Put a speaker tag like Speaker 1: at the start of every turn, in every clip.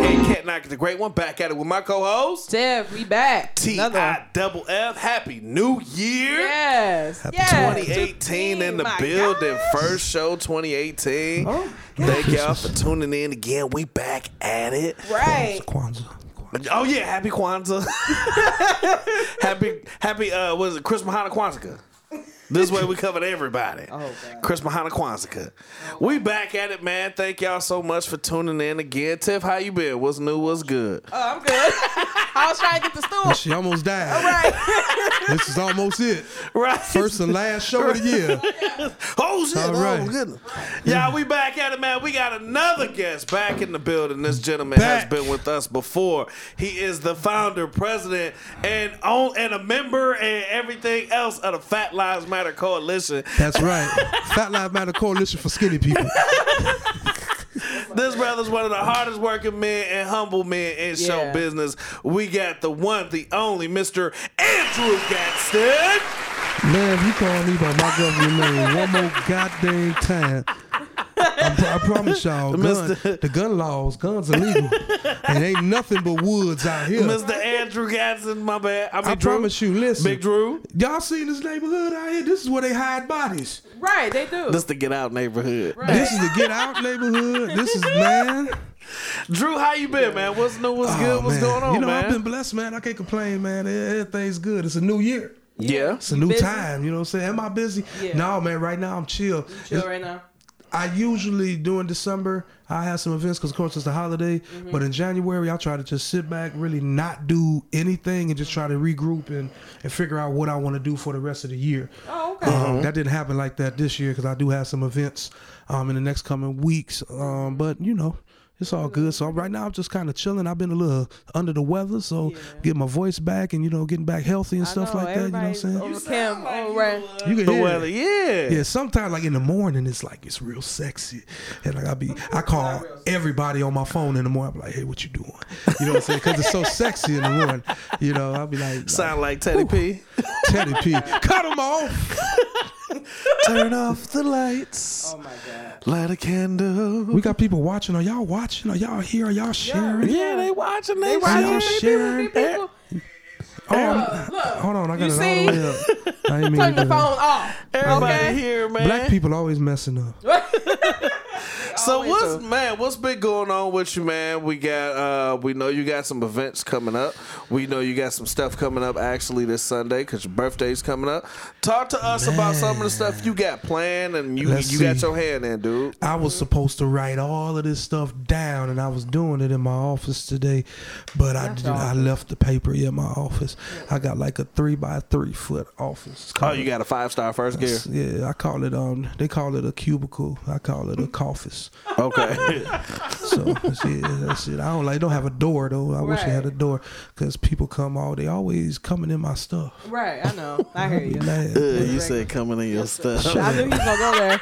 Speaker 1: Frank the Great One back at it with my co-host
Speaker 2: Dev, we back.
Speaker 1: T
Speaker 2: Another one.
Speaker 1: I double F. Happy New Year.
Speaker 2: Yes. yes.
Speaker 1: 2018 in the
Speaker 2: My
Speaker 1: building.
Speaker 2: gosh.
Speaker 1: First show 2018.
Speaker 2: Oh,
Speaker 1: Thank y'all for tuning in again. We back at it.
Speaker 2: Right.
Speaker 3: Kwanzaa.
Speaker 1: Oh yeah, happy Kwanzaa. happy happy uh what is it Chris Mahana Kwanzaa. This way we covered everybody.
Speaker 2: Oh, God.
Speaker 1: Chris Mahana Kwanzaa. We back at it, man. Thank y'all so much for tuning in again. Tiff, how you been? What's new? What's good?
Speaker 3: Uh,
Speaker 2: Oh, I'm good. I was trying to get the stool.
Speaker 3: She almost died.
Speaker 2: Right.
Speaker 3: This is almost it.
Speaker 1: right.
Speaker 3: First and last show of the year.
Speaker 1: Oh shit!
Speaker 3: All
Speaker 1: oh,
Speaker 3: right.
Speaker 1: goodness. Yeah, we back at it, man. We got another guest back in the building. This gentleman has
Speaker 3: Back.
Speaker 1: been with us before. He is the founder, president, and on and a member and everything else of the Fat Lives Matter Coalition.
Speaker 3: That's right. Fat Lives Matter Coalition for Skinny People.
Speaker 1: This brother's one of the hardest working men and humble men in show
Speaker 2: Yeah.
Speaker 1: business. We got the one, the only, Mr. Andrew Gadsden.
Speaker 3: Man, if you call me by my government name one more goddamn time, I, pro- I promise y'all, gun,
Speaker 1: Mister-
Speaker 3: the gun laws, guns are legal. And ain't nothing but woods out here.
Speaker 1: Mr. Andrew Gadsden, my bad. I, mean,
Speaker 3: I
Speaker 1: Drew.
Speaker 3: promise you, listen.
Speaker 1: Big Drew.
Speaker 3: Y'all seen this neighborhood out here? This is where they hide bodies.
Speaker 2: Right. They do.
Speaker 1: This the get out neighborhood.
Speaker 2: Right.
Speaker 3: This is the get out neighborhood. This is, man.
Speaker 1: Drew, how you been, man? What's new? What's
Speaker 3: Oh,
Speaker 1: good? What's
Speaker 3: man.
Speaker 1: going on,
Speaker 3: You know,
Speaker 1: man?
Speaker 3: I've been blessed, man. I can't complain, man. Everything's good. It's a new year.
Speaker 1: Yeah.
Speaker 3: It's a new
Speaker 2: busy?
Speaker 3: time. You know what I'm saying? Am I busy?
Speaker 2: Yeah.
Speaker 3: No, man. Right now, I'm chill.
Speaker 2: Chill
Speaker 3: It's-
Speaker 2: right now.
Speaker 3: I usually during December I have some events because of course it's the holiday.
Speaker 1: Mm-hmm.
Speaker 3: But in January I try to just sit back, really not do anything, and just try to regroup and, and figure out what I want to do for the rest of the year.
Speaker 2: Oh, okay.
Speaker 1: Uh-huh.
Speaker 3: Um, that didn't happen like that this year because I do have some events um, in the next coming weeks. Um, but you know, it's all good. So right now I'm just kind of chilling. I've been a little under the weather, so getting my voice back and you know getting back healthy and stuff like that. You know what I'm saying?
Speaker 2: Over Kim, over Ray.
Speaker 3: You can
Speaker 1: The
Speaker 3: hear it.
Speaker 1: weather, yeah.
Speaker 3: Yeah, sometimes like in the morning, it's like it's real sexy, and like I be, I call everybody on my phone in the morning. I'm like, hey, what you doing? You know what I'm saying? Because it's so sexy in the morning. You know, I'll be like,
Speaker 1: Sound like Teddy P.
Speaker 3: Teddy P, cut him off.
Speaker 1: Turn off the lights.
Speaker 2: Oh my God.
Speaker 1: Light a candle.
Speaker 3: We got people watching. Are y'all watching? Are y'all here? Are y'all sharing?
Speaker 1: Yeah, they watching. They,
Speaker 3: Are
Speaker 1: watching.
Speaker 3: y'all
Speaker 2: Hey,
Speaker 3: sharing?
Speaker 2: people,
Speaker 3: Oh, I'm- hold on, I got
Speaker 2: you
Speaker 3: it all the way up. I ain't mean to
Speaker 2: turn the
Speaker 3: do
Speaker 2: phone
Speaker 3: that.
Speaker 2: off.
Speaker 1: Everybody
Speaker 2: Okay.
Speaker 1: here, man.
Speaker 3: Black people always messing up.
Speaker 1: So
Speaker 2: Always
Speaker 1: what's
Speaker 2: do.
Speaker 1: man? What's been going on with you, man? We got uh, we know you got some events coming up. We know you got some stuff coming up actually this Sunday because your birthday's coming up. Talk to us about some of the stuff you got planned and you
Speaker 3: Let's
Speaker 1: you got
Speaker 3: see.
Speaker 1: your hand in, dude.
Speaker 3: I was supposed to write all of this stuff down, and I was doing it in my office today, but I did, I left the paper in my office. I got like a three by three foot office. It's
Speaker 1: Oh,
Speaker 3: called-
Speaker 1: you got a five star first gear.
Speaker 3: Yeah, I call it um. They call it a cubicle. I call
Speaker 2: Mm.
Speaker 3: it a office.
Speaker 1: Okay.
Speaker 3: So that's it. That's it. I don't like. Don't have a door though. I wish I had a
Speaker 2: Right.
Speaker 3: door because people come all. They always coming in my stuff.
Speaker 2: Right. I know. I hear you.
Speaker 3: Man,
Speaker 1: Uh, you said coming in your stuff.
Speaker 2: I knew he was gonna go there.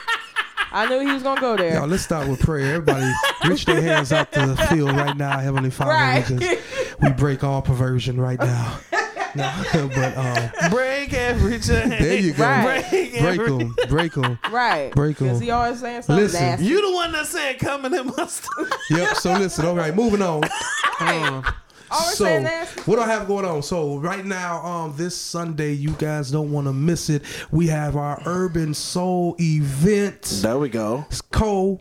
Speaker 2: I knew he was gonna go there.
Speaker 3: Y'all, let's start with prayer. Everybody, reach their hands out the field right now, Heavenly Father.
Speaker 2: Right.
Speaker 3: We, just, we break all perversion right now. No, but um,
Speaker 1: Break every chain.
Speaker 3: there you go.
Speaker 2: Right.
Speaker 1: Break
Speaker 3: Break
Speaker 1: every-
Speaker 3: them. Break them.
Speaker 2: Right.
Speaker 3: Break 'em.
Speaker 2: Because he always saying something
Speaker 3: Listen.
Speaker 2: nasty.
Speaker 1: You the one that said coming in my stuff.
Speaker 3: Yep. So listen. All right. Moving on. Um,
Speaker 2: Always
Speaker 3: so
Speaker 2: saying nasty.
Speaker 3: what do I have going on? So right now, um, this Sunday, you guys don't want to miss it. We have our Urban Soul event.
Speaker 1: There we go.
Speaker 3: co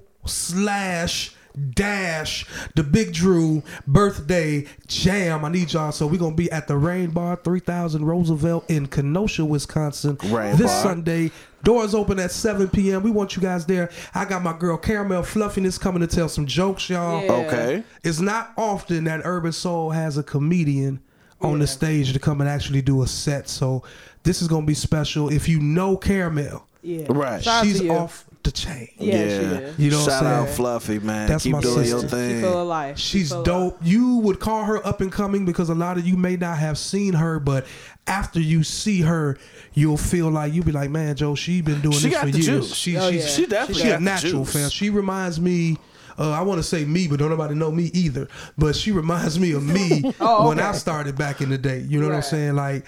Speaker 3: slash dash the big drew birthday jam i need y'all so we're gonna be at the rain bar 3000 roosevelt in kenosha wisconsin
Speaker 1: Rain
Speaker 3: this
Speaker 1: Bar.
Speaker 3: sunday doors open at 7 p.m we want you guys there i got my girl caramel fluffiness coming to tell some jokes y'all
Speaker 2: Yeah.
Speaker 1: Okay.
Speaker 3: it's not often that urban soul has a comedian on the stage to come and actually do a set so this is gonna be special if you know caramel
Speaker 2: Yeah.
Speaker 1: Right.
Speaker 2: Shout out
Speaker 3: she's
Speaker 2: to you.
Speaker 3: off the chain
Speaker 2: Yeah, she is.
Speaker 3: You know what I'm
Speaker 1: Shout out
Speaker 3: saying?
Speaker 1: Fluffy, man.
Speaker 3: That's
Speaker 1: Keep
Speaker 3: my
Speaker 1: doing
Speaker 3: sister.
Speaker 1: your
Speaker 2: She
Speaker 1: thing.
Speaker 2: full of life. She
Speaker 3: She's
Speaker 2: full of
Speaker 3: dope. You would call her up and coming because a lot of you may not have seen her, but after you see her, you'll feel like you'll be like, man, Joe, she been doing
Speaker 1: She
Speaker 3: this
Speaker 1: got
Speaker 3: for
Speaker 1: the
Speaker 3: years.
Speaker 1: juice.
Speaker 3: She,
Speaker 2: Oh,
Speaker 3: she's
Speaker 2: yeah.
Speaker 1: She definitely
Speaker 3: she
Speaker 1: got
Speaker 3: a natural
Speaker 1: the juice.
Speaker 3: fan. She reminds me. Uh, I want to say me, but don't nobody know me either. But she reminds me of me
Speaker 2: Oh,
Speaker 3: when
Speaker 2: okay.
Speaker 3: I started back in the day. You know what I'm
Speaker 2: Right.
Speaker 3: saying? Like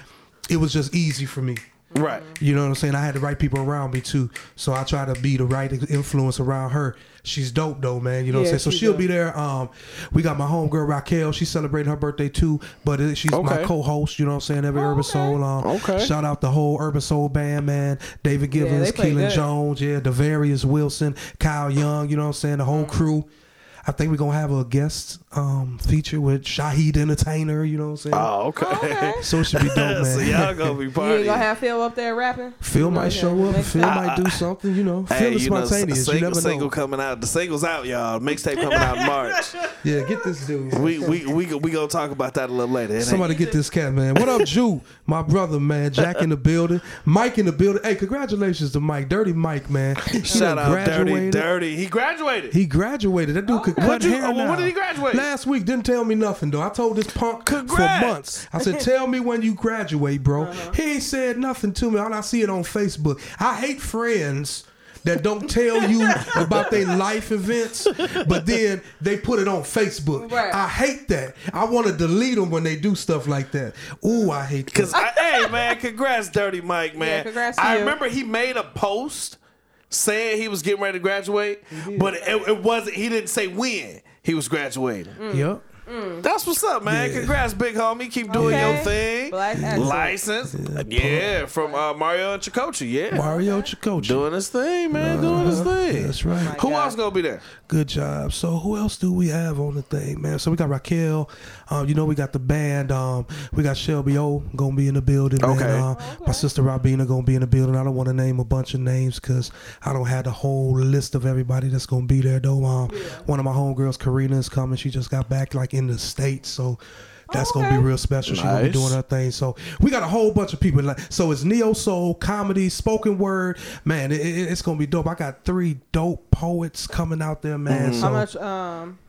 Speaker 3: it was just easy for me.
Speaker 1: Right.
Speaker 3: You know what I'm saying? I had the right people around me too. So I try to be the right influence around her. She's dope though, man. You know what
Speaker 2: Yeah,
Speaker 3: I'm saying? So
Speaker 2: she
Speaker 3: she'll
Speaker 2: dope.
Speaker 3: be there. Um, we got my homegirl Raquel. She's celebrating her birthday too, but it- she's my
Speaker 1: Okay.
Speaker 3: co-host. You know what I'm saying? Every Urban Soul. Um,
Speaker 1: Okay.
Speaker 3: Shout out the whole Urban Soul band, man. David
Speaker 2: Yeah, they
Speaker 3: Givens,
Speaker 2: play
Speaker 3: Keelan
Speaker 2: good.
Speaker 3: Jones, yeah, Davarius Wilson, Kyle Young. You know what I'm saying? The whole
Speaker 2: Mm-hmm.
Speaker 3: crew. I think we're gonna have a guest um, feature with Shahid Entertainer. You know what I'm saying?
Speaker 1: Oh, okay.
Speaker 2: Okay.
Speaker 3: so it should be dope, man.
Speaker 1: so y'all gonna be
Speaker 2: You ain't
Speaker 1: partying.
Speaker 2: gonna have Phil up there rapping?
Speaker 3: Phil might
Speaker 2: Okay,
Speaker 3: show up.
Speaker 2: makes
Speaker 3: Phil
Speaker 2: sense.
Speaker 3: might do something. You know, Phil
Speaker 1: Hey,
Speaker 3: is
Speaker 1: you know,
Speaker 3: spontaneous. you
Speaker 1: single,
Speaker 3: never
Speaker 1: single
Speaker 3: know.
Speaker 1: coming out. The single's out, y'all. Mixtape coming out in March.
Speaker 3: Yeah, get this dude.
Speaker 1: We we we we gonna talk about that a little later. It ain't-
Speaker 3: Somebody get this cat, man. What up, Jew? My brother, man. Jack in the building. Mike in the building. Hey, congratulations to Mike. Dirty Mike, man. He
Speaker 1: Shout
Speaker 3: done
Speaker 1: out Dirty
Speaker 3: graduated.
Speaker 1: Dirty. He graduated.
Speaker 3: He graduated. That dude could cut
Speaker 1: What'd you-
Speaker 3: hair
Speaker 1: oh, well,
Speaker 3: now.
Speaker 1: when did he graduate?
Speaker 3: Last week. Didn't tell me nothing though. I told this punk
Speaker 1: Congrats. Uh-huh.
Speaker 3: for months. I said, "Tell me when you graduate, bro." He ain't said nothing to me. All I see it on Facebook. I hate friends. That don't tell you about their life events, but then they put it on Facebook.
Speaker 2: Right.
Speaker 3: I hate that. I want to delete them when they do stuff like that. Ooh, I hate that.
Speaker 1: Cause I, hey man, congrats, Dirty Mike, man.
Speaker 2: Yeah, congrats to
Speaker 1: I
Speaker 2: you.
Speaker 1: remember he made a post saying he was getting ready to graduate, but it, it wasn't. He didn't say when he was graduating.
Speaker 2: Mm.
Speaker 3: Yep.
Speaker 1: That's what's up, man.
Speaker 3: Yeah.
Speaker 1: Congrats, big homie. Keep doing
Speaker 2: Okay.
Speaker 1: your thing.
Speaker 2: Black excellence.
Speaker 1: License, yeah, from uh, Mario and Chicoche, yeah.
Speaker 3: Mario Chicoche.
Speaker 1: Doing his thing, man. Doing his thing.
Speaker 3: Uh-huh. That's right.
Speaker 1: Who
Speaker 2: Oh God.
Speaker 1: else gonna be there?
Speaker 3: Good job. So who else do we have on the thing, man? So we got Raquel. Um, you know we got the band. Um, we got Shelby O gonna be in the building. man.
Speaker 1: Okay.
Speaker 3: Uh, My sister Robina gonna be in the building. I don't want to name a bunch of names because I don't have the whole list of everybody that's gonna be there. Though um, one of my homegirls, Karina, is coming. She just got back like in the states, so. That's gonna
Speaker 2: Okay.
Speaker 3: be real special. She's gonna be
Speaker 1: Nice.
Speaker 3: doing her thing. So we got a whole bunch of people. Like, so it's neo soul, comedy, spoken word. Man, it, it- it's gonna be dope. I got three dope poets coming out there, man. So
Speaker 2: How much? Um,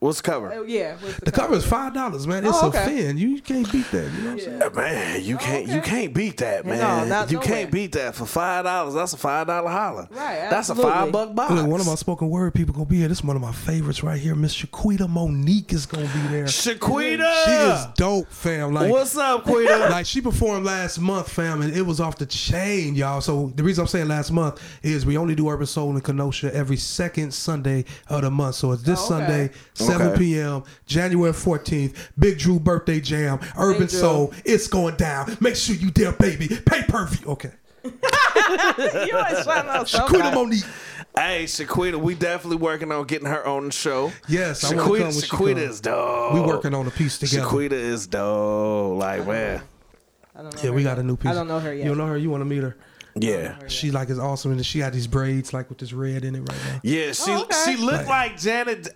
Speaker 1: What's the cover?
Speaker 2: oh, yeah. what's
Speaker 3: the cover is five dollars, man. It's
Speaker 2: Oh, okay.
Speaker 3: a fin. You, you can't beat that. You know what I'm saying?
Speaker 2: Yeah.
Speaker 1: Uh, Man, you can't
Speaker 2: okay.
Speaker 1: you can't beat that,
Speaker 2: No,
Speaker 1: man.
Speaker 2: not
Speaker 1: you
Speaker 2: no
Speaker 1: can't
Speaker 2: way.
Speaker 1: beat that for five dollars. That's a five dollar holler.
Speaker 2: Right,
Speaker 1: That's a
Speaker 2: absolutely.
Speaker 1: five buck box.
Speaker 3: Look, one of my spoken word people gonna be here. This is one of my favorites right here. Miss Shaquita Monique is gonna be there. She is
Speaker 1: Shaquita.
Speaker 3: dope, fam. Like
Speaker 1: What's up, Quita?
Speaker 3: like she performed last month, fam, and it was off the chain, y'all. So the reason I'm saying last month is we only do Urban Soul in Kenosha every second Sunday of the month. So it's this
Speaker 2: Oh, okay.
Speaker 3: Sunday, 7
Speaker 1: Okay.
Speaker 3: p.m., January 14th, Big Drew birthday jam, Urban
Speaker 2: Drew.
Speaker 3: Soul. It's going down. Make sure you there, baby. Pay per view. Okay.
Speaker 2: you always shouting out
Speaker 3: Queen of
Speaker 2: somebody.
Speaker 3: Monique.
Speaker 1: hey, Shaquita, we definitely working on getting her on the show.
Speaker 3: Yes, I wanna
Speaker 1: Shaquita,
Speaker 3: come when she
Speaker 1: Shaquita
Speaker 3: come.
Speaker 1: is dope.
Speaker 3: We working on a piece together.
Speaker 1: Shaquita is dope. Like man,
Speaker 2: I don't know
Speaker 3: Yeah,
Speaker 2: her
Speaker 3: we
Speaker 2: yet.
Speaker 3: got a new piece.
Speaker 2: I don't know her yet.
Speaker 3: You don't know her? You want to meet her?
Speaker 1: yeah.
Speaker 3: She like is awesome, and she had these braids like with this red in it right now.
Speaker 1: Yeah, she
Speaker 2: Oh, okay.
Speaker 1: she looked like Janet.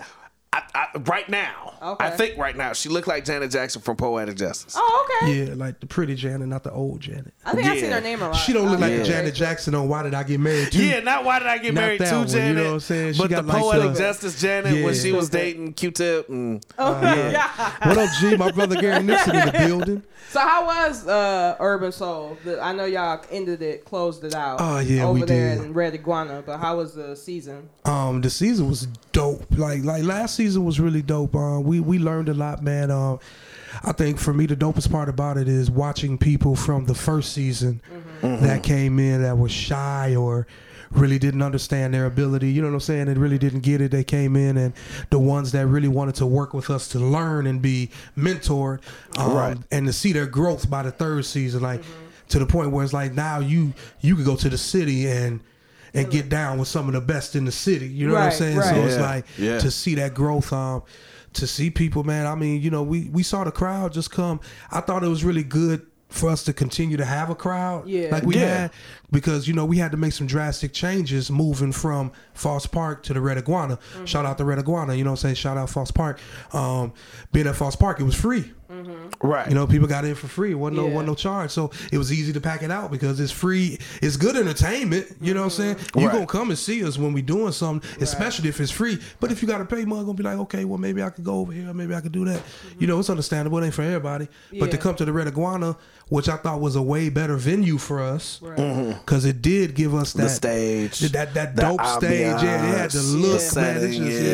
Speaker 1: I, I, right now,
Speaker 2: Okay.
Speaker 1: I think right now she looked like Janet Jackson from Poetic Justice.
Speaker 2: Oh, okay.
Speaker 3: Yeah, like the pretty Janet, not the old Janet.
Speaker 2: I think I've seen
Speaker 1: Yeah.
Speaker 2: her name a lot.
Speaker 3: She don't look like
Speaker 1: Yeah.
Speaker 3: the Janet Jackson on Why Did I Get Married? To?
Speaker 1: Yeah, not why did I get
Speaker 3: Not
Speaker 1: married to
Speaker 3: that one,
Speaker 1: Janet?
Speaker 3: you know what I'm saying? She
Speaker 1: But
Speaker 3: got
Speaker 1: the
Speaker 3: like
Speaker 1: poetic
Speaker 3: the-
Speaker 1: justice Janet when
Speaker 3: Yeah.
Speaker 1: she was dating Q-Tip. mm, and-
Speaker 2: Oh,
Speaker 3: uh,
Speaker 2: yeah.
Speaker 3: What up, G? My brother Gary Nixon in the building.
Speaker 2: So how was uh, Urban Soul? The, I know y'all ended it, closed it out.
Speaker 3: Oh, yeah,
Speaker 2: over
Speaker 3: we
Speaker 2: there
Speaker 3: did.
Speaker 2: in Red Iguana. But how was the season?
Speaker 3: Um, the season was dope. Like like last season was really dope. Um, we we learned a lot, man. Um, I think for me the dopest part about it is watching people from the first season that came in that were shy or really didn't understand their ability. You know what I'm saying? They really didn't get it. They came in and the ones that really wanted to work with us to learn and be mentored, um,
Speaker 1: Right.
Speaker 3: and to see their growth by the third season, like to the point where it's like now you you could go to the city and and get down with some of the best in the city. You know what
Speaker 2: Right,
Speaker 3: I'm saying?
Speaker 2: right.
Speaker 3: So it's
Speaker 1: Yeah,
Speaker 3: like
Speaker 1: yeah.
Speaker 3: to see that growth. Um, to see people, man. I mean, you know, we we saw the crowd just come. I thought it was really good for us to continue to have a crowd
Speaker 2: Yeah.
Speaker 3: like we
Speaker 1: Yeah.
Speaker 3: had because you know we had to make some drastic changes moving from False Park to the Red Iguana.
Speaker 2: Mm-hmm.
Speaker 3: Shout out to Red Iguana, you know what I'm saying? Shout out False Park. Um, being at False Park, it was free.
Speaker 1: Right.
Speaker 3: You know, people got in for free. It wasn't no
Speaker 2: Mm-hmm. Yeah.
Speaker 3: wasn't no charge. So it was easy to pack it out because it's free. It's good entertainment. You know what I'm saying? you
Speaker 1: Mm-hmm. Right.
Speaker 3: gonna come and see us when we doing something, especially if it's free. But if you gotta pay money, gonna be like, okay, well maybe I could go over here, maybe I could do that.
Speaker 1: Mm-hmm.
Speaker 3: You know, it's understandable, it ain't for everybody. But to
Speaker 2: Yeah.
Speaker 3: come to the Red Iguana, which I thought was a way better venue for us.
Speaker 2: Right.
Speaker 3: Cause it did give us that
Speaker 1: Mm-hmm. the stage.
Speaker 3: that that
Speaker 1: the
Speaker 3: dope stage, yeah, it had the
Speaker 1: ambiance,
Speaker 3: look,
Speaker 1: the
Speaker 3: man. It
Speaker 1: setting,
Speaker 3: just,
Speaker 1: yeah.
Speaker 3: yeah.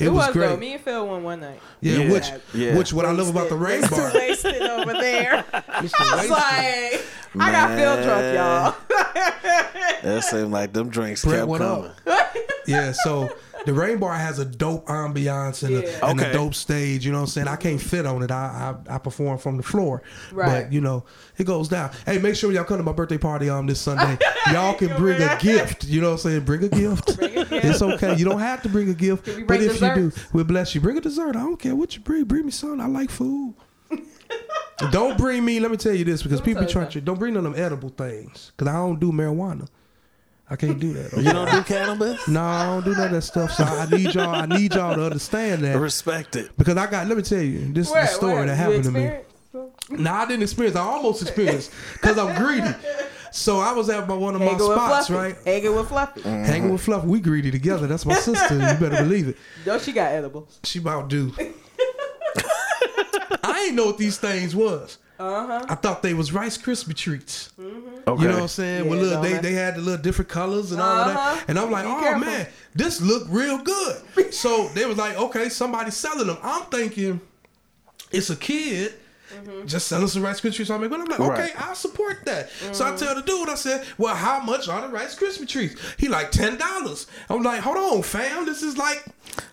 Speaker 2: Yeah.
Speaker 3: it was
Speaker 2: though.
Speaker 3: great.
Speaker 2: Me and Phil went one night.
Speaker 3: Yeah,
Speaker 1: Yeah.
Speaker 3: which
Speaker 1: Yeah.
Speaker 3: which what I love about the rain bar,
Speaker 2: wasted over there.
Speaker 3: Mr.
Speaker 2: It's
Speaker 3: Waste-
Speaker 2: like I got field drunk, y'all.
Speaker 1: That seemed like them drinks
Speaker 3: Brett,
Speaker 1: kept
Speaker 3: what
Speaker 1: coming.
Speaker 3: up? yeah, so the Rain Bar has a dope ambiance and,
Speaker 2: Yeah.
Speaker 3: a, and
Speaker 1: Okay.
Speaker 3: a dope stage. You know what I'm saying? I can't fit on it. I I, I perform from the floor,
Speaker 2: Right.
Speaker 3: but you know it goes down. Hey, make sure y'all come to my birthday party on this Sunday. Y'all can bring a gift. You know what I'm saying? Bring a gift. It's okay. You don't have to bring a gift,
Speaker 2: we
Speaker 3: but
Speaker 2: bring
Speaker 3: if you do,
Speaker 2: desserts?
Speaker 3: we bless you. Bring a dessert. I don't care what you bring. Bring me something. I like food. don't bring me. Let me tell you this because
Speaker 2: Let me
Speaker 3: people
Speaker 2: tell
Speaker 3: try
Speaker 2: you
Speaker 3: to don't bring none of them edible things because I don't do marijuana. I can't do that.
Speaker 1: You don't do cannabis?
Speaker 3: No, I don't do none of that stuff. So I need y'all. I need y'all to understand that
Speaker 1: Respect it.
Speaker 3: because I got. Let me tell you, this
Speaker 2: Where-
Speaker 3: is the story
Speaker 2: where?
Speaker 3: that
Speaker 2: You
Speaker 3: happened to me.
Speaker 2: experienced?
Speaker 3: No, I didn't experience. I almost experienced because I'm greedy. So I was at my, one of my
Speaker 2: Hanging with
Speaker 3: spots,
Speaker 2: Fluffy.
Speaker 3: right? Mm.
Speaker 2: Hanging with Fluffy.
Speaker 3: Hanging with Fluff. We greedy together. That's my sister. You better believe it.
Speaker 2: Yo, she got edibles.
Speaker 3: She about do. I ain't know what these things was. Uh-huh. I thought they was Rice Krispie treats.
Speaker 1: Okay.
Speaker 3: You know what I'm saying?
Speaker 2: Yeah,
Speaker 3: well, look,
Speaker 2: don't
Speaker 3: they,
Speaker 2: mess-
Speaker 3: they had the little different colors and all of
Speaker 2: Uh-huh.
Speaker 3: that. And I'm like,
Speaker 2: Be
Speaker 3: oh
Speaker 2: careful."
Speaker 3: man, this look real good. So they was like, okay, somebody's selling them. I'm thinking it's a kid.
Speaker 2: Mm-hmm.
Speaker 3: Just selling some Rice Krispie treats. I'm like, well, I'm like, okay,
Speaker 1: Right.
Speaker 3: I'll support that. So
Speaker 2: Mm.
Speaker 3: I tell the dude, I said, well, how much are the Rice Krispie treats? He like ten dollars. I'm like, hold on, fam, this is like,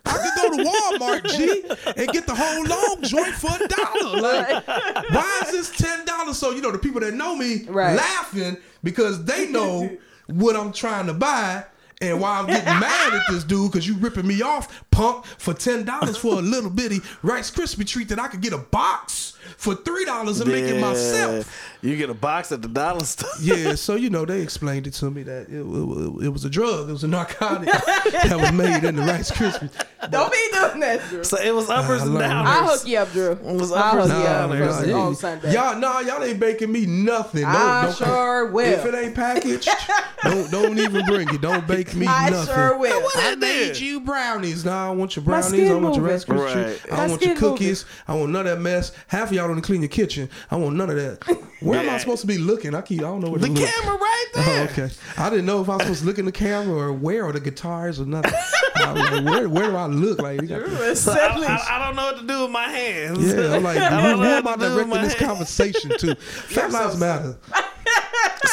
Speaker 3: I could go to Walmart, G, and get the whole long joint for a dollar. Like, why is this ten dollars? So you know, the people that know me
Speaker 2: Right.
Speaker 3: laughing because they know what I'm trying to buy. And why I'm getting mad at this dude because you ripping me off, punk, for ten dollars for a little bitty Rice Krispie treat that I could get a box for three dollars and make it myself.
Speaker 1: You get a box at the dollar store.
Speaker 3: Yeah, so you know they explained it to me that it, it, it was a drug, it was a narcotic that was made in the Rice Krispies.
Speaker 2: Don't be doing that, Drew.
Speaker 1: So it was uppers
Speaker 3: Uh, I
Speaker 1: and
Speaker 3: learned.
Speaker 1: downers.
Speaker 2: I'll hook you up, Drew.
Speaker 1: was up
Speaker 2: I'll
Speaker 1: for
Speaker 2: hook
Speaker 3: Oh,
Speaker 1: some
Speaker 2: you up
Speaker 1: dollars.
Speaker 2: on-
Speaker 1: Yeah.
Speaker 2: on Sunday.
Speaker 3: Y'all, nah, y'all ain't baking me nothing. Don't,
Speaker 2: I
Speaker 3: don't-
Speaker 2: sure will.
Speaker 3: If it ain't packaged, don't don't even bring it. Don't bake me
Speaker 2: I
Speaker 3: nothing.
Speaker 2: sure will.
Speaker 1: I
Speaker 3: I made
Speaker 1: did.
Speaker 3: you brownies. Nah, I don't want your
Speaker 2: My
Speaker 3: brownies. I
Speaker 2: skin
Speaker 3: don't want your
Speaker 2: moving.
Speaker 3: Rice Krispie treats.
Speaker 1: Right.
Speaker 2: My
Speaker 3: I don't want your
Speaker 2: skin moving.
Speaker 3: cookies. I want none of that mess. Half of y'all don't clean your kitchen. I want none of that. Where am I
Speaker 1: Yeah.
Speaker 3: supposed to be looking? I keep I don't know where
Speaker 1: The
Speaker 3: to look.
Speaker 1: camera right
Speaker 3: Oh,
Speaker 1: there.
Speaker 3: okay. I didn't know if I was supposed to look in the camera or where or the guitars or nothing. I was like, where, where do I look? Like, you got the-
Speaker 1: So I, I, I don't know what to do with my hands.
Speaker 3: yeah, I'm like,
Speaker 1: I don't
Speaker 3: who
Speaker 1: know
Speaker 3: am I
Speaker 1: what to do with
Speaker 3: directing
Speaker 1: my
Speaker 3: this
Speaker 1: hands.
Speaker 3: conversation to? Fat Lives Matter.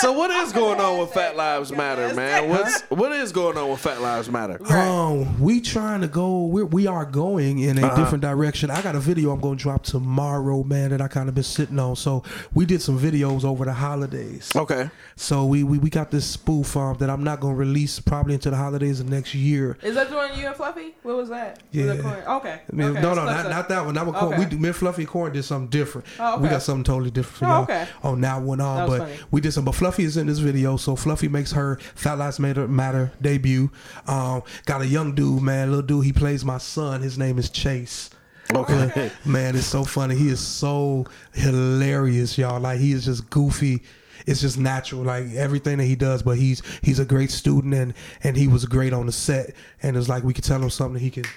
Speaker 1: So what is going on with Fat Lives Matter, man? What's what is going on with Fat Lives Matter?
Speaker 3: Um, we trying to go. We're, we are going in
Speaker 1: Uh-huh.
Speaker 3: a different direction. I got a video I'm going to drop tomorrow, man. That I kind of been sitting on. So we did some videos over the holidays.
Speaker 1: Okay.
Speaker 3: So we we, we got this spoof um, that I'm not going to release probably until the holidays of next year.
Speaker 2: Is that the one you and Fluffy? What was that?
Speaker 3: Yeah.
Speaker 2: Was that corn? Okay.
Speaker 3: I mean,
Speaker 2: okay.
Speaker 3: no,
Speaker 2: it's
Speaker 3: no,
Speaker 2: close
Speaker 3: not,
Speaker 2: up.
Speaker 3: not that one. That one Corn-
Speaker 2: Okay.
Speaker 3: We do. Me and Fluffy and Corn did something different.
Speaker 2: Oh, okay.
Speaker 3: We got something totally different for
Speaker 2: Oh,
Speaker 3: y'all
Speaker 2: okay.
Speaker 3: on that one. Um,
Speaker 2: That was
Speaker 3: but
Speaker 2: funny.
Speaker 3: we did some. But Fluffy is in this video, so Fluffy makes her Fat Lives Matter, Matter debut. Um, got a young dude, man, little dude. He plays my son. His name is Chase.
Speaker 1: Okay.
Speaker 3: Man, it's so funny. He is so hilarious, y'all. Like he is just goofy. It's just natural, like everything that he does. But he's he's a great student, and and he was great on the set. And it's like we could tell him something, he could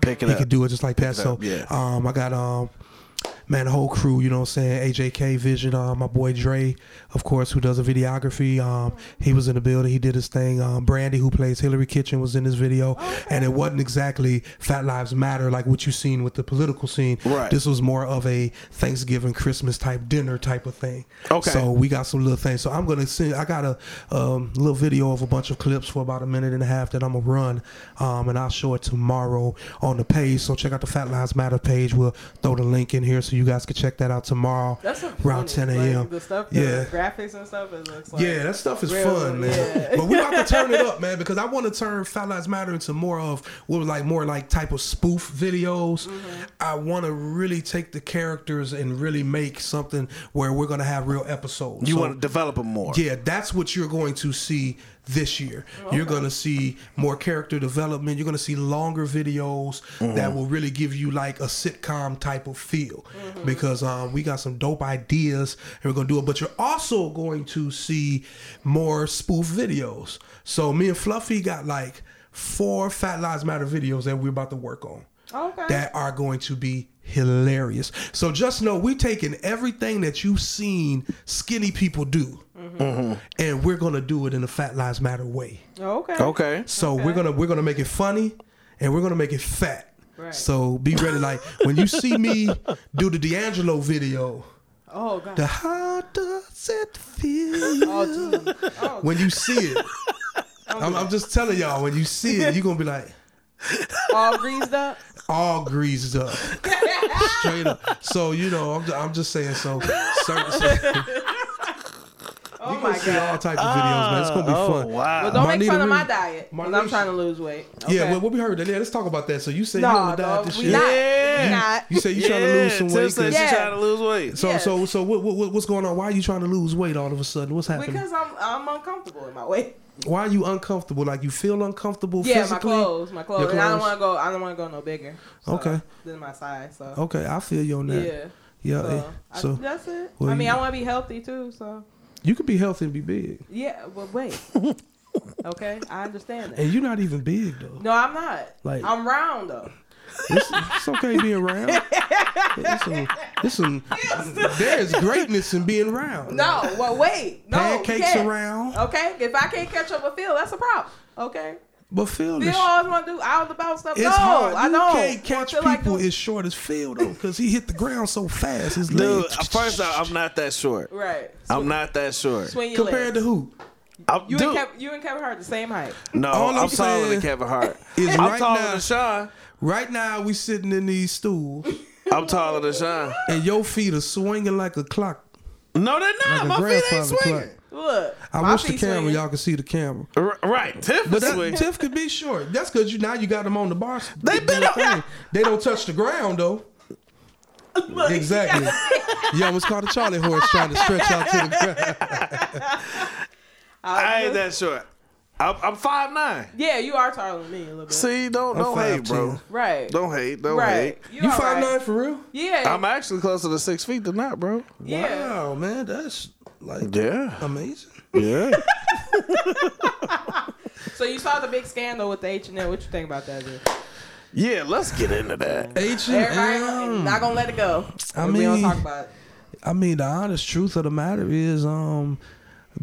Speaker 1: Pick it
Speaker 3: he
Speaker 1: up.
Speaker 3: could do it just like that. So
Speaker 1: up, yeah.
Speaker 3: um, I got um, man, the whole crew. You know what I'm saying? AJK Vision, uh, my boy Dre, of course, who does the videography. Um, he was in the building. He did his thing. Um, Brandy, who plays Hillary Kitchen, was in this video, and it wasn't exactly Fat Lives Matter like what you seen with the political scene.
Speaker 1: Right.
Speaker 3: This was more of a Thanksgiving, Christmas type dinner type of thing.
Speaker 1: Okay.
Speaker 3: So we got some little things. So I'm gonna send. I got a um, little video of a bunch of clips for about a minute and a half that I'm gonna run, um, and I'll show it tomorrow on the page. So check out the Fat Lives Matter page. We'll throw the link in here so you guys can check that out tomorrow
Speaker 2: That's so
Speaker 3: around
Speaker 2: funny.
Speaker 3: 10
Speaker 2: Mm, Like,
Speaker 3: a.m.
Speaker 2: the stuff, the
Speaker 3: yeah.
Speaker 2: graphics and stuff, it looks like.
Speaker 3: yeah, that stuff is
Speaker 2: Real,
Speaker 3: fun, man.
Speaker 2: yeah.
Speaker 3: But we about to turn it up, man, because I want to turn Fat Lives Matter into more of what was like more like type of spoof videos.
Speaker 2: Mm-hmm.
Speaker 3: I want to really take the characters and really make something where we're gonna have real episodes.
Speaker 1: You
Speaker 3: So-
Speaker 1: want to develop them more.
Speaker 3: yeah, that's what you're going to see this year. You're going to see more character development. You're going to see longer videos that will really give you like a sitcom type of feel because um, we got some dope ideas and we're going to do it. But you're also going to see more spoof videos. So me and Fluffy got like four Fat Lives Matter videos that we're about to work on
Speaker 2: Okay.
Speaker 3: that are going to be hilarious. So just know we're taking everything that you've seen skinny people do, and we're gonna do it in a Fat Lives Matter way.
Speaker 2: okay.
Speaker 1: Okay.
Speaker 3: So we're gonna we're gonna make it funny, and we're gonna make it fat.
Speaker 2: Right.
Speaker 3: So be ready. Like when you see me do the D'Angelo video,
Speaker 2: Oh god.
Speaker 3: the how does it feel?
Speaker 2: oh, dude. oh,
Speaker 3: When you see it, I'm, I'm just telling y'all. When you see it, you're gonna be like
Speaker 2: all greased up.
Speaker 3: all greased up,
Speaker 2: Oh
Speaker 3: straight up. So you know, I'm, ju- I'm just saying. So certain.
Speaker 2: Oh
Speaker 3: you gonna
Speaker 2: my
Speaker 3: see all
Speaker 2: god.
Speaker 3: type of videos, man. It's gonna be
Speaker 1: Uh,
Speaker 4: oh,
Speaker 3: fun.
Speaker 4: Wow.
Speaker 2: Well, don't make
Speaker 3: Marnita
Speaker 2: fun of my
Speaker 3: Reed-
Speaker 2: diet. 'cause I'm
Speaker 3: Marnita-
Speaker 2: trying to lose weight.
Speaker 3: Yeah,
Speaker 2: Okay.
Speaker 3: well, what we heard. Yeah, let's talk about that. So you say you on
Speaker 2: no,
Speaker 3: the diet
Speaker 2: dog,
Speaker 3: this
Speaker 2: we
Speaker 3: year.
Speaker 2: not.
Speaker 1: Yeah.
Speaker 2: We not.
Speaker 3: You say you trying to lose some
Speaker 1: Tim
Speaker 3: weight.
Speaker 1: said
Speaker 3: 'cause-
Speaker 1: she
Speaker 2: Yeah.
Speaker 1: trying to lose weight.
Speaker 3: So
Speaker 2: Yeah.
Speaker 3: so so what, what what's going on? Why are you trying to lose weight all of a sudden? What's happening?
Speaker 2: Because I'm I'm uncomfortable in my weight.
Speaker 3: Why are you uncomfortable? Like you feel uncomfortable
Speaker 2: Yeah,
Speaker 3: physically?
Speaker 2: my clothes, my clothes,
Speaker 3: Your
Speaker 2: and I don't
Speaker 3: clothes.
Speaker 2: want to go. I don't want to go no bigger. so,
Speaker 3: Okay.
Speaker 2: Than my size. So.
Speaker 3: Okay, I feel you on that. Yeah.
Speaker 2: Yeah.
Speaker 3: Yeah. eh,
Speaker 2: So, I-
Speaker 3: So,
Speaker 2: that's it.
Speaker 3: well,
Speaker 2: I mean,
Speaker 3: you-
Speaker 2: I want to be healthy too. So
Speaker 3: you can be healthy and be big.
Speaker 2: yeah, but wait. okay, I understand that.
Speaker 3: And you're not even big though.
Speaker 2: No, I'm not.
Speaker 3: Like-
Speaker 2: I'm round though.
Speaker 3: It's, it's okay being round. It's some, it's some, there's greatness in being round.
Speaker 2: No, well, wait. No, you
Speaker 3: Pancakes
Speaker 2: can't.
Speaker 3: around.
Speaker 2: Okay, if I can't catch up with Phil, that's a problem. Okay,
Speaker 3: But Phil
Speaker 2: Phil
Speaker 3: is
Speaker 2: always want to do out the bounce stuff.
Speaker 3: It's
Speaker 2: no,
Speaker 3: hard.
Speaker 2: I
Speaker 3: you
Speaker 2: don't.
Speaker 3: can't catch
Speaker 2: I feel
Speaker 3: people
Speaker 2: like doing-
Speaker 3: as short as Phil though, because he hit the ground so fast. His
Speaker 1: Dude,
Speaker 3: legs.
Speaker 1: uh, first off, I'm not that short.
Speaker 2: right.
Speaker 1: I'm not that short.
Speaker 2: Swing your
Speaker 3: compared to
Speaker 2: legs.
Speaker 3: who?
Speaker 1: I'm,
Speaker 2: you
Speaker 1: dude,
Speaker 2: and Kevin, you and Kevin Hart the same height.
Speaker 1: no,
Speaker 3: All
Speaker 1: Oh, I'm,
Speaker 3: I'm
Speaker 1: taller than
Speaker 3: saying
Speaker 1: Kevin Hart.
Speaker 3: is
Speaker 1: I'm
Speaker 3: right
Speaker 1: taller
Speaker 3: now-
Speaker 1: than Sean.
Speaker 3: Right now we sitting in these stools
Speaker 1: I'm taller than Sean.
Speaker 3: and your feet are swinging like a clock.
Speaker 1: No, they're not.
Speaker 3: Like a
Speaker 1: My feet ain't
Speaker 3: grandfather
Speaker 1: swinging.
Speaker 2: Look,
Speaker 3: I
Speaker 2: my
Speaker 3: wish the
Speaker 2: feet
Speaker 3: camera
Speaker 2: swinging.
Speaker 3: y'all can see the camera.
Speaker 1: R- right, Tiff
Speaker 3: But
Speaker 1: is
Speaker 3: that,
Speaker 1: swinging.
Speaker 3: Tiff could be short. That's because you now you got them on the bar.
Speaker 1: They been
Speaker 3: the
Speaker 1: up-
Speaker 3: thing. They don't touch the ground though. exactly. you almost caught a Charlie horse trying to stretch out to the ground.
Speaker 1: I ain't that short. I'm, I'm five nine.
Speaker 2: Yeah, you are taller than me a little bit.
Speaker 1: See, don't
Speaker 3: I'm
Speaker 1: don't hate, bro.
Speaker 3: 5'10".
Speaker 2: right.
Speaker 1: Don't hate. Don't
Speaker 2: right.
Speaker 1: hate.
Speaker 3: You
Speaker 2: all
Speaker 3: five
Speaker 2: right.
Speaker 3: nine for real?
Speaker 2: Yeah.
Speaker 1: I'm actually closer to six feet than that, bro.
Speaker 2: yeah.
Speaker 3: Wow, man, that's like
Speaker 1: Yeah,
Speaker 3: amazing.
Speaker 1: yeah.
Speaker 2: So you saw the big scandal with the H and M. What you think about that? Dude?
Speaker 1: Yeah, let's get into that.
Speaker 3: H
Speaker 2: Everybody
Speaker 3: and
Speaker 2: not gonna let it go.
Speaker 3: I
Speaker 2: we don't
Speaker 3: mean-
Speaker 2: talk about it.
Speaker 3: I mean, the honest truth of the matter is, um,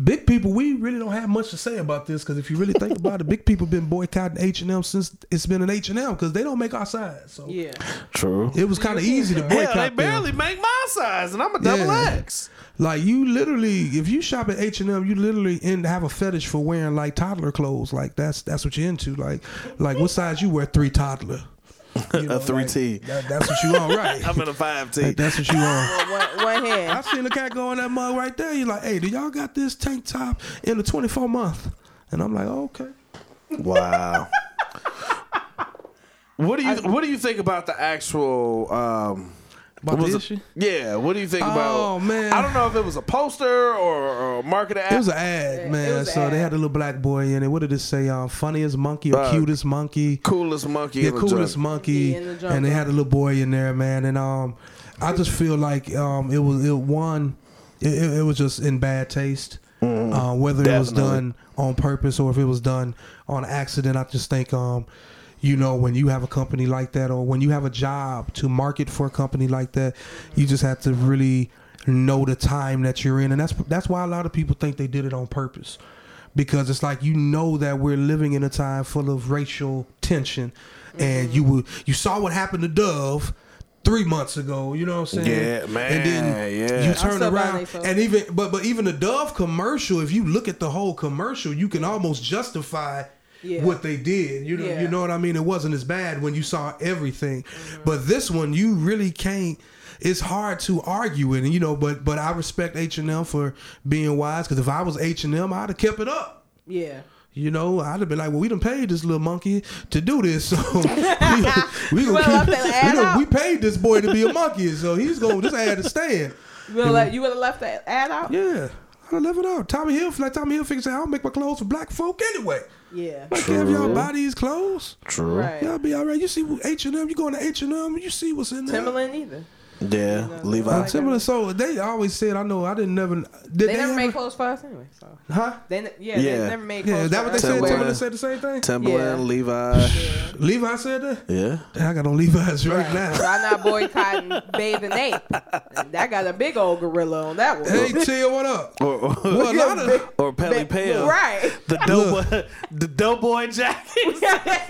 Speaker 3: big people. We really don't have much to say about this because if you really think about it, big people been boycotting H and M since it's been an H and M because they don't make our size. So
Speaker 2: Yeah.
Speaker 1: True.
Speaker 3: it was kind of easy to
Speaker 1: Hell,
Speaker 3: boycott
Speaker 1: they
Speaker 3: them.
Speaker 1: barely make my size, and I'm a double
Speaker 3: Yeah.
Speaker 1: X.
Speaker 3: Like you literally, if you shop at H and M, you literally end have a fetish for wearing like toddler clothes. Like that's that's what you're into. Like like what size you wear? Three toddler. You know,
Speaker 1: A three T.
Speaker 3: like, that- that's what you are, right?
Speaker 1: I'm in a five T.
Speaker 3: Like, that's what you are.
Speaker 2: One, one
Speaker 3: I
Speaker 2: hand.
Speaker 3: seen a cat go in that mug right there. You're like, hey, do y'all got this tank top in the 24 month? And I'm like, "Oh, okay.
Speaker 1: Wow. what do you What do you think about the actual? Um,
Speaker 3: About
Speaker 1: was
Speaker 3: the
Speaker 1: it-
Speaker 3: issue?
Speaker 1: yeah. What do you think about?
Speaker 3: Oh, man.
Speaker 1: I don't know if it was a poster or, or a marketing.
Speaker 3: It
Speaker 1: ad.
Speaker 3: was an ad,
Speaker 2: it
Speaker 3: man.
Speaker 2: was a
Speaker 3: So they
Speaker 2: ad.
Speaker 3: had a little black boy in it. What did it say? Um, funniest monkey or
Speaker 1: Uh,
Speaker 3: cutest monkey?
Speaker 1: coolest monkey.
Speaker 3: Yeah,
Speaker 1: in the
Speaker 3: coolest
Speaker 1: jungle.
Speaker 3: monkey.
Speaker 2: Yeah, in the jungle.
Speaker 3: and they had a little boy in there, man. And um, I just feel like um, it was it one, it, it, it was just in bad taste. Uh, whether it was
Speaker 1: Mm-hmm. Definitely.
Speaker 3: done on purpose or if it was done on accident, I just think um, you know, when you have a company like that or when you have a job to market for a company like that, you just have to really know the time that you're in, and that's that's why a lot of people think they did it on purpose because it's like you know that we're living in a time full of racial tension, and
Speaker 1: Mm-hmm.
Speaker 3: you were you saw what happened to Dove three months ago. You know what I'm saying?
Speaker 1: Yeah, man,
Speaker 3: And then
Speaker 1: yeah.
Speaker 3: you
Speaker 1: I'm
Speaker 3: turn
Speaker 2: still buying they
Speaker 3: around
Speaker 2: folks.
Speaker 3: and even but but even the Dove commercial, if you look at the whole commercial, you can almost justify.
Speaker 2: Yeah.
Speaker 3: What they did, you know,
Speaker 2: Yeah.
Speaker 3: you know what I mean. It wasn't as bad when you saw everything,
Speaker 2: Mm-hmm.
Speaker 3: but this one you really can't. It's hard to argue it, and you know. But but I respect H and M for being wise because if I was H and M, I'd have kept it up.
Speaker 2: Yeah.
Speaker 3: You know, I'd have been like, well, we done paid this little monkey to do this, so we, we gonna
Speaker 2: Well, I
Speaker 3: keep,
Speaker 2: feel
Speaker 3: we, gonna-
Speaker 2: add
Speaker 3: we
Speaker 2: up.
Speaker 3: paid this boy to be a monkey, so he's gonna just add a stand.
Speaker 2: You would have left, you would've left that ad out.
Speaker 3: Yeah, I done left it out. Tommy Hill, like Tommy Hill, figures out I don't make my clothes for black folk anyway.
Speaker 2: Yeah.
Speaker 3: Like, if y'all buy these clothes,
Speaker 1: True.
Speaker 2: Right.
Speaker 3: y'all be all right. You see H and M, you go into H and M, you see what's in there.
Speaker 2: Timberland either.
Speaker 1: Yeah, Levi.
Speaker 3: Uh, Timberland Soul. They always said, I know. I didn't never. Did they,
Speaker 2: They never
Speaker 3: ever-
Speaker 2: made clothes for us anyway. So
Speaker 3: Huh?
Speaker 2: they ne- yeah,
Speaker 1: Yeah.
Speaker 2: they never made clothes.
Speaker 3: Yeah, is that
Speaker 2: for
Speaker 3: what they
Speaker 2: us.
Speaker 3: said?
Speaker 1: Timberland.
Speaker 3: Timberland said the same thing.
Speaker 1: Timberland,
Speaker 2: Yeah.
Speaker 1: Levi.
Speaker 3: Levi said that.
Speaker 1: Yeah.
Speaker 3: Damn, I got on Levi's right,
Speaker 2: Right.
Speaker 3: now.
Speaker 2: Why not boycotting bathing ape? That got a big old gorilla on that one.
Speaker 3: Hey, Tia, what up?
Speaker 1: Or or,
Speaker 3: Well, a lot of
Speaker 1: or Pelly Pale.
Speaker 2: Right.
Speaker 1: The doughboy, the doughboy jacket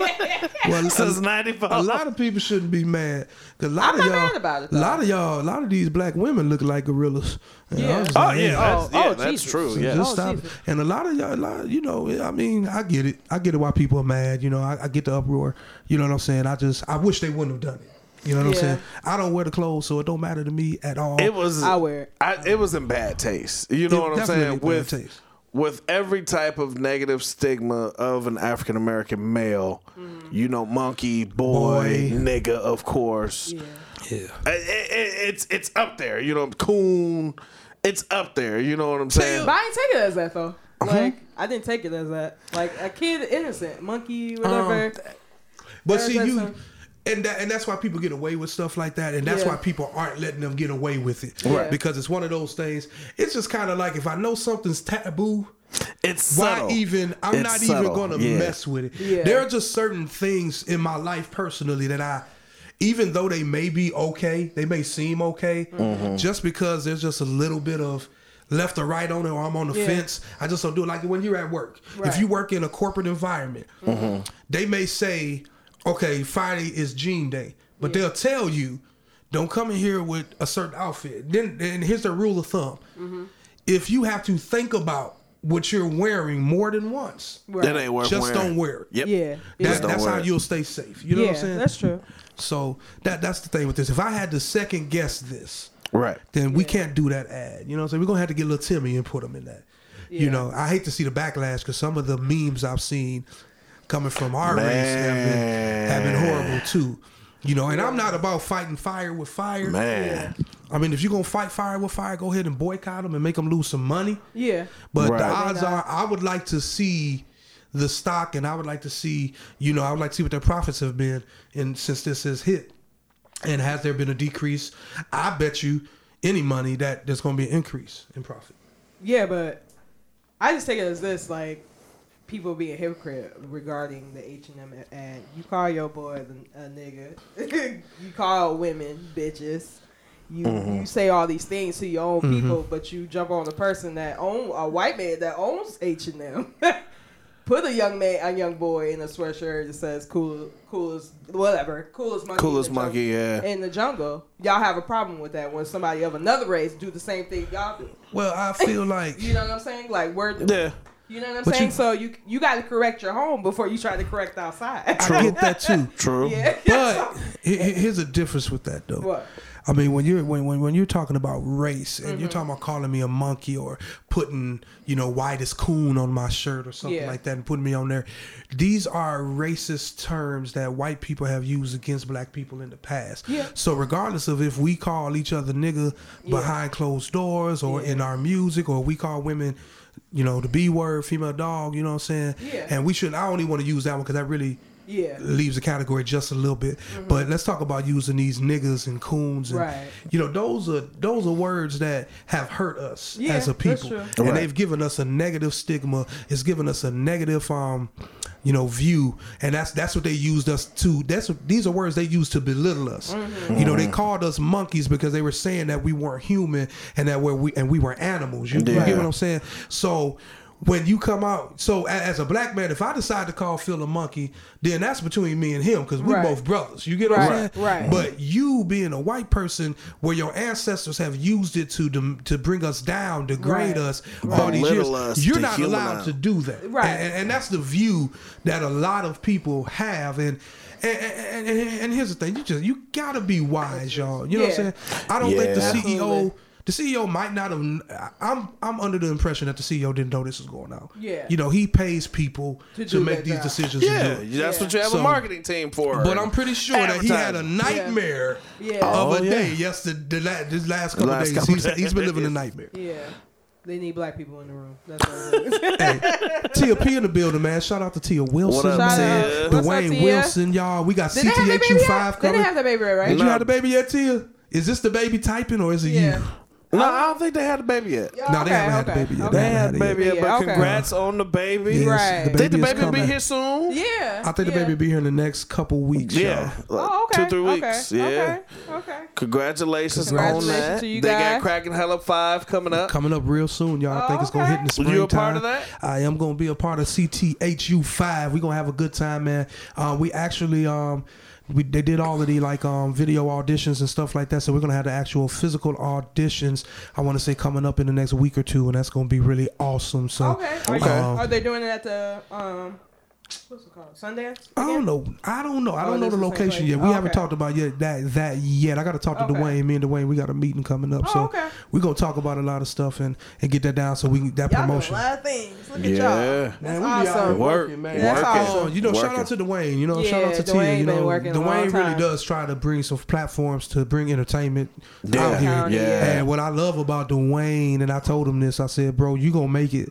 Speaker 3: well,
Speaker 1: since '94.
Speaker 3: a lot of people shouldn't be mad. 'Cause a
Speaker 2: I'm
Speaker 3: lot of
Speaker 2: not
Speaker 3: y'all,
Speaker 2: mad about it,
Speaker 3: a
Speaker 2: though.
Speaker 3: lot of y'all, a lot of these black women look like gorillas. And I
Speaker 2: Yeah.
Speaker 3: was
Speaker 1: Oh
Speaker 3: like,
Speaker 1: yeah,
Speaker 3: man,
Speaker 1: that's, yeah,
Speaker 2: oh,
Speaker 1: that's
Speaker 2: Jesus.
Speaker 1: true.
Speaker 3: So
Speaker 1: Yeah.
Speaker 3: just
Speaker 2: Oh,
Speaker 3: stop.
Speaker 2: Jesus.
Speaker 3: And a lot of y'all, a lot, you know, I mean, I get it. I get it why people are mad. You know, I, I get the uproar. You know what I'm saying? I just, I wish they wouldn't have done it. You know what I'm
Speaker 2: Yeah.
Speaker 3: saying? I don't wear the clothes, so it don't matter to me at all.
Speaker 1: it was.
Speaker 2: I wear it.
Speaker 1: I, it was in bad taste. You know
Speaker 3: It
Speaker 1: what I'm
Speaker 3: definitely
Speaker 1: saying?
Speaker 3: bad
Speaker 1: With
Speaker 3: taste.
Speaker 1: with every type of negative stigma of an African American male, you know, monkey, boy,
Speaker 3: Boy.
Speaker 1: nigga, of course.
Speaker 2: Yeah.
Speaker 3: yeah.
Speaker 1: I- I- I- it's it's up there. You know, coon. It's up there. You know what I'm saying?
Speaker 2: But I didn't take it as that though.
Speaker 3: Uh-huh.
Speaker 2: Like I didn't take it as that. Like a kid, innocent monkey, whatever.
Speaker 3: Um, But
Speaker 2: Yeah,
Speaker 3: see,
Speaker 2: that's
Speaker 3: you.
Speaker 2: a-
Speaker 3: And, that, and that's why people get away with stuff like that, and that's
Speaker 2: Yeah.
Speaker 3: why people aren't letting them get away with it,
Speaker 2: Right.
Speaker 3: Because it's one of those things. It's just kind of like if I know something's taboo,
Speaker 1: it's
Speaker 3: why
Speaker 1: subtle.
Speaker 3: even I'm
Speaker 1: It's
Speaker 3: not even
Speaker 1: subtle.
Speaker 3: gonna
Speaker 1: Yeah.
Speaker 3: mess with it.
Speaker 2: Yeah.
Speaker 3: There are just certain things in my life personally that I even though they may be okay, they may seem okay,
Speaker 1: Mm-hmm.
Speaker 3: just because there's just a little bit of left or right on it or I'm on the
Speaker 2: Yeah.
Speaker 3: fence. I just don't do it like when you're at work. If
Speaker 2: Right.
Speaker 3: you work in a corporate environment,
Speaker 1: Mm-hmm.
Speaker 3: they may say, Okay, Friday is jean day. But they'll tell you, don't come in here with a certain outfit. Then and here's their rule of thumb
Speaker 2: Mm-hmm.
Speaker 3: if you have to think about what you're wearing more than once,
Speaker 2: Right.
Speaker 1: It ain't worth
Speaker 3: just
Speaker 1: wearing.
Speaker 3: don't wear it.
Speaker 1: Yep.
Speaker 2: Yeah.
Speaker 3: That-
Speaker 1: Just don't
Speaker 3: that's
Speaker 1: wear
Speaker 3: how
Speaker 1: it.
Speaker 3: you'll stay safe. You know what I'm
Speaker 2: Yeah,
Speaker 3: saying?
Speaker 2: that's true.
Speaker 3: So that that's the thing with this. If I had to second guess this,
Speaker 1: Right.
Speaker 3: then we can't do that ad. You know what I'm saying? We're gonna have to get little Timmy and put him in that. You
Speaker 2: Yeah.
Speaker 3: know, I hate to see the backlash because some of the memes I've seen coming from our race have been, have been
Speaker 1: Man.
Speaker 3: horrible too. You know, and I'm not about fighting fire with fire.
Speaker 1: Man.
Speaker 3: I mean, if you're gonna fight fire with fire, go ahead and boycott them and make them lose some money.
Speaker 2: Yeah.
Speaker 3: But
Speaker 1: Right.
Speaker 3: the odds
Speaker 2: Right.
Speaker 3: are, I would like to see the stock, and I would like to see, you know, I would like to see what their profits have been, and since this has hit, and has there been a decrease? I bet you any money that there's going to be an increase in profit.
Speaker 2: Yeah, but I just take it as this like people being hypocrite regarding the H and M ad. You call your boy the- a nigga. you call women bitches. You
Speaker 1: Mm-hmm.
Speaker 2: you say all these things to your own people, but you jump on a person that own a white man that owns H and M. Put a young man, a young boy, in a sweatshirt that says "cool, coolest, whatever, coolest monkey." in
Speaker 1: Coolest
Speaker 2: the jungle."
Speaker 1: monkey, yeah.
Speaker 2: In the jungle, y'all have a problem with that when somebody of another race do the same thing y'all do.
Speaker 3: Well, I feel like
Speaker 2: You know what I'm saying? Like we're
Speaker 1: Yeah.
Speaker 2: You know what I'm
Speaker 3: But
Speaker 2: saying?
Speaker 3: you-
Speaker 2: so you you got to correct your home before you try to correct outside.
Speaker 3: I get that too.
Speaker 1: True.
Speaker 2: yeah.
Speaker 3: But he- he- here's a difference with that though.
Speaker 2: What? Mm-hmm.
Speaker 3: I mean, when you're when, when, when you're talking about race and you're talking about calling me a monkey or putting you know whitest coon on my shirt or something
Speaker 2: Yeah.
Speaker 3: like that and putting me on there, these are racist terms that white people have used against black people in the past.
Speaker 2: Yeah.
Speaker 3: So regardless of if we call each other nigga behind closed doors or in our music or we call women. You know the B word, female dog. You know what I'm saying,
Speaker 2: Yeah.
Speaker 3: and we should. I only want to use that one because that really
Speaker 2: Yeah. Mm-hmm.
Speaker 3: leaves the category just a little bit. But let's talk about using these niggas and coons and
Speaker 2: Right.
Speaker 3: you know those are those are words that have hurt us
Speaker 2: Yeah,
Speaker 3: as a
Speaker 2: that's
Speaker 3: people,
Speaker 2: true.
Speaker 3: and
Speaker 1: Right.
Speaker 3: they've given us a negative stigma. It's given us a negative um you know view, and that's that's what they used us to. That's what these are words they used to belittle us.
Speaker 2: Mm-hmm.
Speaker 3: You know they called us monkeys because they were saying that we weren't human and that we're, we and we were animals. You, you
Speaker 1: Yeah.
Speaker 3: get what I'm saying? So when you come out, so a- as a black man, if I decide to call Phil a monkey, then that's between me and him because we're
Speaker 2: Right.
Speaker 3: both brothers. You get what I'm
Speaker 2: Right,
Speaker 3: saying?
Speaker 2: right.
Speaker 3: But you being a white person, where your ancestors have used it to dem- to bring us down,
Speaker 2: Right,
Speaker 3: degrade us,
Speaker 1: right.
Speaker 3: all these years,
Speaker 1: Belittle us,
Speaker 3: you're not allowed
Speaker 1: dehumanize.
Speaker 3: to do that.
Speaker 2: Right.
Speaker 3: And, and- and that's the view that a lot of people have. And and, and, and, and here's the thing: you just you gotta be wise, y'all. You know what I'm
Speaker 2: Yeah.
Speaker 3: saying? I don't think the E
Speaker 1: Yeah.
Speaker 3: CEO
Speaker 2: Absolutely.
Speaker 3: the CEO might not have. I'm I'm under the impression that the CEO didn't know this was going on.
Speaker 2: Yeah.
Speaker 3: you know he pays people to,
Speaker 2: To do
Speaker 3: make
Speaker 2: that
Speaker 3: these
Speaker 2: job.
Speaker 3: decisions.
Speaker 1: Yeah,
Speaker 3: and do it.
Speaker 1: that's what you have
Speaker 3: So-
Speaker 1: a marketing team for.
Speaker 3: But I'm pretty sure that he had a
Speaker 1: Advertising.
Speaker 3: nightmare
Speaker 2: Yeah.
Speaker 3: of
Speaker 1: Oh,
Speaker 3: a
Speaker 1: yeah.
Speaker 3: day yesterday. The last, this last couple
Speaker 1: Last
Speaker 3: days,
Speaker 1: couple
Speaker 3: he's, he's been living a
Speaker 1: days.
Speaker 3: nightmare.
Speaker 2: Yeah. They need black people in the room. That's what it is.
Speaker 3: hey, Tia P in the building, man. Shout out to Tia Wilson,
Speaker 1: up,
Speaker 2: Shout
Speaker 3: man.
Speaker 2: out. What's up,
Speaker 3: Dwayne
Speaker 2: Tia?
Speaker 3: Wilson, y'all. We got
Speaker 2: Did they have their baby
Speaker 3: CTHU
Speaker 2: yet?
Speaker 3: five
Speaker 2: They
Speaker 3: coming.
Speaker 2: didn't have that baby yet, right?
Speaker 3: Did you
Speaker 1: No.
Speaker 3: have the baby yet, Tia? Is this the baby typing or is it
Speaker 2: Yeah.
Speaker 3: you?
Speaker 1: No, I don't think they had a baby yet.
Speaker 2: Yeah,
Speaker 3: No, they haven't had the baby yet.
Speaker 1: They
Speaker 3: They
Speaker 1: had
Speaker 3: had
Speaker 1: a
Speaker 3: it
Speaker 1: baby
Speaker 2: yet.
Speaker 1: yet, but
Speaker 2: Okay.
Speaker 1: congrats on the baby.
Speaker 3: Yes,
Speaker 2: Right.
Speaker 3: the
Speaker 1: Think the
Speaker 3: baby is
Speaker 1: baby be
Speaker 3: coming.
Speaker 1: here soon?
Speaker 2: Yeah.
Speaker 3: I think
Speaker 2: yeah.
Speaker 3: the baby be here in the next couple weeks.
Speaker 1: Yeah,
Speaker 3: Yeah.
Speaker 1: like
Speaker 2: Oh, okay.
Speaker 1: two three weeks.
Speaker 2: Okay.
Speaker 1: Yeah.
Speaker 2: Okay. okay.
Speaker 1: Congratulations,
Speaker 3: Congratulations
Speaker 1: on that.
Speaker 2: to you
Speaker 1: they
Speaker 2: guys.
Speaker 1: got Cracking Hella Five coming up.
Speaker 3: Coming up real soon, y'all. I think it's gonna hit in the
Speaker 1: Okay.
Speaker 3: springtime.
Speaker 1: You a part of that?
Speaker 3: I am gonna be a part of CTHU five. We gonna have a good time, man. Uh, we actually um, we they did all of the like um video auditions and stuff like that. So we're gonna have the actual physical auditions. I want to say coming up in the next week or two, and that's gonna be really awesome. So um,
Speaker 2: Okay. Are, you,
Speaker 1: Okay.
Speaker 2: are they doing it at the um? What's it called? Sundance.
Speaker 3: I don't
Speaker 2: again?
Speaker 3: know. I don't know. I
Speaker 2: Oh, this
Speaker 3: don't know the
Speaker 2: is the same
Speaker 3: location
Speaker 2: place.
Speaker 3: yet. We
Speaker 2: Oh,
Speaker 3: haven't
Speaker 2: okay.
Speaker 3: talked about yet that that yet. I got to talk to
Speaker 2: Okay.
Speaker 3: Dwayne. Me and Dwayne, we got a meeting coming up.
Speaker 2: Oh,
Speaker 3: so
Speaker 2: okay.
Speaker 3: we gonna talk about a lot of stuff and and get that down so we can that
Speaker 2: Y'all
Speaker 3: promotion.
Speaker 2: do a lot of things. Look
Speaker 1: Yeah.
Speaker 2: at y'all. That's
Speaker 3: we be out
Speaker 2: awesome.
Speaker 3: here
Speaker 1: Work,
Speaker 2: That's
Speaker 3: So,
Speaker 2: awesome.
Speaker 1: working.
Speaker 3: you know, shout
Speaker 1: Working.
Speaker 3: out to Dwayne. You know, shout out
Speaker 2: Yeah,
Speaker 3: to
Speaker 2: Dwayne
Speaker 3: Tia. You
Speaker 2: been
Speaker 3: know,
Speaker 2: working a long
Speaker 3: Dwayne really
Speaker 2: time.
Speaker 3: does try to bring some platforms to bring entertainment out here.
Speaker 1: Yeah,
Speaker 2: County, yeah.
Speaker 1: yeah.
Speaker 3: And what I love about Dwayne, and I told him this, I said, bro, you gonna make it,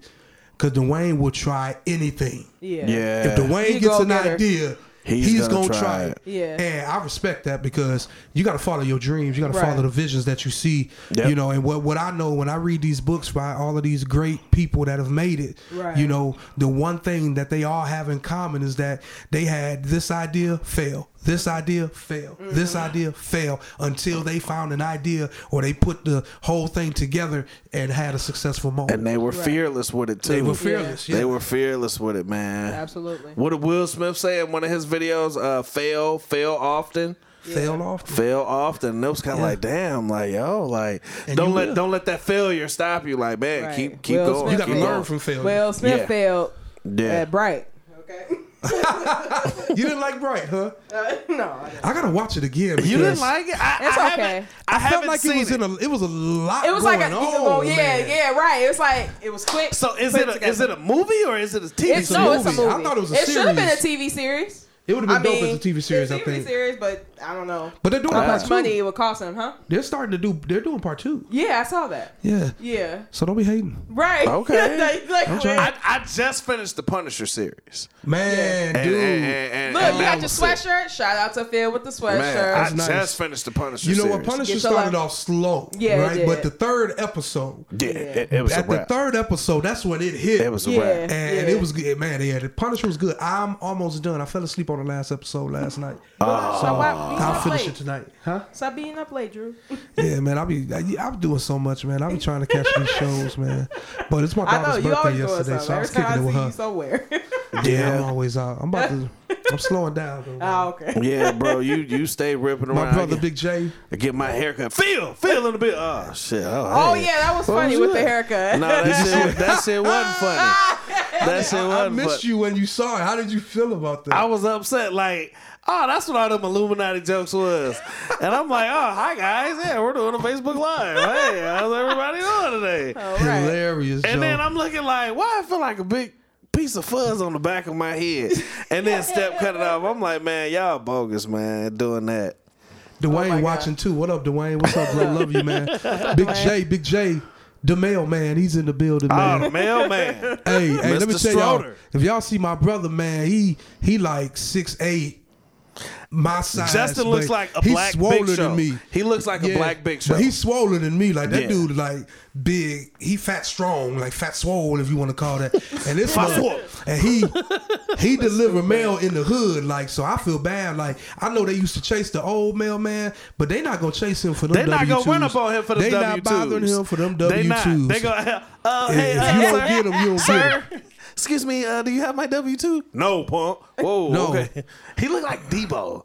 Speaker 3: cause Dwayne will try anything.
Speaker 2: Yeah.
Speaker 1: Yeah.
Speaker 3: If Dwayne
Speaker 2: You
Speaker 3: gets
Speaker 2: go
Speaker 3: an
Speaker 2: get her.
Speaker 3: idea, he's,
Speaker 1: He's
Speaker 3: gonna,
Speaker 1: gonna
Speaker 3: try,
Speaker 1: try
Speaker 3: it.
Speaker 1: it.
Speaker 2: Yeah.
Speaker 3: And I respect that because you got to follow your dreams. You got to
Speaker 2: Right.
Speaker 3: follow the visions that you see.
Speaker 1: Yep.
Speaker 3: You know, and what, what I know when I read these books by all of these great people that have made it,
Speaker 2: Right.
Speaker 3: you know, the one thing that they all have in common is that they had this idea fail. This idea fail.
Speaker 2: Mm-hmm.
Speaker 3: This idea fail until they found an idea or they put the whole thing together and had a successful moment.
Speaker 1: And they were fearless with it too.
Speaker 3: They were fearless, yeah.
Speaker 1: They were fearless with it, man.
Speaker 2: Absolutely.
Speaker 1: What did Will Smith say in one of his videos? Uh, fail, fail often,
Speaker 3: Fail off.
Speaker 1: fail often. And it was kind of like, damn, like yo, like
Speaker 3: And
Speaker 1: don't
Speaker 3: you
Speaker 1: let
Speaker 3: will.
Speaker 1: don't let that failure stop you. Like man,
Speaker 2: Right.
Speaker 1: keep keep
Speaker 2: Will
Speaker 1: going.
Speaker 2: Smith
Speaker 3: You got to
Speaker 1: keep
Speaker 2: failed.
Speaker 3: learn from failure.
Speaker 2: Well, Smith
Speaker 1: Yeah.
Speaker 2: failed
Speaker 1: going. Yeah,
Speaker 2: at Bright. Okay.
Speaker 3: you didn't like Bright, huh?
Speaker 2: Uh, no. I didn't.
Speaker 3: I gotta watch it again.
Speaker 1: you
Speaker 3: because
Speaker 1: didn't like it. I,
Speaker 2: It's
Speaker 1: I
Speaker 2: okay.
Speaker 1: Haven't, I,
Speaker 3: I felt
Speaker 1: haven't
Speaker 3: like
Speaker 1: seen
Speaker 3: it was
Speaker 1: it.
Speaker 3: in a. It was a lot.
Speaker 2: It was
Speaker 3: going
Speaker 2: like a
Speaker 3: on,
Speaker 2: yeah,
Speaker 3: man.
Speaker 2: yeah, right. It was like it was quick.
Speaker 1: so is
Speaker 2: put
Speaker 1: it a, is it
Speaker 2: together.
Speaker 1: a movie or is it a TV
Speaker 2: It's,
Speaker 3: a
Speaker 1: show?
Speaker 2: no, it's a
Speaker 3: movie.
Speaker 2: movie.
Speaker 3: I thought it was a
Speaker 2: should have been a
Speaker 3: series.
Speaker 2: TV series.
Speaker 3: It would've been dope as a TV
Speaker 2: it's
Speaker 3: series, I
Speaker 2: TV
Speaker 3: think.
Speaker 2: series, but I don't know
Speaker 3: But they're doing
Speaker 2: how
Speaker 3: part
Speaker 2: much
Speaker 3: two.
Speaker 2: money it would cost them, huh?
Speaker 3: They're starting to do. They're doing part two.
Speaker 2: Yeah, I saw that.
Speaker 3: Yeah.
Speaker 2: Yeah,
Speaker 3: So don't be hating,
Speaker 2: right.
Speaker 1: Okay.
Speaker 2: Like- like,
Speaker 3: I'm
Speaker 2: where-
Speaker 3: trying-
Speaker 1: I, I just finished the Punisher series.
Speaker 3: man,
Speaker 1: And,
Speaker 3: dude.
Speaker 1: and, and, and,
Speaker 2: Look,
Speaker 1: and
Speaker 2: you
Speaker 1: that
Speaker 2: got your
Speaker 1: was it.
Speaker 2: sweatshirt. Shout out to Phil with the sweatshirt.
Speaker 1: Man, I
Speaker 3: That's nice.
Speaker 1: just finished the Punisher
Speaker 3: you know
Speaker 1: series.
Speaker 3: what? Punisher
Speaker 2: Get your
Speaker 3: started
Speaker 2: life.
Speaker 3: off slow,
Speaker 2: Yeah, it
Speaker 3: right?
Speaker 2: did.
Speaker 3: But the third episode,
Speaker 1: Yeah, it, it was a
Speaker 3: at the
Speaker 1: wrap.
Speaker 3: third episode, that's when it hit.
Speaker 1: it was a
Speaker 2: Yeah.
Speaker 1: wrap.
Speaker 3: and
Speaker 2: Yeah.
Speaker 3: it was good, man. Yeah, the Punisher was good. I'm almost done. I fell asleep on the last episode last night.
Speaker 1: Oh.
Speaker 2: so why, being
Speaker 3: I'll
Speaker 2: up
Speaker 3: finish
Speaker 2: late.
Speaker 3: it tonight, huh?
Speaker 2: Stop being up late, Drew.
Speaker 3: Yeah, man, I be I, I'm doing so much, man. I be trying to catch these shows, man. But it's my
Speaker 2: I know
Speaker 3: daughter's
Speaker 2: you always
Speaker 3: birthday
Speaker 2: doing something.
Speaker 3: yesterday, so I
Speaker 2: Every
Speaker 3: was
Speaker 2: time
Speaker 3: kicking it
Speaker 2: I
Speaker 3: with
Speaker 2: see you
Speaker 3: her.
Speaker 2: somewhere.
Speaker 3: Yeah, I'm
Speaker 1: Yeah.
Speaker 3: always out. I'm about to. I'm slowing down. Though.
Speaker 2: oh, okay.
Speaker 1: Yeah, bro, you you stay ripping around.
Speaker 3: My brother
Speaker 1: I get,
Speaker 3: Big J.
Speaker 1: I get my haircut. Feel, feel in a bit. Oh shit. Oh,
Speaker 2: Oh
Speaker 1: hey.
Speaker 2: yeah, that was
Speaker 1: What
Speaker 2: funny
Speaker 1: was
Speaker 2: with the
Speaker 1: that?
Speaker 2: haircut.
Speaker 1: No, that shit, that shit wasn't funny. That shit
Speaker 3: I
Speaker 1: wasn't
Speaker 3: missed
Speaker 1: funny.
Speaker 3: you when you saw it. How did you feel about that?
Speaker 1: I was upset. Like, oh, that's what all them Illuminati jokes was. And I'm like, oh, hi guys, yeah, we're doing a Facebook Live. Hey, how's everybody doing today?
Speaker 3: Oh.
Speaker 2: All right.
Speaker 3: Hilarious.
Speaker 1: And
Speaker 3: Joe.
Speaker 1: then I'm looking like, why I feel like a big piece of fuzz on the back of my head. And then Step cut it off. I'm like, man, y'all bogus, man, doing that.
Speaker 3: Dwayne
Speaker 2: Oh my God.
Speaker 3: watching too. What up, Dwayne? What's up, bro? Love you, man. Big J. Big J. The mailman, he's in the building,
Speaker 1: Oh,
Speaker 3: man.
Speaker 1: the mailman.
Speaker 3: hey, hey, let me
Speaker 1: Mr.
Speaker 3: tell y'all.
Speaker 1: Stroder.
Speaker 3: If y'all see my brother, man, he he like six eight, my size.
Speaker 1: Justin
Speaker 3: but
Speaker 1: looks like a
Speaker 3: he's
Speaker 1: black
Speaker 3: swollen
Speaker 1: big show.
Speaker 3: than me.
Speaker 1: He looks like a
Speaker 3: Yeah,
Speaker 1: black big show.
Speaker 3: But he's swollen than me. Like that
Speaker 1: Yeah.
Speaker 3: dude, like big. He fat strong, like fat swole, if you want to call that. And this
Speaker 1: Fat
Speaker 3: one,
Speaker 1: swole.
Speaker 3: and he he delivered mail in the hood. Like so, I feel bad. Like I know they used to chase the old mailman, but they not gonna chase him for them.
Speaker 1: They not gonna run
Speaker 3: W2s.
Speaker 1: up on him for the
Speaker 3: They
Speaker 1: W
Speaker 3: not bothering him for them W
Speaker 1: They
Speaker 3: twos.
Speaker 1: not. They gonna. Uh, hey,
Speaker 3: if
Speaker 1: uh,
Speaker 3: you
Speaker 1: sir,
Speaker 3: don't get 'em, you don't get 'em.
Speaker 1: Sir, excuse me. Uh, do you have my W two? No, punk. Whoa.
Speaker 3: No.
Speaker 1: Okay. He looked like Debo.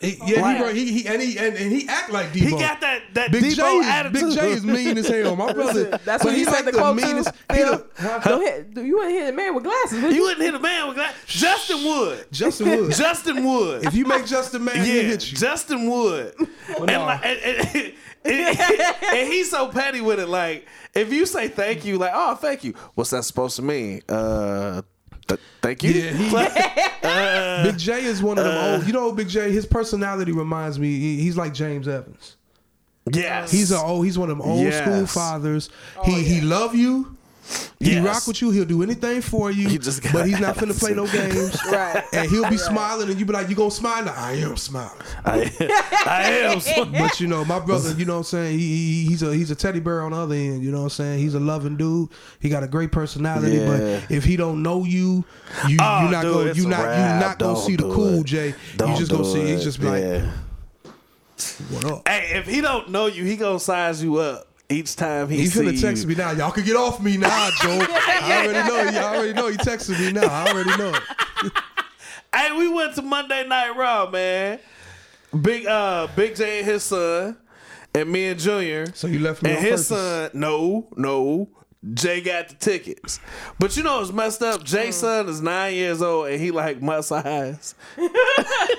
Speaker 3: He- yeah,
Speaker 1: Like-
Speaker 3: he, right, he, he and he and, and he act like Debo.
Speaker 1: He got that that
Speaker 3: Big
Speaker 1: Debo
Speaker 3: J, is,
Speaker 1: attitude.
Speaker 3: Big J is mean as hell. My brother,
Speaker 2: That's
Speaker 3: but
Speaker 2: what
Speaker 3: he
Speaker 2: you
Speaker 3: like
Speaker 2: said the quote
Speaker 3: meanest.
Speaker 2: to.
Speaker 3: he
Speaker 2: Phil,
Speaker 3: the-
Speaker 2: don't hit, you wouldn't hit a man with glasses, would
Speaker 1: You
Speaker 2: you?
Speaker 1: wouldn't hit a man with that. Justin Wood.
Speaker 3: Justin Wood.
Speaker 1: Justin Wood.
Speaker 3: if you make Justin mad,
Speaker 1: yeah,
Speaker 3: he'll hit you.
Speaker 1: Justin Wood. and,
Speaker 3: no.
Speaker 1: like, and, and- and- and he's so petty with it. Like, if you say thank you, like, oh, thank you. What's that supposed to mean? Uh, th- thank you.
Speaker 3: Yeah, he-
Speaker 1: Uh,
Speaker 3: Big J is one of them old. You know, what Big J. His personality reminds me. he- he's like James Evans.
Speaker 1: yes.
Speaker 3: He's a old. He's one of them old
Speaker 1: Yes.
Speaker 3: Oh, school fathers. he he love you. He
Speaker 4: Yes.
Speaker 3: rock with you. He'll do anything for you.
Speaker 4: He just got
Speaker 3: but he's not finna play no games.
Speaker 2: Right.
Speaker 3: And he'll be smiling, and you be like, "You gonna smile?" Like, I am smiling.
Speaker 4: I, I am. so-
Speaker 3: But you know, my brother, you know what I'm saying? He, he he's a he's a teddy bear on the other end, you know what I'm saying? He's a loving dude. He got a great personality,
Speaker 4: Yeah.
Speaker 3: but if he don't know you, you you
Speaker 4: Oh,
Speaker 3: not
Speaker 4: dude,
Speaker 3: going
Speaker 4: it's
Speaker 3: you
Speaker 4: a
Speaker 3: not
Speaker 4: wrap.
Speaker 3: you not going to
Speaker 4: Don't
Speaker 3: see the
Speaker 4: do
Speaker 3: cool
Speaker 4: it.
Speaker 3: Jay.
Speaker 4: Don't
Speaker 3: you just going to
Speaker 4: do
Speaker 3: see
Speaker 4: it.
Speaker 3: it's just be like
Speaker 4: Yeah.
Speaker 3: what up?
Speaker 4: Hey, if he don't know you, he gonna size you up each time he,
Speaker 3: He
Speaker 4: see
Speaker 3: finna text
Speaker 4: you.
Speaker 3: me now. Y'all can get off me now, Joe. I already know. You already know. He texted me now. I already know. it.
Speaker 4: Hey, we went to Monday Night Raw, man. Big uh Big J and his son, and me and Junior.
Speaker 3: So you left me
Speaker 4: and
Speaker 3: on purpose.
Speaker 4: his son, no, no. Jay got the tickets. But you know it's messed up. Jay's son is nine years old and he like my size.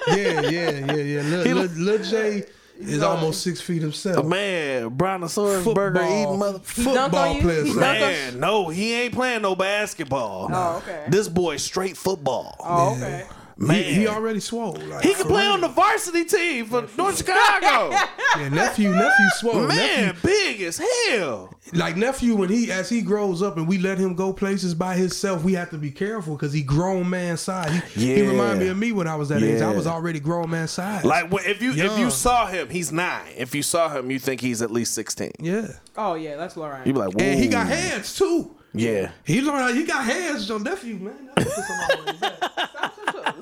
Speaker 3: Yeah, yeah, yeah, yeah. Lil,
Speaker 4: He
Speaker 3: Lil,
Speaker 4: like-
Speaker 3: Lil Jay is almost six feet himself.
Speaker 4: Man, Brontosaurus
Speaker 3: Football.
Speaker 4: burger eating mother
Speaker 2: dunk on
Speaker 3: Football
Speaker 2: you?
Speaker 3: player.
Speaker 2: He
Speaker 3: son.
Speaker 2: dunk on-
Speaker 4: Man, no, he ain't playing no basketball.
Speaker 2: Oh, okay.
Speaker 4: This boy straight football.
Speaker 2: Oh, okay.
Speaker 4: Man.
Speaker 3: He, he already swole. Like,
Speaker 4: He can
Speaker 3: for
Speaker 4: play
Speaker 3: real.
Speaker 4: on the varsity team for North Chicago.
Speaker 3: Yeah, nephew, nephew swole.
Speaker 4: Man, big as hell.
Speaker 3: like nephew when he as he grows up and we let him go places by himself we have to be careful because he grown man size he, he
Speaker 4: Yeah.
Speaker 3: remind me of me when i was that age i
Speaker 4: Yeah.
Speaker 3: was already grown man size
Speaker 4: Like wh- if you if you
Speaker 3: Young.
Speaker 4: saw him, he's nine. If you saw him, you think he's at least sixteen.
Speaker 3: yeah
Speaker 2: Oh yeah, that's Lorraine.
Speaker 4: You be like, Whoa.
Speaker 3: and he got hands too
Speaker 4: Yeah,
Speaker 3: he learned how he got hands Joe nephew man That's what somebody was like.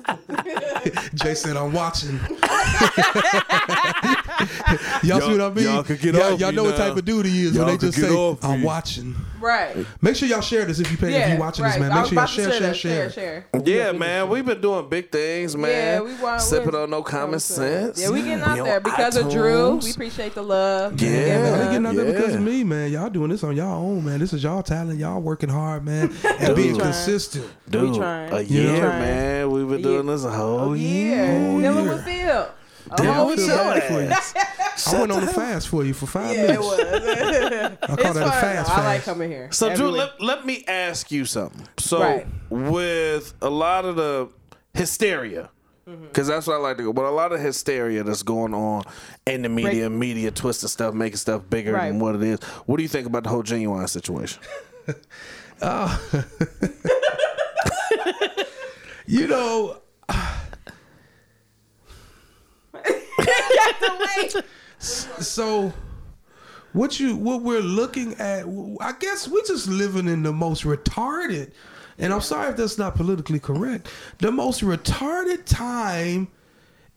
Speaker 3: Jay said, "I'm watching." y'all see what I mean?
Speaker 4: y'all could get
Speaker 3: y'all,
Speaker 4: off
Speaker 3: y'all
Speaker 4: me
Speaker 3: know what
Speaker 4: now.
Speaker 3: type of dude he is
Speaker 4: Y'all
Speaker 3: when they
Speaker 4: could
Speaker 3: just
Speaker 4: get
Speaker 3: say,
Speaker 4: off
Speaker 3: "I'm
Speaker 4: me."
Speaker 3: watching."
Speaker 2: right.
Speaker 3: Make sure y'all share this if you pay, if you watching this, man.
Speaker 2: I
Speaker 3: Make
Speaker 2: was
Speaker 3: sure y'all
Speaker 2: about to
Speaker 3: share,
Speaker 2: say
Speaker 3: share,
Speaker 2: that.
Speaker 3: share,
Speaker 2: share.
Speaker 4: yeah, man. We've been doing big things, man.
Speaker 2: Yeah, we want
Speaker 4: sipping
Speaker 2: we're-
Speaker 4: on no common sense.
Speaker 2: Yeah, we getting
Speaker 4: We
Speaker 2: out
Speaker 4: on
Speaker 2: there because of Drew.
Speaker 4: iTunes.
Speaker 2: We appreciate the love.
Speaker 4: Yeah.
Speaker 3: Yeah,
Speaker 2: we
Speaker 3: we getting out there because of
Speaker 4: Yeah.
Speaker 3: me, man. Y'all doing this on y'all own, man. This is y'all talent. Y'all working hard, man, and being
Speaker 4: Dude.
Speaker 3: consistent.
Speaker 4: Dude,
Speaker 2: trying.
Speaker 4: a
Speaker 2: We
Speaker 4: year,
Speaker 2: trying.
Speaker 4: man. We've been
Speaker 2: A
Speaker 4: doing
Speaker 2: year.
Speaker 4: this a whole year.
Speaker 2: yeah. Dylan
Speaker 3: yeah.
Speaker 2: was ill.
Speaker 4: Damn,
Speaker 3: I
Speaker 2: Oh,
Speaker 4: we
Speaker 3: feel
Speaker 4: chill
Speaker 3: bad
Speaker 4: out.
Speaker 3: for you. I went on a fast for you for five
Speaker 2: Yeah, it
Speaker 3: minutes.
Speaker 2: was.
Speaker 3: I
Speaker 2: it's
Speaker 3: call
Speaker 2: fun.
Speaker 3: that a fast
Speaker 2: though. I like
Speaker 3: fast.
Speaker 2: coming here.
Speaker 4: So,
Speaker 2: Every
Speaker 4: Drew,
Speaker 2: week.
Speaker 4: let, let me ask you something. So,
Speaker 2: Right.
Speaker 4: with a lot of the hysteria,
Speaker 1: Mm-hmm.
Speaker 4: because that's what I like to go, but a lot of hysteria that's going on in the media, media twisting stuff, making stuff bigger
Speaker 2: Right.
Speaker 4: than what it is. What do you think about the whole genuine situation?
Speaker 3: You know, so what you what we're looking at? I guess we're just living in the most retarded, and I'm sorry if that's not politically correct. The most retarded time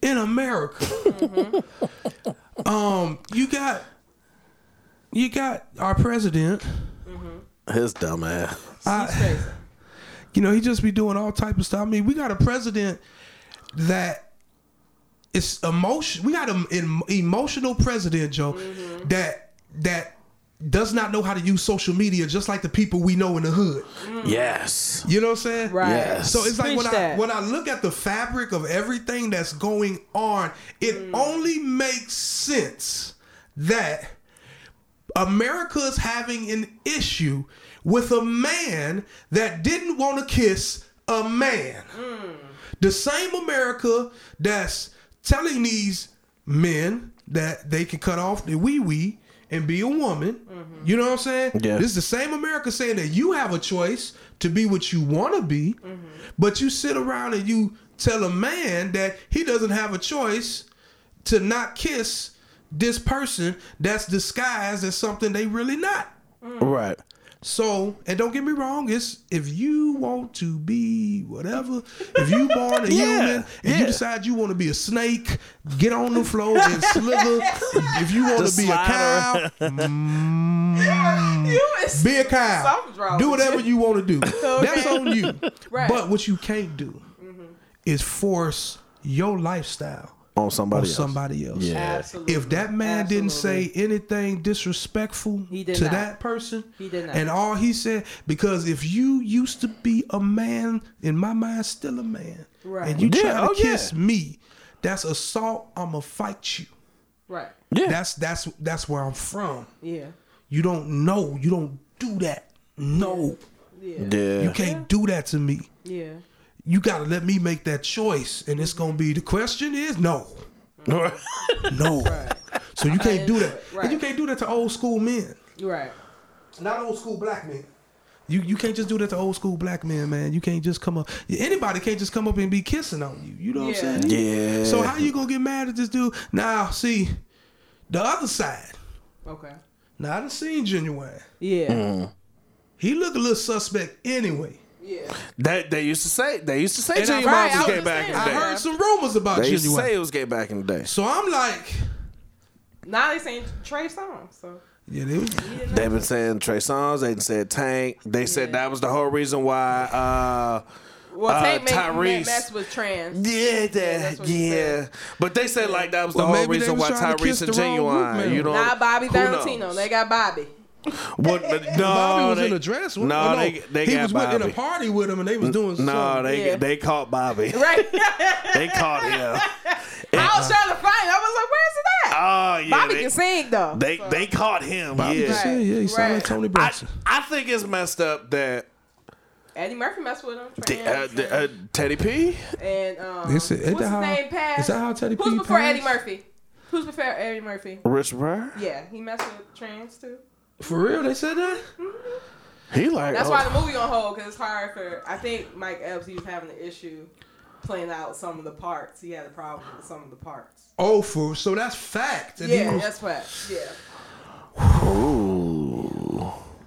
Speaker 3: in America. um, you got you got our president.
Speaker 4: His dumb ass.
Speaker 3: I- you know, he just be doing all type of stuff. I mean, we got a president that is emotion. We got an em- emotional president, Joe, that that does not know how to use social media, just like the people we know in the hood.
Speaker 4: Yes.
Speaker 3: You know what I'm saying?
Speaker 2: Right.
Speaker 4: Yes.
Speaker 3: Mm. So it's like when
Speaker 2: Preach
Speaker 3: I
Speaker 2: that.
Speaker 3: when I look at the fabric of everything that's going on,
Speaker 2: Mm.
Speaker 3: it only makes sense that America is having an issue with a man that didn't want to kiss a man. The same America that's telling these men that they can cut off the wee wee and be a woman. You know what I'm saying?
Speaker 4: Yeah.
Speaker 3: This is the same America saying that you have a choice to be what you want to be, but you sit around and you tell a man that he doesn't have a choice to not kiss this person that's disguised as something they really not.
Speaker 4: Right.
Speaker 3: So, and don't get me wrong, it's if you want to be whatever, if you born a
Speaker 4: Yeah,
Speaker 3: human and
Speaker 4: yeah.
Speaker 3: you decide you want to be a snake, get on the floor and slither. if you want to
Speaker 4: Just
Speaker 3: be a
Speaker 4: slide
Speaker 3: cow, mm,
Speaker 2: you is
Speaker 3: be a cow.
Speaker 2: Something's wrong
Speaker 3: Do
Speaker 2: with
Speaker 3: whatever you want to do. That's on you.
Speaker 2: Right. Mm-hmm.
Speaker 3: But what you can't do is force your lifestyle
Speaker 4: On somebody
Speaker 3: on
Speaker 4: else.
Speaker 3: somebody else.
Speaker 4: Yeah.
Speaker 2: absolutely.
Speaker 3: If that man didn't
Speaker 2: Absolutely.
Speaker 3: say anything disrespectful
Speaker 2: He did
Speaker 3: to
Speaker 2: not.
Speaker 3: that person,
Speaker 2: He did not.
Speaker 3: and all he said, because if you used to be a man, in my mind, still a man,
Speaker 2: Right.
Speaker 3: and you
Speaker 4: Yeah,
Speaker 3: try to
Speaker 4: oh, yeah.
Speaker 3: kiss me, that's assault. I'ma fight you.
Speaker 2: right,
Speaker 4: Yeah.
Speaker 3: That's that's that's where I'm from.
Speaker 2: yeah,
Speaker 3: You don't know. You don't do that. No,
Speaker 2: yeah,
Speaker 4: yeah.
Speaker 3: you can't do that to me.
Speaker 2: yeah.
Speaker 3: You gotta let me make that choice, and it's gonna be the question is no, no. So you can't do that,
Speaker 2: Right.
Speaker 3: and you can't do that to old school men.
Speaker 2: You're right.
Speaker 3: not old school black men. You you can't just do that to old school black men, man. You can't just come up. Anybody can't just come up and be kissing on you. You know what I'm saying?
Speaker 1: Yeah.
Speaker 3: So how you gonna get mad at this dude? Now see, the other side.
Speaker 2: Okay.
Speaker 3: Now I done seen genuine.
Speaker 2: Yeah.
Speaker 1: Mm.
Speaker 3: He look a little suspect anyway.
Speaker 2: Yeah.
Speaker 1: They, they used to say they used to say
Speaker 3: And I-
Speaker 1: Jimmy
Speaker 2: right,
Speaker 1: Bobs was
Speaker 2: I was
Speaker 1: gay back in
Speaker 2: saying,
Speaker 1: the
Speaker 3: I
Speaker 1: day.
Speaker 3: heard some rumors about
Speaker 1: they used to
Speaker 3: genuine.
Speaker 1: say it was gay back in the day.
Speaker 3: so I'm like,
Speaker 2: Now they saying Trey Songz, so
Speaker 3: yeah, they,
Speaker 1: They've been saying Trey Songz. They said Tank. They said
Speaker 2: Yeah.
Speaker 1: that was the whole reason why. Uh,
Speaker 2: well,
Speaker 1: Uh,
Speaker 2: Tank
Speaker 1: Tyrese.
Speaker 2: make mess with trans.
Speaker 1: yeah,
Speaker 2: that's
Speaker 1: that,
Speaker 2: what he
Speaker 1: yeah.
Speaker 2: said.
Speaker 1: But they said like that was
Speaker 3: Well,
Speaker 1: the whole
Speaker 3: maybe they
Speaker 1: reason
Speaker 3: was
Speaker 1: why
Speaker 3: trying to kiss
Speaker 1: Tyrese and
Speaker 3: the wrong group,
Speaker 1: Genuine.
Speaker 3: man.
Speaker 1: You know,
Speaker 2: Not Bobby
Speaker 1: who
Speaker 2: Valentino.
Speaker 1: knows?
Speaker 2: They got Bobby.
Speaker 1: What, no,
Speaker 3: Bobby was
Speaker 1: Oh, they,
Speaker 3: in a dress.
Speaker 1: No,
Speaker 3: with- oh,
Speaker 1: they, they
Speaker 3: he
Speaker 1: got
Speaker 3: was
Speaker 1: Bobby. Mm,
Speaker 3: in a party with him, and they was doing.
Speaker 1: no,
Speaker 3: something.
Speaker 1: they
Speaker 2: Yeah.
Speaker 1: they caught Bobby.
Speaker 2: Right.
Speaker 1: they caught him.
Speaker 2: I was trying to find. I was like, where's it at?
Speaker 1: Oh yeah,
Speaker 2: Bobby
Speaker 1: they,
Speaker 2: can sing though.
Speaker 1: They they caught him.
Speaker 3: Bobby
Speaker 1: yeah.
Speaker 3: just said, yeah, he sounded like
Speaker 2: Right.
Speaker 3: Tony
Speaker 1: I,
Speaker 3: Braxton.
Speaker 1: I think it's messed up that
Speaker 2: Eddie Murphy messed with him.
Speaker 1: the,
Speaker 2: Trans,
Speaker 1: uh, the, uh, Teddy P.
Speaker 2: and um,
Speaker 3: They said- ain't
Speaker 2: what's
Speaker 3: that
Speaker 2: his
Speaker 3: how-
Speaker 2: name? Pass.
Speaker 3: is that how Teddy
Speaker 2: Who's
Speaker 3: P
Speaker 2: before
Speaker 3: passed?
Speaker 2: Eddie Murphy? Who's before Eddie Murphy?
Speaker 1: Rich Brian.
Speaker 2: Yeah, he messed with trans too.
Speaker 3: For real, they said that.
Speaker 1: He like
Speaker 2: That's
Speaker 1: oh,
Speaker 2: why the movie on hold because it's hard for. I think Mike Epps he was having an issue playing out some of the parts. He had a problem with some of the parts.
Speaker 3: Oh, for so that's fact. And he
Speaker 2: Yeah,
Speaker 3: was-
Speaker 2: that's what. Yeah,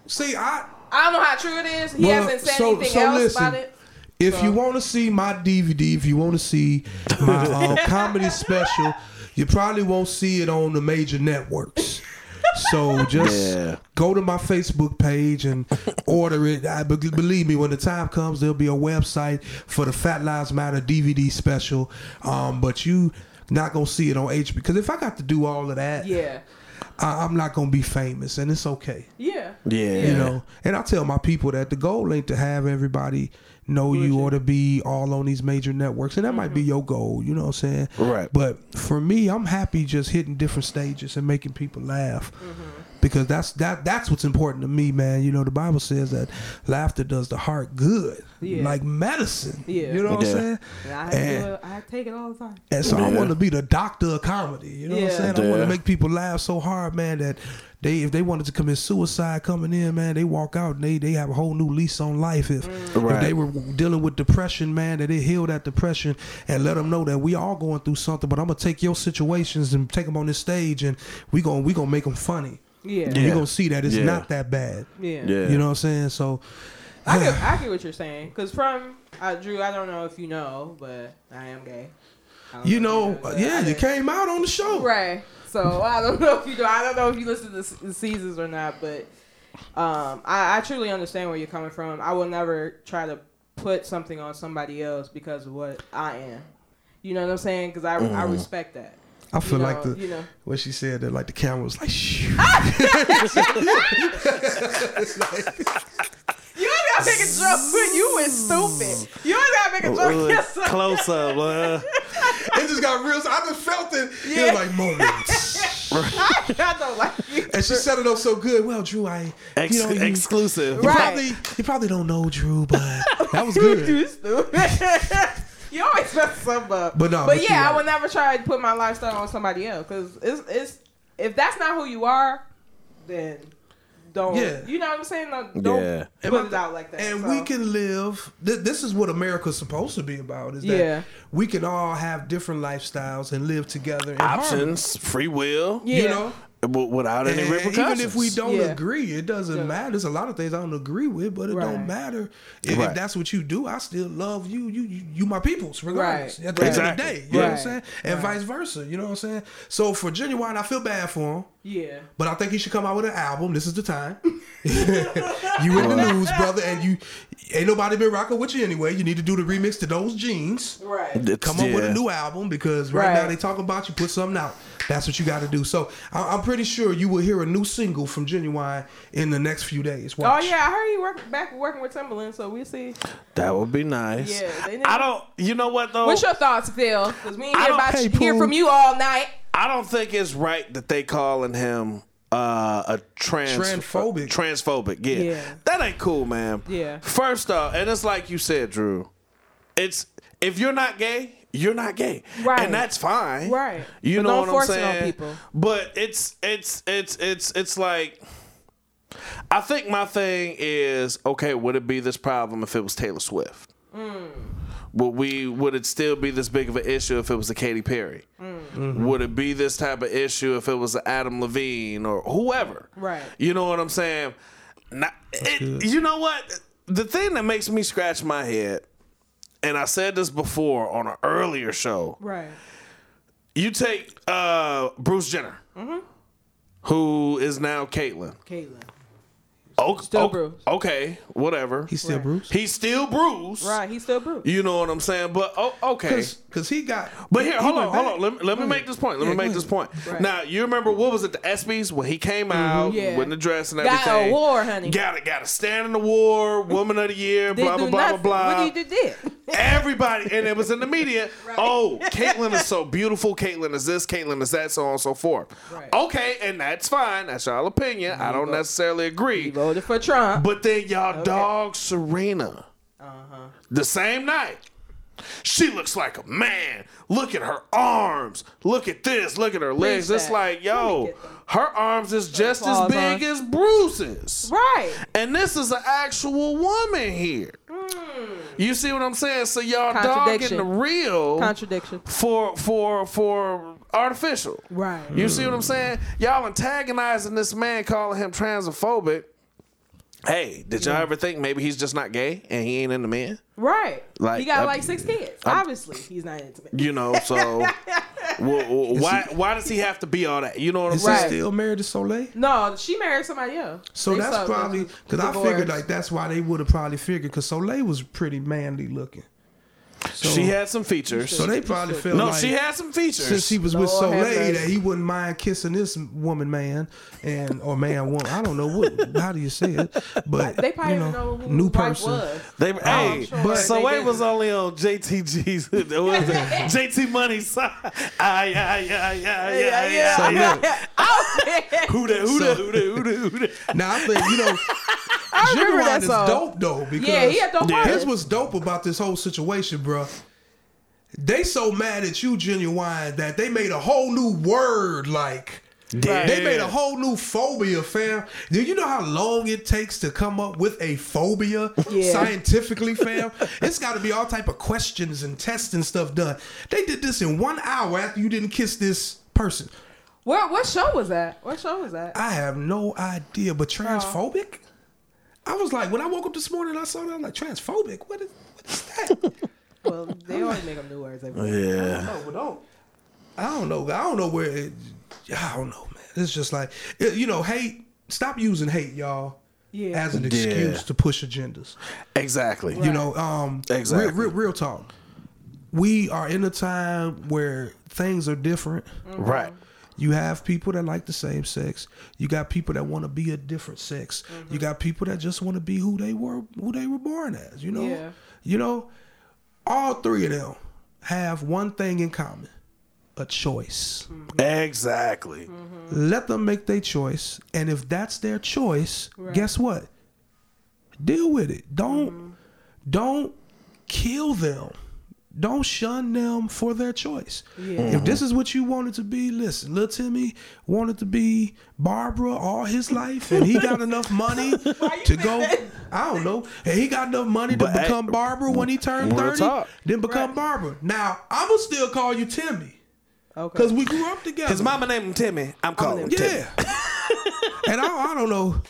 Speaker 3: see, I
Speaker 2: I don't know how true it is. He
Speaker 3: Bruh,
Speaker 2: hasn't said
Speaker 3: so-
Speaker 2: anything
Speaker 3: so
Speaker 2: else
Speaker 3: listen.
Speaker 2: about it.
Speaker 3: If you want to see my DVD, if you want to see my uh, comedy special, you probably won't see it on the major networks. So just
Speaker 1: Yeah.
Speaker 3: go to my Facebook page and order it. I be- believe me, when the time comes, there'll be a website for the Fat Lives Matter DVD special. Um, but you not gonna see it on H because if I got to do all of that,
Speaker 2: Yeah,
Speaker 3: I- I'm not gonna be famous, and it's okay
Speaker 2: yeah,
Speaker 1: yeah.
Speaker 3: you know and i tell my people that the goal ain't to have everybody know you or to be all on these major networks and that might be
Speaker 2: Mm-hmm.
Speaker 3: your goal you know what i'm saying
Speaker 1: Right.
Speaker 3: but for me i'm happy just hitting different stages and making people laugh
Speaker 2: Mm-hmm.
Speaker 3: because that's that that's what's important to me man you know the bible says that laughter does the heart good
Speaker 2: Yeah.
Speaker 3: like medicine
Speaker 2: Yeah.
Speaker 3: you know what
Speaker 1: Yeah.
Speaker 3: i'm saying
Speaker 2: And I,
Speaker 3: And-
Speaker 2: do it- I take it all the time.
Speaker 3: and so I
Speaker 1: Yeah.
Speaker 3: want to be the doctor of comedy. You know what
Speaker 2: Yeah.
Speaker 3: I'm saying? I want
Speaker 1: Yeah.
Speaker 3: to make people laugh so hard, man, that they if they wanted to commit suicide coming in, man, they walk out and they they have a whole new lease on life. If,
Speaker 1: Mm. Right.
Speaker 3: if they were dealing with depression, man, that it heal that depression and let them know that we all going through something. But I'm gonna take your situations and take them on this stage, and we gonna we gonna make them funny.
Speaker 2: Yeah,
Speaker 3: you
Speaker 1: Yeah.
Speaker 3: You gonna see that it's
Speaker 1: Yeah.
Speaker 3: not that bad.
Speaker 2: yeah.
Speaker 1: Yeah.
Speaker 3: You know what I'm saying? So
Speaker 2: I get, I get what you're saying because from uh, Drew, I don't know if you know, but I am gay. I don't
Speaker 3: you
Speaker 2: if
Speaker 3: know,
Speaker 2: but I
Speaker 3: yeah, you
Speaker 2: did-
Speaker 3: came out on the show.
Speaker 2: Right. So I don't know if you do. I don't know if you listen to s- the seasons or not, but um, I, I truly understand where you're coming from. I will never try to put something on somebody else because of what I am. You know what I'm saying? Because I, I respect that.
Speaker 3: Mm-hmm. I
Speaker 2: You
Speaker 3: feel
Speaker 2: know,
Speaker 3: like the
Speaker 2: you know.
Speaker 3: when she said that, like the camera was like, shoo.
Speaker 2: Ah! You ain't gotta make a joke. You went stupid. You ain't gotta
Speaker 3: Oh,
Speaker 2: make a joke.
Speaker 1: Uh,
Speaker 2: Yes, sir.
Speaker 1: close up. Uh,
Speaker 3: It just got real. I just felt it.
Speaker 2: Yeah.
Speaker 3: It was like moments.
Speaker 2: I don't like you.
Speaker 3: and she set it up so good. Well, Drew, I
Speaker 1: ex-
Speaker 3: you know you,
Speaker 1: exclusive.
Speaker 3: you
Speaker 2: Right.
Speaker 3: probably you probably don't know Drew, but that was good.
Speaker 2: You stupid. you always mess something up.
Speaker 3: But
Speaker 2: but,
Speaker 3: no, but
Speaker 2: yeah,
Speaker 3: you're
Speaker 2: I would
Speaker 3: right.
Speaker 2: never try to put my lifestyle on somebody else because it's it's if that's not who you are, then don't.
Speaker 3: Yeah.
Speaker 2: You know what I'm saying? Don't, don't
Speaker 1: Yeah.
Speaker 2: put it out like that.
Speaker 3: And
Speaker 2: so.
Speaker 3: we can live. Th- this is what America's supposed to be about. Is that
Speaker 2: Yeah.
Speaker 3: we can all have different lifestyles and live together. In harmony,
Speaker 1: Options, free will,
Speaker 2: Yeah.
Speaker 3: you know.
Speaker 1: w- without any
Speaker 3: And
Speaker 1: repercussions.
Speaker 3: Even if we don't
Speaker 2: Yeah.
Speaker 3: agree, it doesn't matter. There's a lot of things I don't agree with, but it
Speaker 2: Right.
Speaker 3: don't matter. If,
Speaker 1: Right.
Speaker 3: if that's what you do, I still love you. You you, you my peoples, regardless.
Speaker 2: Right.
Speaker 3: At the end
Speaker 1: Exactly.
Speaker 3: of the day. You know what
Speaker 2: Right.
Speaker 3: I'm saying? And vice versa. You know what I'm saying? So for Genuine, I feel bad for him.
Speaker 2: Yeah.
Speaker 3: But I think he should come out with an album. This is the time. you in the news, brother, and you ain't nobody been rocking with you anyway. You need to do the remix to those jeans
Speaker 2: Right.
Speaker 1: It's-
Speaker 3: come up with
Speaker 1: yeah.
Speaker 3: a new album because right,
Speaker 2: Right.
Speaker 3: now they talking about you put something out. That's what you got to do. So I, I'm pretty sure you will hear a new single from Genuine in the next few days.
Speaker 2: Oh
Speaker 3: Watch.
Speaker 2: yeah, I heard you work back working with Timberland, so we'll see.
Speaker 1: That would be nice.
Speaker 2: Yeah, they
Speaker 1: I
Speaker 2: never-
Speaker 1: don't. You know what though?
Speaker 2: What's your thoughts, Phil? Because we ain't
Speaker 1: I
Speaker 2: hear
Speaker 1: don't-
Speaker 2: about
Speaker 3: Hey,
Speaker 2: you, hear
Speaker 3: Pooh.
Speaker 2: from you all night.
Speaker 1: I don't think it's right that they calling him uh, a trans
Speaker 3: Transphobic.
Speaker 1: Transphobic, yeah.
Speaker 2: Yeah.
Speaker 1: That ain't cool, man.
Speaker 2: Yeah.
Speaker 1: First off, and it's like you said, Drew. It's if you're not gay, you're not gay,
Speaker 2: Right.
Speaker 1: And that's fine,
Speaker 2: Right.
Speaker 1: You
Speaker 2: But
Speaker 1: know
Speaker 2: don't
Speaker 1: what
Speaker 2: force
Speaker 1: I'm
Speaker 2: it on
Speaker 1: saying?
Speaker 2: people.
Speaker 1: But it's it's it's it's it's like I think my thing is okay. Would it be this problem if it was Taylor Swift? Would we? Would it still be this big of an issue if it was a Katy Perry?
Speaker 2: Mm.
Speaker 1: Would it be this type of issue if it was a Adam Levine or whoever?
Speaker 2: Right.
Speaker 1: You know what I'm saying? Nah, it,
Speaker 3: good.
Speaker 1: you know what? The thing that makes me scratch my head, and I said this before on an earlier show.
Speaker 2: Right.
Speaker 1: You take uh, Bruce Jenner,
Speaker 2: Mm-hmm.
Speaker 1: who is now Caitlyn.
Speaker 2: Caitlyn.
Speaker 1: O-
Speaker 2: Still
Speaker 1: o-
Speaker 2: Bruce.
Speaker 1: Okay, whatever.
Speaker 3: He's still
Speaker 2: Right.
Speaker 3: Bruce.
Speaker 1: He's still Bruce.
Speaker 2: Right. He's still Bruce.
Speaker 1: You know what I'm saying? But oh, okay.
Speaker 3: Because he got.
Speaker 1: But here, hold
Speaker 3: went
Speaker 1: on, hold
Speaker 3: back.
Speaker 1: on. Let me, let me
Speaker 3: Go
Speaker 1: make
Speaker 3: ahead.
Speaker 1: this point. Let
Speaker 3: Yeah,
Speaker 1: me make
Speaker 3: go
Speaker 1: this
Speaker 3: ahead.
Speaker 1: point.
Speaker 2: Right. Mm-hmm.
Speaker 1: Now, you remember what was it, the ESPYs, when he came out
Speaker 2: Yeah.
Speaker 1: with the dress and everything?
Speaker 2: Got a award, honey.
Speaker 1: Got it, got a stand in the war, woman of the year,
Speaker 2: Didn't
Speaker 1: blah, blah,
Speaker 2: do
Speaker 1: blah, blah,
Speaker 2: nothing.
Speaker 1: blah.
Speaker 2: What you did?
Speaker 1: Everybody, and it was in the media. Oh, Caitlyn is so beautiful. Caitlyn is this. Caitlyn is that. So on and so forth.
Speaker 2: Right. Mm-hmm.
Speaker 1: Okay, and that's fine. That's y'all opinion. I don't necessarily agree.
Speaker 2: He voted for Trump.
Speaker 1: But then y'all dog Serena
Speaker 2: Uh-huh.
Speaker 1: the same night. She looks like a man. Look at her arms. Look at this. Look at her legs.
Speaker 2: that.
Speaker 1: It's like,
Speaker 2: Let me
Speaker 1: yo,
Speaker 2: get them.
Speaker 1: her arms is just as
Speaker 2: claws
Speaker 1: big
Speaker 2: on.
Speaker 1: as Bruce's.
Speaker 2: Right.
Speaker 1: And this is an actual woman here. You see what I'm saying? So y'all dogging
Speaker 2: Mm. Contradiction.
Speaker 1: the real
Speaker 2: Contradiction.
Speaker 1: for for for artificial.
Speaker 2: Right.
Speaker 1: You see what I'm saying? Y'all antagonizing this man, calling him transphobic. Hey, did y'all ever think maybe he's just not gay and he ain't into men?
Speaker 2: Right.
Speaker 1: Like,
Speaker 2: he got
Speaker 1: I'm-
Speaker 2: like six kids. Obviously, he's not into me.
Speaker 1: You know, so wh- wh- why why does he have to be all that? You know what I'm
Speaker 3: Is
Speaker 1: saying?
Speaker 2: Right.
Speaker 3: he still married to Soleil?
Speaker 2: No, she married somebody else.
Speaker 3: So
Speaker 2: They
Speaker 3: that's
Speaker 2: saw-
Speaker 3: probably because I
Speaker 2: divorced.
Speaker 3: figured like that's why they would have probably figured because Soleil was pretty manly looking. So,
Speaker 1: She had some features.
Speaker 3: So they probably felt
Speaker 1: No,
Speaker 3: like
Speaker 1: she had some features.
Speaker 3: since she was with
Speaker 2: Lord
Speaker 3: Soleil
Speaker 2: have mercy.
Speaker 3: that he wouldn't mind kissing this woman man and or man woman. I don't know what how do you say it, but
Speaker 2: They probably
Speaker 3: you know,
Speaker 2: didn't know who
Speaker 3: new
Speaker 2: his wife
Speaker 3: person.
Speaker 2: was.
Speaker 1: They
Speaker 2: I'm
Speaker 1: hey,
Speaker 2: sure
Speaker 1: but
Speaker 2: they
Speaker 1: so it
Speaker 2: didn't.
Speaker 1: was only on JTG's what was it? JT Money's side. Ay ay ay ay
Speaker 2: Yeah,
Speaker 1: ay ay.
Speaker 3: So
Speaker 2: yeah. oh,
Speaker 3: look,
Speaker 1: Who that? Who
Speaker 3: So-
Speaker 1: that? Who that? Who that? Who that?
Speaker 3: now I think you know.
Speaker 2: remember
Speaker 3: Jimmy
Speaker 2: that
Speaker 3: is
Speaker 2: song.
Speaker 3: dope though because
Speaker 2: Yeah, he had dope
Speaker 1: Yeah.
Speaker 2: yeah.
Speaker 3: Here's what's dope about this whole situation, bruh. They so mad at you, Genuine, that they made a whole new word. Like they made a whole new phobia, fam. Do you know how long it takes to come up with a phobia
Speaker 2: Yeah.
Speaker 3: scientifically, fam? it's got to be all type of questions and tests and stuff done. They did this in one hour after you didn't kiss this person.
Speaker 2: What what show was that? What show was that?
Speaker 3: I have no idea, but transphobic. I was like, when I woke up this morning, I saw that. I'm like, transphobic. What is what is that?
Speaker 2: Well, they always make them new words. Every
Speaker 1: Yeah.
Speaker 3: No, but don't. I don't know. I don't know where. It, I don't know, man. It's just like it- you know, hate. Stop using hate, y'all,
Speaker 2: yeah.
Speaker 3: as an
Speaker 1: Yeah.
Speaker 3: excuse to push agendas.
Speaker 1: Exactly.
Speaker 3: You know, um,
Speaker 1: Exactly.
Speaker 3: Real, real, real talk. We are in a time where things are different.
Speaker 2: Mm-hmm.
Speaker 1: Right.
Speaker 3: You have people that like the same sex. You got people that want to be a different sex.
Speaker 2: Mm-hmm.
Speaker 3: You got people that just want to be who they were, who they were born as. You know,
Speaker 2: Yeah.
Speaker 3: you know, all three of them have one thing in common: a choice.
Speaker 1: Exactly.
Speaker 3: Let them make their choice, and if that's their choice, guess what? Deal with it. Don't don't kill them. Don't shun them for their choice. If
Speaker 1: Mm-hmm.
Speaker 3: this is what you wanted to be, listen, little Timmy wanted to be Barbara all his life, and he got enough money to go. I don't know. And he got enough money
Speaker 1: But,
Speaker 3: to
Speaker 1: hey,
Speaker 3: become Barbara when he turned
Speaker 1: real
Speaker 3: thirty,
Speaker 1: talk.
Speaker 3: then become Barbara. Now I'm gonna still call you Timmy
Speaker 2: Okay.
Speaker 3: because we grew up together.
Speaker 1: His mama named him Timmy. I'm calling him Timmy.
Speaker 3: Yeah. and I, I don't know.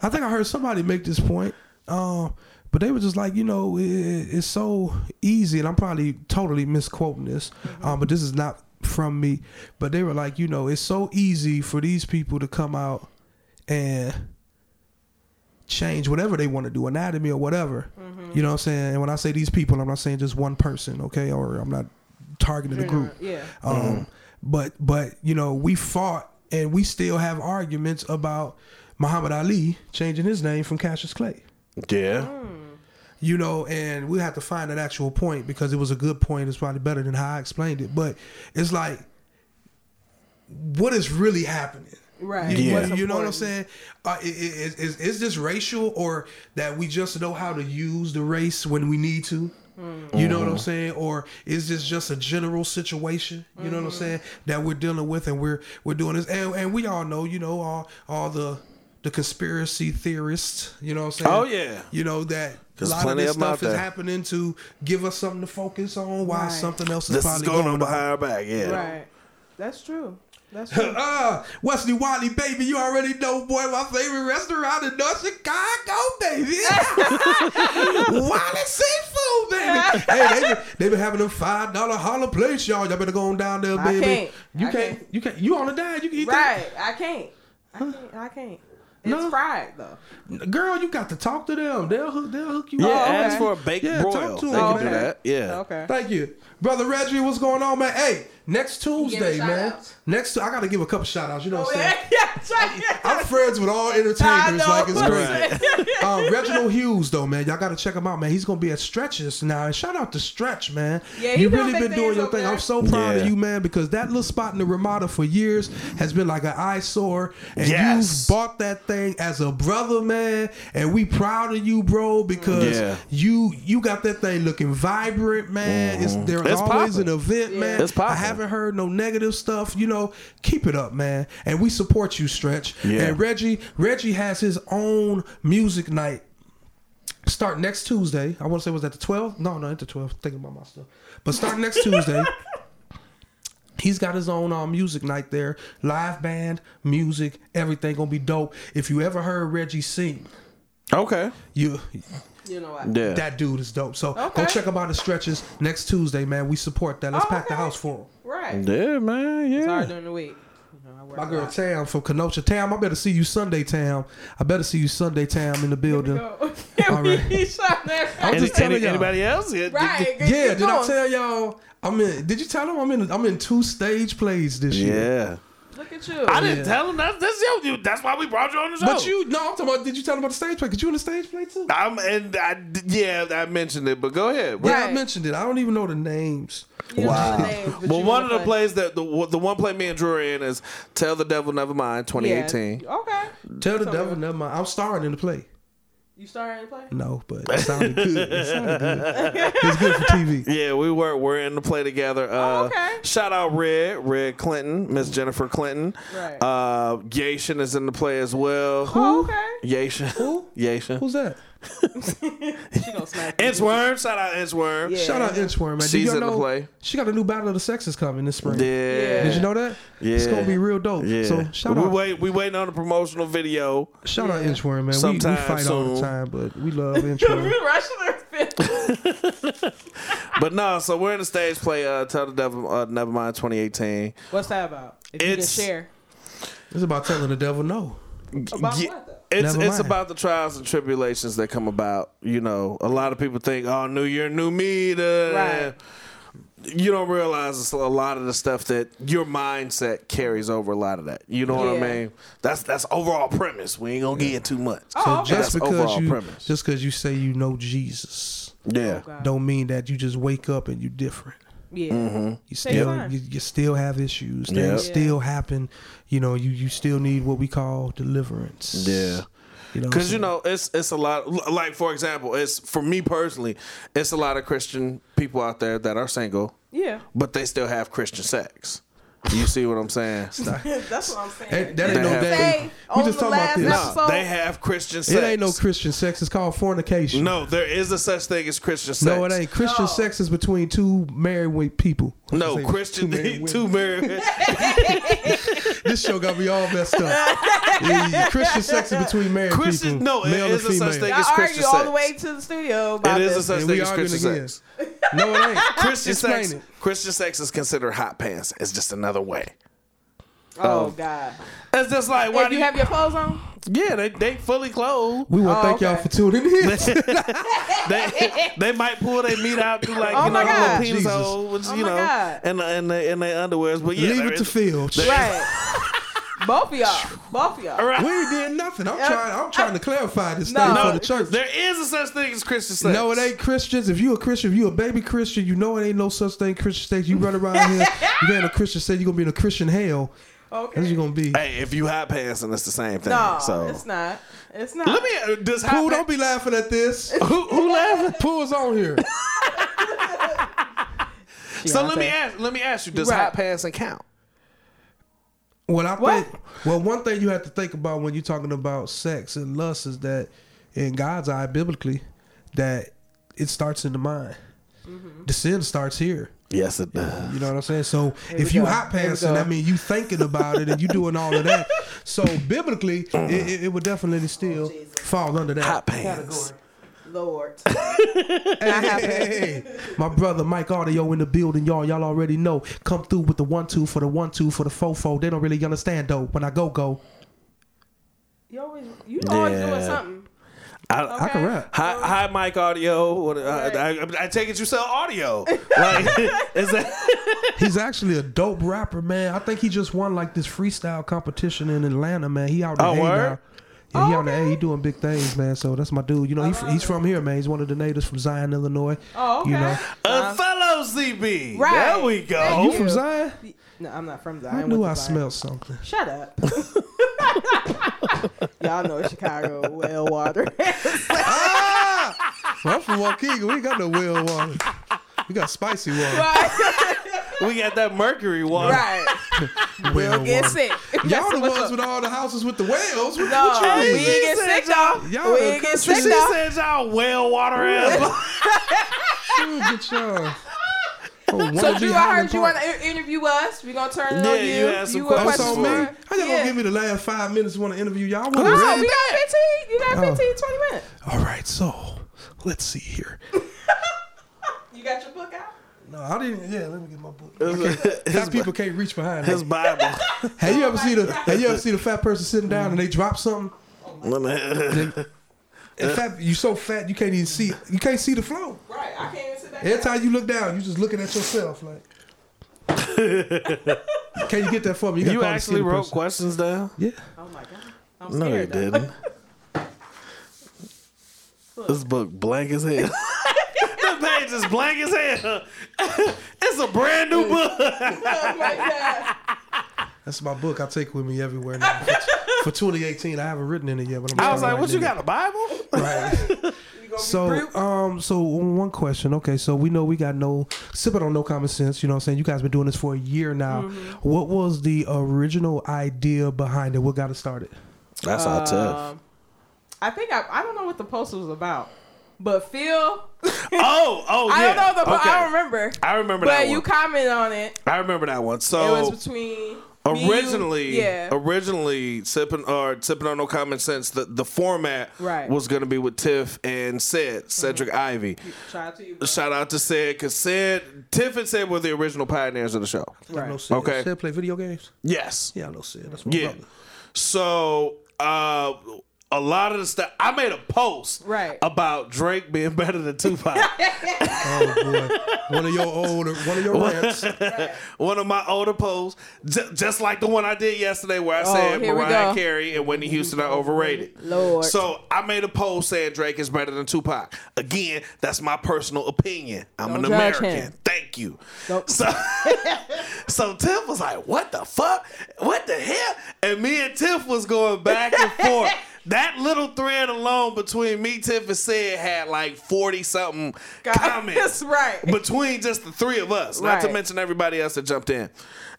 Speaker 3: I think I heard somebody make this point. Um, but they were just like, you know, i i- it's so easy, and I'm probably totally misquoting this, um, but this is not from me. But they were like, you know, it's so easy for these people to come out and change whatever they want to do, anatomy or whatever. You know what I'm saying? And when I say these people, I'm not saying just one person, okay? Or I'm not targeting a group.
Speaker 2: Yeah.
Speaker 3: Um, But but you know we fought and we still have arguments about Muhammad Ali changing his name from Cassius Clay.
Speaker 1: Yeah.
Speaker 3: You know, and we have to find an actual point because it was a good point. It's probably better than how I explained it, but it's like, what is really happening?
Speaker 2: Right.
Speaker 3: You,
Speaker 1: Yeah.
Speaker 3: you-
Speaker 2: What's
Speaker 3: you know what I'm
Speaker 2: important?
Speaker 3: saying? Uh, i- i- is, is, is this racial or that we just know how to use the race when we need to? You know what
Speaker 1: Mm-hmm.
Speaker 3: I'm saying? Or is this just a general situation? You know what I'm
Speaker 2: Mm-hmm.
Speaker 3: saying? That we're dealing with and we're we're doing this and, and we all know, you know, all all the the conspiracy theorists. You know what I'm saying?
Speaker 1: Oh, yeah.
Speaker 3: You know that a
Speaker 1: 'Cause
Speaker 3: lot of
Speaker 1: plenty
Speaker 3: this
Speaker 1: of 'em out
Speaker 3: stuff is
Speaker 1: there.
Speaker 3: happening to give us something to focus on while
Speaker 2: Right.
Speaker 3: something else is
Speaker 1: This
Speaker 3: probably
Speaker 1: is going on
Speaker 3: on
Speaker 1: behind our back. Yeah.
Speaker 2: Right. That's true. That's true.
Speaker 3: Uh, Wesley Wiley, baby, you already know, boy, my favorite restaurant in North Chicago, baby. Wiley Seafood, baby. Hey, they been, they been having them five dollar holler plates, y'all. Y'all better go on down there,
Speaker 2: I
Speaker 3: baby.
Speaker 2: can't.
Speaker 3: You
Speaker 2: I
Speaker 3: can't,
Speaker 2: can't.
Speaker 3: You can't. You on a diet? You can eat
Speaker 2: right. I can't. I can't. I can't. It's
Speaker 3: No.
Speaker 2: fried though.
Speaker 3: that. Girl, you got to talk to them. They'll hook. They'll hook you
Speaker 1: Yeah,
Speaker 3: up.
Speaker 1: ask
Speaker 2: okay.
Speaker 1: for a baked
Speaker 3: Yeah, talk
Speaker 1: broil.
Speaker 3: to
Speaker 1: They
Speaker 4: Oh,
Speaker 3: them,
Speaker 1: can do
Speaker 2: man.
Speaker 1: that. Yeah.
Speaker 2: Okay.
Speaker 3: Thank you, brother Reggie. What's going on, man? Hey, next Tuesday,
Speaker 2: shout
Speaker 3: man.
Speaker 2: outs.
Speaker 3: Next, I gotta give a couple shout outs. You know what I'm saying?
Speaker 2: Oh, yeah, try
Speaker 3: I'm friends with all entertainers. Like it's crazy.
Speaker 1: Right.
Speaker 3: uh, Reginald Hughes, though, man, y'all gotta check him out, man. He's gonna be at Stretches now. And shout out to Stretch, man.
Speaker 2: Yeah, he
Speaker 3: you
Speaker 2: doing
Speaker 3: really
Speaker 2: big
Speaker 3: been doing
Speaker 2: things
Speaker 3: your
Speaker 2: over
Speaker 3: thing.
Speaker 2: there.
Speaker 3: I'm so proud of
Speaker 1: Yeah.
Speaker 3: you, man, because that little spot in the Ramada for years has been like an eyesore, and
Speaker 1: Yes.
Speaker 3: you bought that thing as a brother, man. And we proud of you, bro, because
Speaker 1: Yeah.
Speaker 3: you you got that thing looking vibrant, man. It's there's
Speaker 1: Mm-hmm. It's
Speaker 3: always
Speaker 1: poppin'.
Speaker 3: an event,
Speaker 2: Yeah.
Speaker 3: man.
Speaker 1: It's poppin'.
Speaker 3: I haven't heard no negative stuff. You know, keep it up, man. And we support you, Stretch.
Speaker 1: Yeah.
Speaker 3: And Reggie, Reggie has his own music night. Start next Tuesday. I want to say was that the 12th? No, no, it's the 12th. Thinking about my stuff. But start next Tuesday. He's got his own um, music night there. Live band, music, everything gonna be dope. If you ever heard Reggie sing,
Speaker 1: Okay.
Speaker 3: you
Speaker 2: You know what?
Speaker 1: Yeah.
Speaker 3: that dude is dope. So go
Speaker 2: Okay.
Speaker 3: check him out at Stretches next Tuesday, man. We support that. Let's
Speaker 2: Oh,
Speaker 3: pack the
Speaker 2: okay.
Speaker 3: house for him.
Speaker 2: Right.
Speaker 1: yeah, man.
Speaker 2: It's
Speaker 1: Yeah.
Speaker 2: hard during the week. You know, I work
Speaker 3: My
Speaker 2: a
Speaker 3: girl
Speaker 2: lot.
Speaker 3: Tam from Kenosha. Tam, I better see you Sunday, Tam. I better see you Sunday, Tam, in
Speaker 2: Here we
Speaker 3: the building.
Speaker 2: go.
Speaker 3: All right.
Speaker 2: Shot that
Speaker 3: I'm
Speaker 2: right.
Speaker 1: Any,
Speaker 3: just telling
Speaker 1: any,
Speaker 3: y'all.
Speaker 1: anybody else? Yeah,
Speaker 2: Right. keep
Speaker 3: Yeah, did I
Speaker 2: going.
Speaker 3: tell y'all? I'm in. Did you tell them I'm in? I'm in two stage plays this year.
Speaker 1: Yeah.
Speaker 2: Look at you.
Speaker 1: I didn't
Speaker 3: Yeah.
Speaker 1: tell him that. That's you. you- That's why we brought you on the show.
Speaker 2: Oh.
Speaker 3: But you, no, I'm talking about. Did you tell them about the stage play? Cause you in the stage play too.
Speaker 1: I'm and I d- yeah I mentioned it, but go ahead.
Speaker 3: Yeah, I
Speaker 2: Right.
Speaker 3: mentioned it. I don't even know the names.
Speaker 2: You don't know
Speaker 1: Wow.
Speaker 2: the names, but
Speaker 1: Well,
Speaker 2: you
Speaker 1: one
Speaker 2: wanna
Speaker 1: of the
Speaker 2: play.
Speaker 1: plays that the the one play me and Drew are in is "Tell the Devil Never Mind" 2018.
Speaker 2: Yeah. Okay.
Speaker 3: Tell the
Speaker 2: So-
Speaker 3: devil, never mind. I'm starring in the play.
Speaker 2: You started to play?
Speaker 3: No, but it sounded good. It sounded good. It's good for TV.
Speaker 1: Yeah, we were we're in the play together. Uh,
Speaker 2: Oh, okay.
Speaker 1: Shout out Red Red Clinton, Miss Jennifer Clinton.
Speaker 2: Right.
Speaker 1: Uh, Yation is in the play as well.
Speaker 2: Oh, okay.
Speaker 1: Yation.
Speaker 3: Who?
Speaker 1: Yation.
Speaker 3: Who's that?
Speaker 2: She gonna smack you.
Speaker 1: Inchworm. Shout out Inchworm.
Speaker 2: Yeah.
Speaker 3: Shout out Inchworm, man. Did
Speaker 1: She's
Speaker 3: y'all
Speaker 1: in the
Speaker 3: know
Speaker 1: play.
Speaker 3: She got a new Battle of the Sexes coming this spring.
Speaker 1: Yeah.
Speaker 3: Did you know that? It's
Speaker 1: Yeah.
Speaker 3: gonna be real dope.
Speaker 1: Yeah.
Speaker 3: So shout
Speaker 1: we
Speaker 3: out,
Speaker 1: wait. We waiting on a promotional video.
Speaker 3: shout out Inchworm, man. We, we
Speaker 1: Sometime
Speaker 3: fight all the
Speaker 1: soon.
Speaker 3: time, but we love
Speaker 2: You're
Speaker 3: Inchworm.
Speaker 2: rushing her fit.
Speaker 1: But no, so we're in the stage play. Uh, Tell the Devil uh, Never Mind 2018.
Speaker 2: What's that about? If you can
Speaker 1: It's-
Speaker 2: share.
Speaker 3: it's about telling the devil no.
Speaker 2: About
Speaker 1: Ye-
Speaker 2: what though?
Speaker 1: It's
Speaker 3: Never
Speaker 1: it's
Speaker 3: mind.
Speaker 1: about the trials and tribulations that come about. You know, a lot of people think, "Oh, new year, new me." da- da- da."
Speaker 2: Right.
Speaker 1: You don't realize it's a lot of the stuff that your mindset carries over. A lot of that. You know what
Speaker 2: Yeah.
Speaker 1: I mean? That's that's overall premise. We ain't gonna get too much.
Speaker 2: Oh, okay.
Speaker 3: Just
Speaker 1: That's
Speaker 3: because
Speaker 1: overall
Speaker 3: you
Speaker 1: premise.
Speaker 3: just because you say you know Jesus,
Speaker 1: yeah.
Speaker 2: God.
Speaker 3: don't mean that you just wake up and you different.
Speaker 2: Yeah.
Speaker 1: Mm-hmm.
Speaker 3: You
Speaker 2: Take
Speaker 3: still
Speaker 2: time.
Speaker 3: you, you still have issues. Things
Speaker 1: Yeah.
Speaker 3: still happen. You know, you you still need what we call deliverance.
Speaker 1: Yeah.
Speaker 3: You know, what I'm
Speaker 1: Because you
Speaker 3: saying?
Speaker 1: know, it's it's a lot. Like for example, it's for me personally, it's a lot of Christian people out there that are single,
Speaker 2: Yeah.
Speaker 1: but they still have Christian sex. You see what I'm saying?
Speaker 2: That's what I'm
Speaker 3: Hey,
Speaker 2: saying.
Speaker 3: that ain't
Speaker 1: They
Speaker 3: no
Speaker 1: have-
Speaker 3: day.
Speaker 2: Say
Speaker 3: We
Speaker 2: on
Speaker 3: just
Speaker 2: the
Speaker 3: talking about
Speaker 2: last
Speaker 3: this.
Speaker 2: episode.
Speaker 1: No, they have Christian sex.
Speaker 3: It ain't no Christian sex. It's called fornication.
Speaker 1: No, there is a such thing as Christian sex.
Speaker 3: No, it ain't. Christian
Speaker 2: No.
Speaker 3: sex is between two married wi- people.
Speaker 1: No,
Speaker 3: Say,
Speaker 1: Christian
Speaker 3: two married
Speaker 1: two,
Speaker 3: women.
Speaker 1: married.
Speaker 3: This show got me all messed up. Yeah, Christian sex is between married
Speaker 1: Christian-
Speaker 3: people.
Speaker 1: no, it
Speaker 3: male and
Speaker 1: is a
Speaker 3: female.
Speaker 1: such thing.
Speaker 2: Y'all
Speaker 1: It's
Speaker 2: argue
Speaker 1: Christian
Speaker 2: all the
Speaker 1: sex.
Speaker 2: way to the studio about
Speaker 1: It is a
Speaker 2: this.
Speaker 1: such
Speaker 3: And
Speaker 1: thing
Speaker 3: we
Speaker 1: as
Speaker 3: arguing
Speaker 1: Christian
Speaker 3: again.
Speaker 1: sex.
Speaker 3: No, it ain't.
Speaker 1: Christian
Speaker 3: Explain
Speaker 1: sex.
Speaker 3: it.
Speaker 1: Christian sex is considered hot pants. It's just another way.
Speaker 2: oh God!
Speaker 1: It's just like why
Speaker 2: if
Speaker 1: do
Speaker 2: you have your clothes on,
Speaker 1: Yeah, they they fully clothed.
Speaker 3: We want to
Speaker 2: Oh,
Speaker 3: thank y'all
Speaker 2: okay.
Speaker 3: for tuning in.
Speaker 1: they they might pull their meat out through like
Speaker 2: Oh
Speaker 1: you know
Speaker 2: my
Speaker 1: a little
Speaker 2: God.
Speaker 1: penis
Speaker 3: Jesus.
Speaker 1: hole, which,
Speaker 2: Oh
Speaker 1: you
Speaker 2: my
Speaker 1: know,
Speaker 2: God.
Speaker 1: and and they- and their underwears. But yeah,
Speaker 3: Leave
Speaker 1: there
Speaker 3: it to
Speaker 1: is-
Speaker 3: Phil.
Speaker 2: right? both of y'all, both of y'all.
Speaker 1: All right.
Speaker 3: We ain't did nothing. I'm trying. I'm trying to clarify this
Speaker 2: No.
Speaker 3: thing
Speaker 1: No,
Speaker 3: for the church.
Speaker 1: there is a such thing as Christian sex.
Speaker 3: No, it ain't Christians. If you a Christian, if you a baby Christian, you know it ain't no such thing Christian sex. You run around here, you ain't a Christian sex. You gonna be in a Christian hell.
Speaker 2: Okay.
Speaker 3: That's what you gonna be.
Speaker 1: Hey, if you hot pants, and it's the same thing.
Speaker 2: No,
Speaker 1: so
Speaker 2: it's not. It's not.
Speaker 1: let me. uh, Does hot
Speaker 3: Pooh,
Speaker 1: pa-
Speaker 3: don't be laughing at this. who, who laughing? Pooh's on here.
Speaker 1: So let me ask. Let me ask you. Does
Speaker 2: Right.
Speaker 1: hot passing count?
Speaker 3: What I
Speaker 2: What?
Speaker 3: think, well, one thing you have to think about when you're talking about sex and lust is that, in God's eye, biblically, that it starts in the mind.
Speaker 2: Mm-hmm.
Speaker 3: The sin starts here.
Speaker 1: Yes, it does.
Speaker 3: You know what I'm saying? So
Speaker 2: Here
Speaker 3: if
Speaker 2: we
Speaker 3: you
Speaker 2: go.
Speaker 3: hot
Speaker 2: Here we
Speaker 3: passing,
Speaker 2: go.
Speaker 3: I mean, you thinking about it and you doing all of that. So biblically, it, it, it would definitely still
Speaker 2: Oh, Jesus.
Speaker 3: fall under that
Speaker 1: Hot pants.
Speaker 3: category.
Speaker 2: Lord.
Speaker 3: Hey, hey, hey. My brother Mike Audio in the building, y'all. Y'all already know. Come through with the one two for the one two for the four four. They don't really understand though. When I go go,
Speaker 2: You always, you always doing
Speaker 1: Yeah.
Speaker 2: something.
Speaker 1: I,
Speaker 3: I
Speaker 2: Okay.
Speaker 3: can rap.
Speaker 1: Hi, hi, Mike Audio. What, uh,
Speaker 2: Right.
Speaker 1: I, I, I take it you sell audio. Like, is that
Speaker 3: He's actually a dope rapper, man. I think he just won like this freestyle competition in Atlanta, man. He out in
Speaker 1: Oh,
Speaker 3: A
Speaker 1: word?
Speaker 3: now. Yeah, he
Speaker 2: Oh,
Speaker 3: out in
Speaker 2: okay.
Speaker 3: A. He doing big things, man. So that's my dude. You know, he,
Speaker 2: I love
Speaker 3: he's
Speaker 2: it.
Speaker 3: from here, man. He's one of the natives from Zion, Illinois.
Speaker 2: Oh, okay.
Speaker 3: You know.
Speaker 1: a fellow ZB?
Speaker 2: Right.
Speaker 1: There we
Speaker 2: Thank
Speaker 1: go.
Speaker 3: You from Zion?
Speaker 2: No, I'm not from Zion.
Speaker 3: I,
Speaker 2: went
Speaker 3: knew
Speaker 2: to
Speaker 3: I
Speaker 2: Zion.
Speaker 3: smelled something.
Speaker 2: Shut up. Y'all know Chicago well water.
Speaker 3: Well, I'm from Waukegan. We ain't got no well water. We got spicy water.
Speaker 2: right.
Speaker 1: We got that mercury water.
Speaker 2: right. We'll get sick.
Speaker 3: Y'all the ones with all the houses with the whales. What,
Speaker 2: No,
Speaker 3: what you
Speaker 2: we
Speaker 3: mean?
Speaker 2: ain't get sick though.
Speaker 3: Y'all
Speaker 2: we
Speaker 3: the
Speaker 2: ain't get
Speaker 1: She
Speaker 2: sick though.
Speaker 1: said y'all whale water ass.
Speaker 3: Dude, get y'all. Oh,
Speaker 2: So
Speaker 3: wannabe
Speaker 2: Drew, I
Speaker 3: Highland
Speaker 2: heard you
Speaker 3: Park.
Speaker 2: want to interview us. We're gonna turn it
Speaker 1: Yeah,
Speaker 2: on you.
Speaker 1: you had some
Speaker 2: were
Speaker 3: Oh, it's
Speaker 1: questions
Speaker 3: on
Speaker 2: questioning
Speaker 3: me?
Speaker 1: for
Speaker 2: for-
Speaker 3: How y'all
Speaker 2: Yeah.
Speaker 3: gonna give me the last five minutes? Want to interview y'all? I
Speaker 2: No, you
Speaker 3: want
Speaker 2: got 15. You got
Speaker 3: Oh.
Speaker 2: 15, 20 minutes.
Speaker 3: All right, so let's see here.
Speaker 2: You got your book out?
Speaker 3: No, I didn't. Yeah, let me get my book. These people can't reach behind.
Speaker 1: His
Speaker 3: Me.
Speaker 1: Bible.
Speaker 3: Have you ever seen a Have you ever seen a fat person sitting down and they
Speaker 1: Mm-hmm.
Speaker 3: drop something? In
Speaker 1: Uh.
Speaker 3: fact, you so fat you can't even see. You can't see the flow.
Speaker 2: Right. I can't even sit back.
Speaker 3: Every time you look down, you just looking at yourself. Like, can you get that for me? gotta
Speaker 1: you
Speaker 3: call the
Speaker 1: actually
Speaker 3: skinny
Speaker 1: wrote
Speaker 3: person.
Speaker 1: questions down?
Speaker 3: Yeah.
Speaker 2: Oh my god. I'm
Speaker 1: No, you
Speaker 2: scared, though.
Speaker 1: didn't. This book blank as hell. the page is blank as hell. it's a brand new book.
Speaker 2: oh my god.
Speaker 3: That's my book. I take with me everywhere now. For 2018, I haven't written in it yet. But I'm
Speaker 1: I was
Speaker 3: starting
Speaker 1: like, "What
Speaker 3: writing
Speaker 1: you
Speaker 3: in it."
Speaker 1: got a Bible?"
Speaker 2: You gonna be
Speaker 3: So,
Speaker 2: brute?
Speaker 3: um, so one question. Okay, so we know we got no sipping on no common sense. You know what I'm saying? You guys been doing this for a year now.
Speaker 2: Mm-hmm.
Speaker 3: What was the original idea behind it? What got it started?
Speaker 1: That's all tough.
Speaker 2: Um, I think I, I don't know what the post was about, but Phil,
Speaker 1: Oh, oh, yeah.
Speaker 2: I don't know the po-
Speaker 1: Okay.
Speaker 2: I don't remember,
Speaker 1: I remember that
Speaker 2: but you
Speaker 1: one.
Speaker 2: commented on it.
Speaker 1: I remember that one.
Speaker 2: It
Speaker 1: So
Speaker 3: Oh,
Speaker 2: was between me, you-
Speaker 1: originally,
Speaker 2: yeah,
Speaker 1: originally, sipping or sipping on no common sense. The the format
Speaker 2: Right.
Speaker 1: was gonna be with Tiff and Sid Cedric Ivy.
Speaker 2: shout out to you, bro.
Speaker 1: Shout out to Sid because Sid Tiff and Sid were the original pioneers of the show.
Speaker 2: Right.
Speaker 3: No Sid.
Speaker 1: Okay.
Speaker 3: Sid play video games.
Speaker 1: Yes.
Speaker 3: Yeah, I know Sid. That's my
Speaker 1: Yeah.
Speaker 3: brother.
Speaker 1: So uh a lot of the stuff I made a post
Speaker 2: Right.
Speaker 1: about Drake being better than Tupac.
Speaker 3: Oh boy, one of your old, one of your rants.
Speaker 1: one of my older posts, j- just like the one I did yesterday, where I
Speaker 2: Oh,
Speaker 1: said
Speaker 2: here we
Speaker 1: Mariah
Speaker 2: go.
Speaker 1: Carey and Whitney Houston are overrated.
Speaker 2: Lord.
Speaker 1: So I made a post saying Drake is better than Tupac. Again, that's my personal opinion. I'm
Speaker 2: Don't
Speaker 1: an
Speaker 2: judge
Speaker 1: American.
Speaker 2: him.
Speaker 1: Thank you.
Speaker 2: Nope.
Speaker 1: So, so Tiff was like, "What the fuck? What the hell?" And me and Tiff was going back and forth. That little thread alone between me, Tiff, and Sid had like forty something
Speaker 2: God,
Speaker 1: comments
Speaker 2: that's right.
Speaker 1: between just the three of us, not to
Speaker 2: Right.
Speaker 1: mention everybody else that jumped in.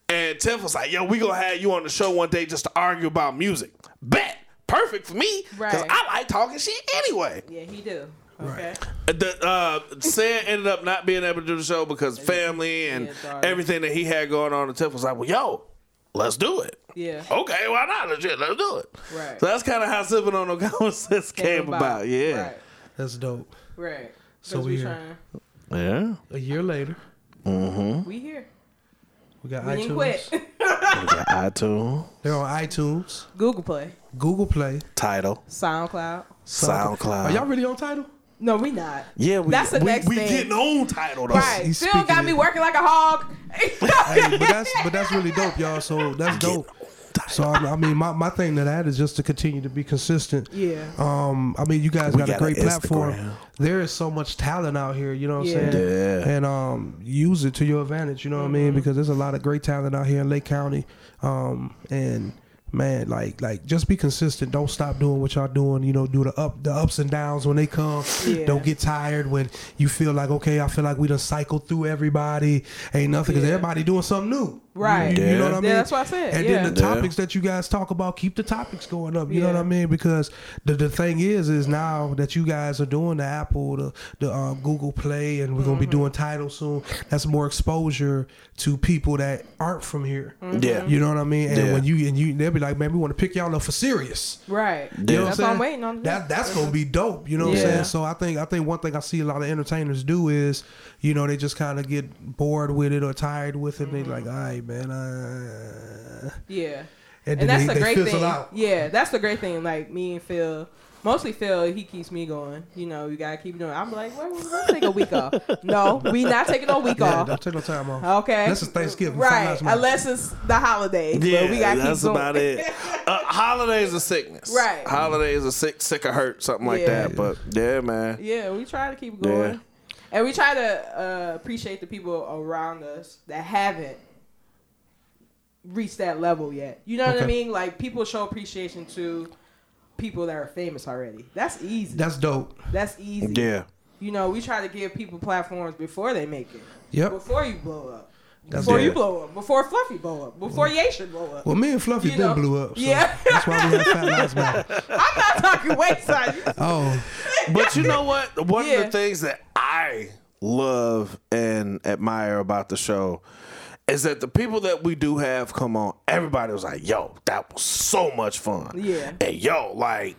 Speaker 1: And Tiff was like, "Yo, we gonna have you on the show one day just to argue about music." Bet, perfect for me because
Speaker 2: Right.
Speaker 1: I like talking shit anyway.
Speaker 2: yeah, he do. Okay,
Speaker 1: The, uh, Sam ended up not being able to do the show because family and
Speaker 2: Yeah, sorry.
Speaker 1: everything that he had going on. And Tiff was like, "Well, yo, let's do it."
Speaker 2: yeah,
Speaker 1: Okay, why not? Legit, let's do it.
Speaker 2: Right.
Speaker 1: So that's kind of how sipping on no common sense came, about. Yeah.
Speaker 2: right,
Speaker 3: That's dope.
Speaker 2: right.
Speaker 3: So
Speaker 2: So we
Speaker 3: we here.
Speaker 2: trying,
Speaker 1: Yeah.
Speaker 3: A year later,
Speaker 2: we here.
Speaker 3: we got
Speaker 2: We
Speaker 3: iTunes.
Speaker 2: didn't quit.
Speaker 1: iTunes,
Speaker 3: They're on iTunes,
Speaker 2: Google Play,
Speaker 3: Google Play,
Speaker 1: title,
Speaker 2: SoundCloud.
Speaker 1: SoundCloud.
Speaker 3: Are y'all really on title?
Speaker 2: No, we not.
Speaker 1: Yeah, we,
Speaker 2: That's the
Speaker 1: we,
Speaker 2: next
Speaker 1: we
Speaker 2: thing.
Speaker 1: getting on title though.
Speaker 2: Right,
Speaker 3: he's
Speaker 2: Phil got
Speaker 3: speaking
Speaker 2: me
Speaker 3: it.
Speaker 2: working like a hog.
Speaker 3: hey, but that's but that's really dope, y'all. So that's dope. So I, I mean, my, my thing to that is just to continue to be consistent.
Speaker 2: Yeah.
Speaker 3: Um, I mean, you guys got,
Speaker 1: got
Speaker 3: a great
Speaker 1: an Instagram.
Speaker 3: platform. There is so much talent out here. You know what
Speaker 2: Yeah.
Speaker 3: I'm saying? And um, use it to your advantage. You know what I
Speaker 2: Mm-hmm.
Speaker 3: mean? Because there's a lot of great talent out here in Lake County. Um, and man, like like just be consistent. Don't stop doing what y'all doing. You know, do the up the ups and downs when they come.
Speaker 2: Yeah.
Speaker 3: Don't get tired when you feel like okay, I feel like we done cycled through everybody. Ain't nothing because
Speaker 2: Yeah.
Speaker 3: everybody doing something new.
Speaker 2: Right.
Speaker 3: You, you
Speaker 1: Yeah.
Speaker 3: know what I
Speaker 1: Yeah,
Speaker 3: mean?
Speaker 2: that's what I said,
Speaker 3: And
Speaker 2: yeah.
Speaker 3: then the
Speaker 1: Yeah.
Speaker 3: topics that you guys talk about, keep the topics going up. You know what
Speaker 2: Yeah.
Speaker 3: I mean? Because the, the thing is, is now that you guys are doing the Apple, the the um, Google Play, and we're gonna
Speaker 2: Mm-hmm.
Speaker 3: be doing titles soon. That's more exposure to people that aren't from here.
Speaker 2: Mm-hmm.
Speaker 1: Yeah.
Speaker 3: You know what I mean? And
Speaker 1: Yeah.
Speaker 3: when you and you, they'll be like, man, we want to pick y'all up for serious.
Speaker 2: Right.
Speaker 3: You
Speaker 2: That's
Speaker 3: know what I'm
Speaker 2: what
Speaker 3: saying?
Speaker 2: I'm waiting on.
Speaker 3: That that's gonna be dope. You know what
Speaker 2: Yeah.
Speaker 3: I'm saying? So I think I think one thing I see a lot of entertainers do is, you know, they just kind of get bored with it or tired with it. and They
Speaker 2: Mm-hmm.
Speaker 3: like, all right, man. Uh...
Speaker 2: Yeah.
Speaker 3: And,
Speaker 2: and
Speaker 3: then
Speaker 2: that's
Speaker 3: they,
Speaker 2: the
Speaker 3: they
Speaker 2: great
Speaker 3: fizzle
Speaker 2: thing.
Speaker 3: out.
Speaker 2: Yeah, that's the great thing. Like me and Phil, mostly Phil, he keeps me going. You know, you gotta keep doing. I'm like, well, let's take a week off. No, we not taking no week
Speaker 3: Yeah,
Speaker 2: off.
Speaker 3: don't take no time off.
Speaker 2: Oh. Okay,
Speaker 3: This is Thanksgiving.
Speaker 2: right?
Speaker 3: Sometimes my-
Speaker 2: Unless it's the holiday,
Speaker 1: Yeah,
Speaker 2: but we gotta
Speaker 1: that's
Speaker 2: keep going.
Speaker 1: about it. Uh, holidays a sickness,
Speaker 2: Right.
Speaker 1: Holidays a sick, sick or hurt, something like
Speaker 2: Yeah.
Speaker 1: that. But yeah, man,
Speaker 2: Yeah, we try to keep
Speaker 1: Yeah.
Speaker 2: going, and we try to uh, appreciate the people around us that haven't reached that level yet. You know what I
Speaker 3: Okay.
Speaker 2: mean? Like people show appreciation to people that are famous already. That's easy.
Speaker 3: That's dope.
Speaker 2: That's easy.
Speaker 1: yeah,
Speaker 2: You know, we try to give people platforms before they make it.
Speaker 3: Yep.
Speaker 2: Before you blow up.
Speaker 3: That's Mm-hmm.
Speaker 2: before
Speaker 1: it.
Speaker 2: you blow up. Before Fluffy blow up. Before Ye should blow up.
Speaker 3: Well, me and Fluffy
Speaker 2: You
Speaker 3: did
Speaker 2: know.
Speaker 3: blew up. So
Speaker 2: Yeah.
Speaker 3: That's why we have Fat Lives Matter.
Speaker 2: I'm not talking waist size.
Speaker 3: Oh,
Speaker 1: But you know what? One of
Speaker 2: Yeah.
Speaker 1: the things that I love and admire about the show is that the people that we do have come on, everybody was like, yo, that was so much fun.
Speaker 2: Yeah.
Speaker 1: And yo, like,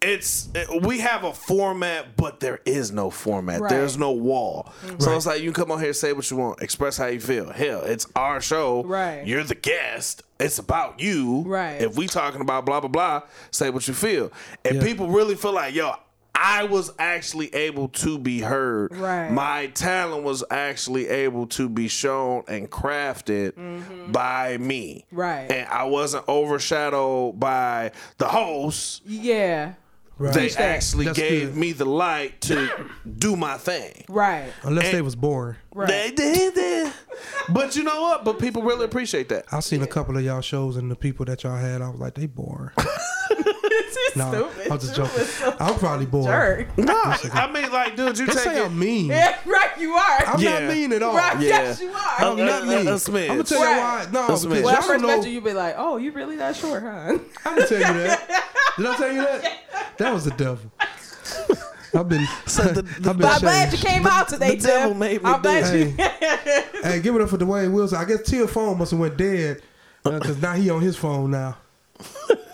Speaker 1: it's it- we have a format, but there is no format.
Speaker 2: Right.
Speaker 1: There's no wall. So it's like you can come on here, say what you want, express how you feel. Hell, it's our show.
Speaker 2: Right.
Speaker 1: You're the guest. It's about you.
Speaker 2: Right.
Speaker 1: If we talking about blah blah blah, say what you feel. And
Speaker 3: Yeah.
Speaker 1: people really feel like, yo, I was actually able to be heard.
Speaker 2: Right.
Speaker 1: My talent was actually able to be shown and crafted by me.
Speaker 2: Right.
Speaker 1: And I wasn't overshadowed by the hosts
Speaker 2: Yeah.
Speaker 3: right.
Speaker 1: they actually
Speaker 3: That's
Speaker 1: gave
Speaker 3: good.
Speaker 1: me the light to do my thing.
Speaker 2: Right.
Speaker 3: Unless they was boring.
Speaker 2: Right.
Speaker 1: They did that. But you know what? But people really appreciate that.
Speaker 3: I seen a couple of y'all shows and the people that y'all had, I was like, they boring.
Speaker 2: It's just
Speaker 3: No,
Speaker 2: stupid.
Speaker 3: I'm just
Speaker 2: You
Speaker 3: joking.
Speaker 2: was so
Speaker 3: I'm probably boring.
Speaker 2: Jerk.
Speaker 1: No, I mean, like, dude, you
Speaker 3: They
Speaker 1: take
Speaker 3: say
Speaker 1: it.
Speaker 3: I'm mean.
Speaker 2: Yeah, right, you are.
Speaker 3: I'm
Speaker 1: Yeah.
Speaker 3: not mean at all.
Speaker 2: right,
Speaker 1: yeah.
Speaker 2: yes, you are.
Speaker 1: I'm
Speaker 3: I'm not
Speaker 1: Uh,
Speaker 3: mean.
Speaker 1: uh, a
Speaker 3: I'm
Speaker 1: smidge.
Speaker 3: gonna tell
Speaker 2: Right.
Speaker 3: you why. No,
Speaker 1: A
Speaker 3: because
Speaker 1: smidge.
Speaker 3: y'all
Speaker 2: when I first
Speaker 3: don't know.
Speaker 2: met you, you'd be like, "Oh, you really that short, huh?"
Speaker 3: I'm gonna tell you that. Did I tell you that? That was the devil. I've been, I've
Speaker 2: But I'm
Speaker 3: been
Speaker 2: glad you
Speaker 3: changed.
Speaker 2: came out today,
Speaker 1: the devil
Speaker 2: Tim.
Speaker 1: made me
Speaker 2: I'm
Speaker 1: do
Speaker 2: glad you.
Speaker 3: Hey, give it up for Dwayne Wilson. I guess Tia phone must have went dead because now he on his phone now. Tia's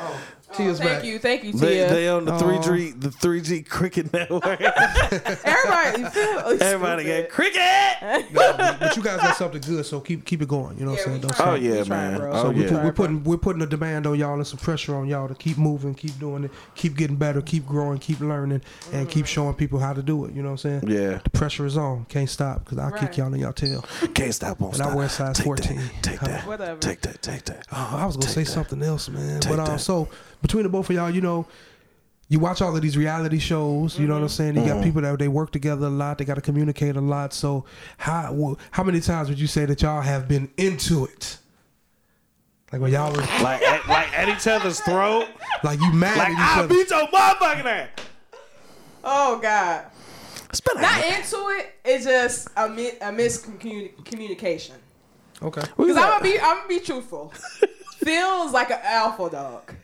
Speaker 2: Oh. Thank
Speaker 3: back.
Speaker 2: you, thank you, Tia.
Speaker 1: They, they own the
Speaker 3: Aw.
Speaker 1: three G the three G cricket network.
Speaker 2: Everybody, you feel- oh,
Speaker 1: Everybody
Speaker 2: stupid.
Speaker 1: got cricket.
Speaker 3: No, but, but you guys got something good, so keep keep it going. You know what
Speaker 2: Yeah,
Speaker 3: I'm saying?
Speaker 2: we
Speaker 3: Don't
Speaker 2: try.
Speaker 1: Oh
Speaker 3: stop.
Speaker 1: yeah,
Speaker 2: We trying,
Speaker 1: man.
Speaker 2: bro.
Speaker 1: Oh
Speaker 3: So we
Speaker 1: yeah.
Speaker 3: put, we're putting we're putting a demand on y'all and some pressure on y'all to keep moving, keep doing it, keep getting better, keep growing, keep learning, and
Speaker 2: Mm.
Speaker 3: keep showing people how to do it. You know what I'm saying?
Speaker 1: Yeah.
Speaker 3: The pressure is on. Can't stop because I'll
Speaker 2: Right.
Speaker 3: kick y'all in y'all tail.
Speaker 1: Can't stop, won't
Speaker 3: And I
Speaker 1: stop.
Speaker 3: wear size
Speaker 1: Take
Speaker 3: 14.
Speaker 1: That, take that.
Speaker 2: Whatever.
Speaker 1: Take that. Take that.
Speaker 3: Oh, I was gonna
Speaker 1: Take
Speaker 3: say
Speaker 1: that.
Speaker 3: something else, man.
Speaker 1: Take
Speaker 3: but um,
Speaker 1: that.
Speaker 3: so between the both of y'all, you know, you watch all of these reality shows. You know
Speaker 2: Mm-hmm.
Speaker 3: what I'm saying? You
Speaker 1: Mm-hmm.
Speaker 3: got people that they work together a lot. They got to communicate a lot. So how wh- how many times would you say that y'all have been into it? Like when y'all were
Speaker 1: Like at, like at each other's throat.
Speaker 3: like you mad
Speaker 1: Like
Speaker 3: at each
Speaker 1: I
Speaker 3: other?
Speaker 1: beat your motherfucking ass.
Speaker 2: Oh God,
Speaker 1: It's been a-
Speaker 2: not into it. It's just a, mi- a miscommunication.
Speaker 3: okay.
Speaker 2: Because I'm gonna be, I'm gonna be truthful. Feels like an alpha dog.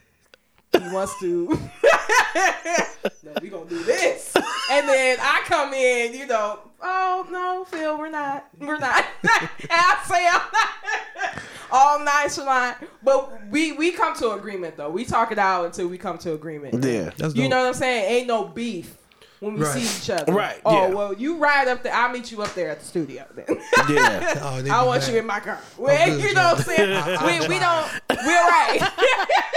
Speaker 2: He wants to. no, we gonna do this, and then I come in. You know, oh no, Phil, we're not, we're not. and I say I'm not. All nonchalant, but we we come to agreement though. We talk it out until we come to agreement.
Speaker 1: Yeah.
Speaker 3: That's dope.
Speaker 2: You know what I'm saying? Ain't no beef when we
Speaker 3: Right.
Speaker 2: see each other.
Speaker 1: Right,
Speaker 2: Oh
Speaker 1: yeah.
Speaker 2: well, you ride up there. I'll meet you up there at the studio then.
Speaker 1: Yeah.
Speaker 3: Oh, they
Speaker 2: I
Speaker 3: be
Speaker 2: want
Speaker 3: mad.
Speaker 2: you in my car. Well,
Speaker 3: good,
Speaker 2: you know what
Speaker 3: John.
Speaker 2: I'm saying? we, we don't. We're right.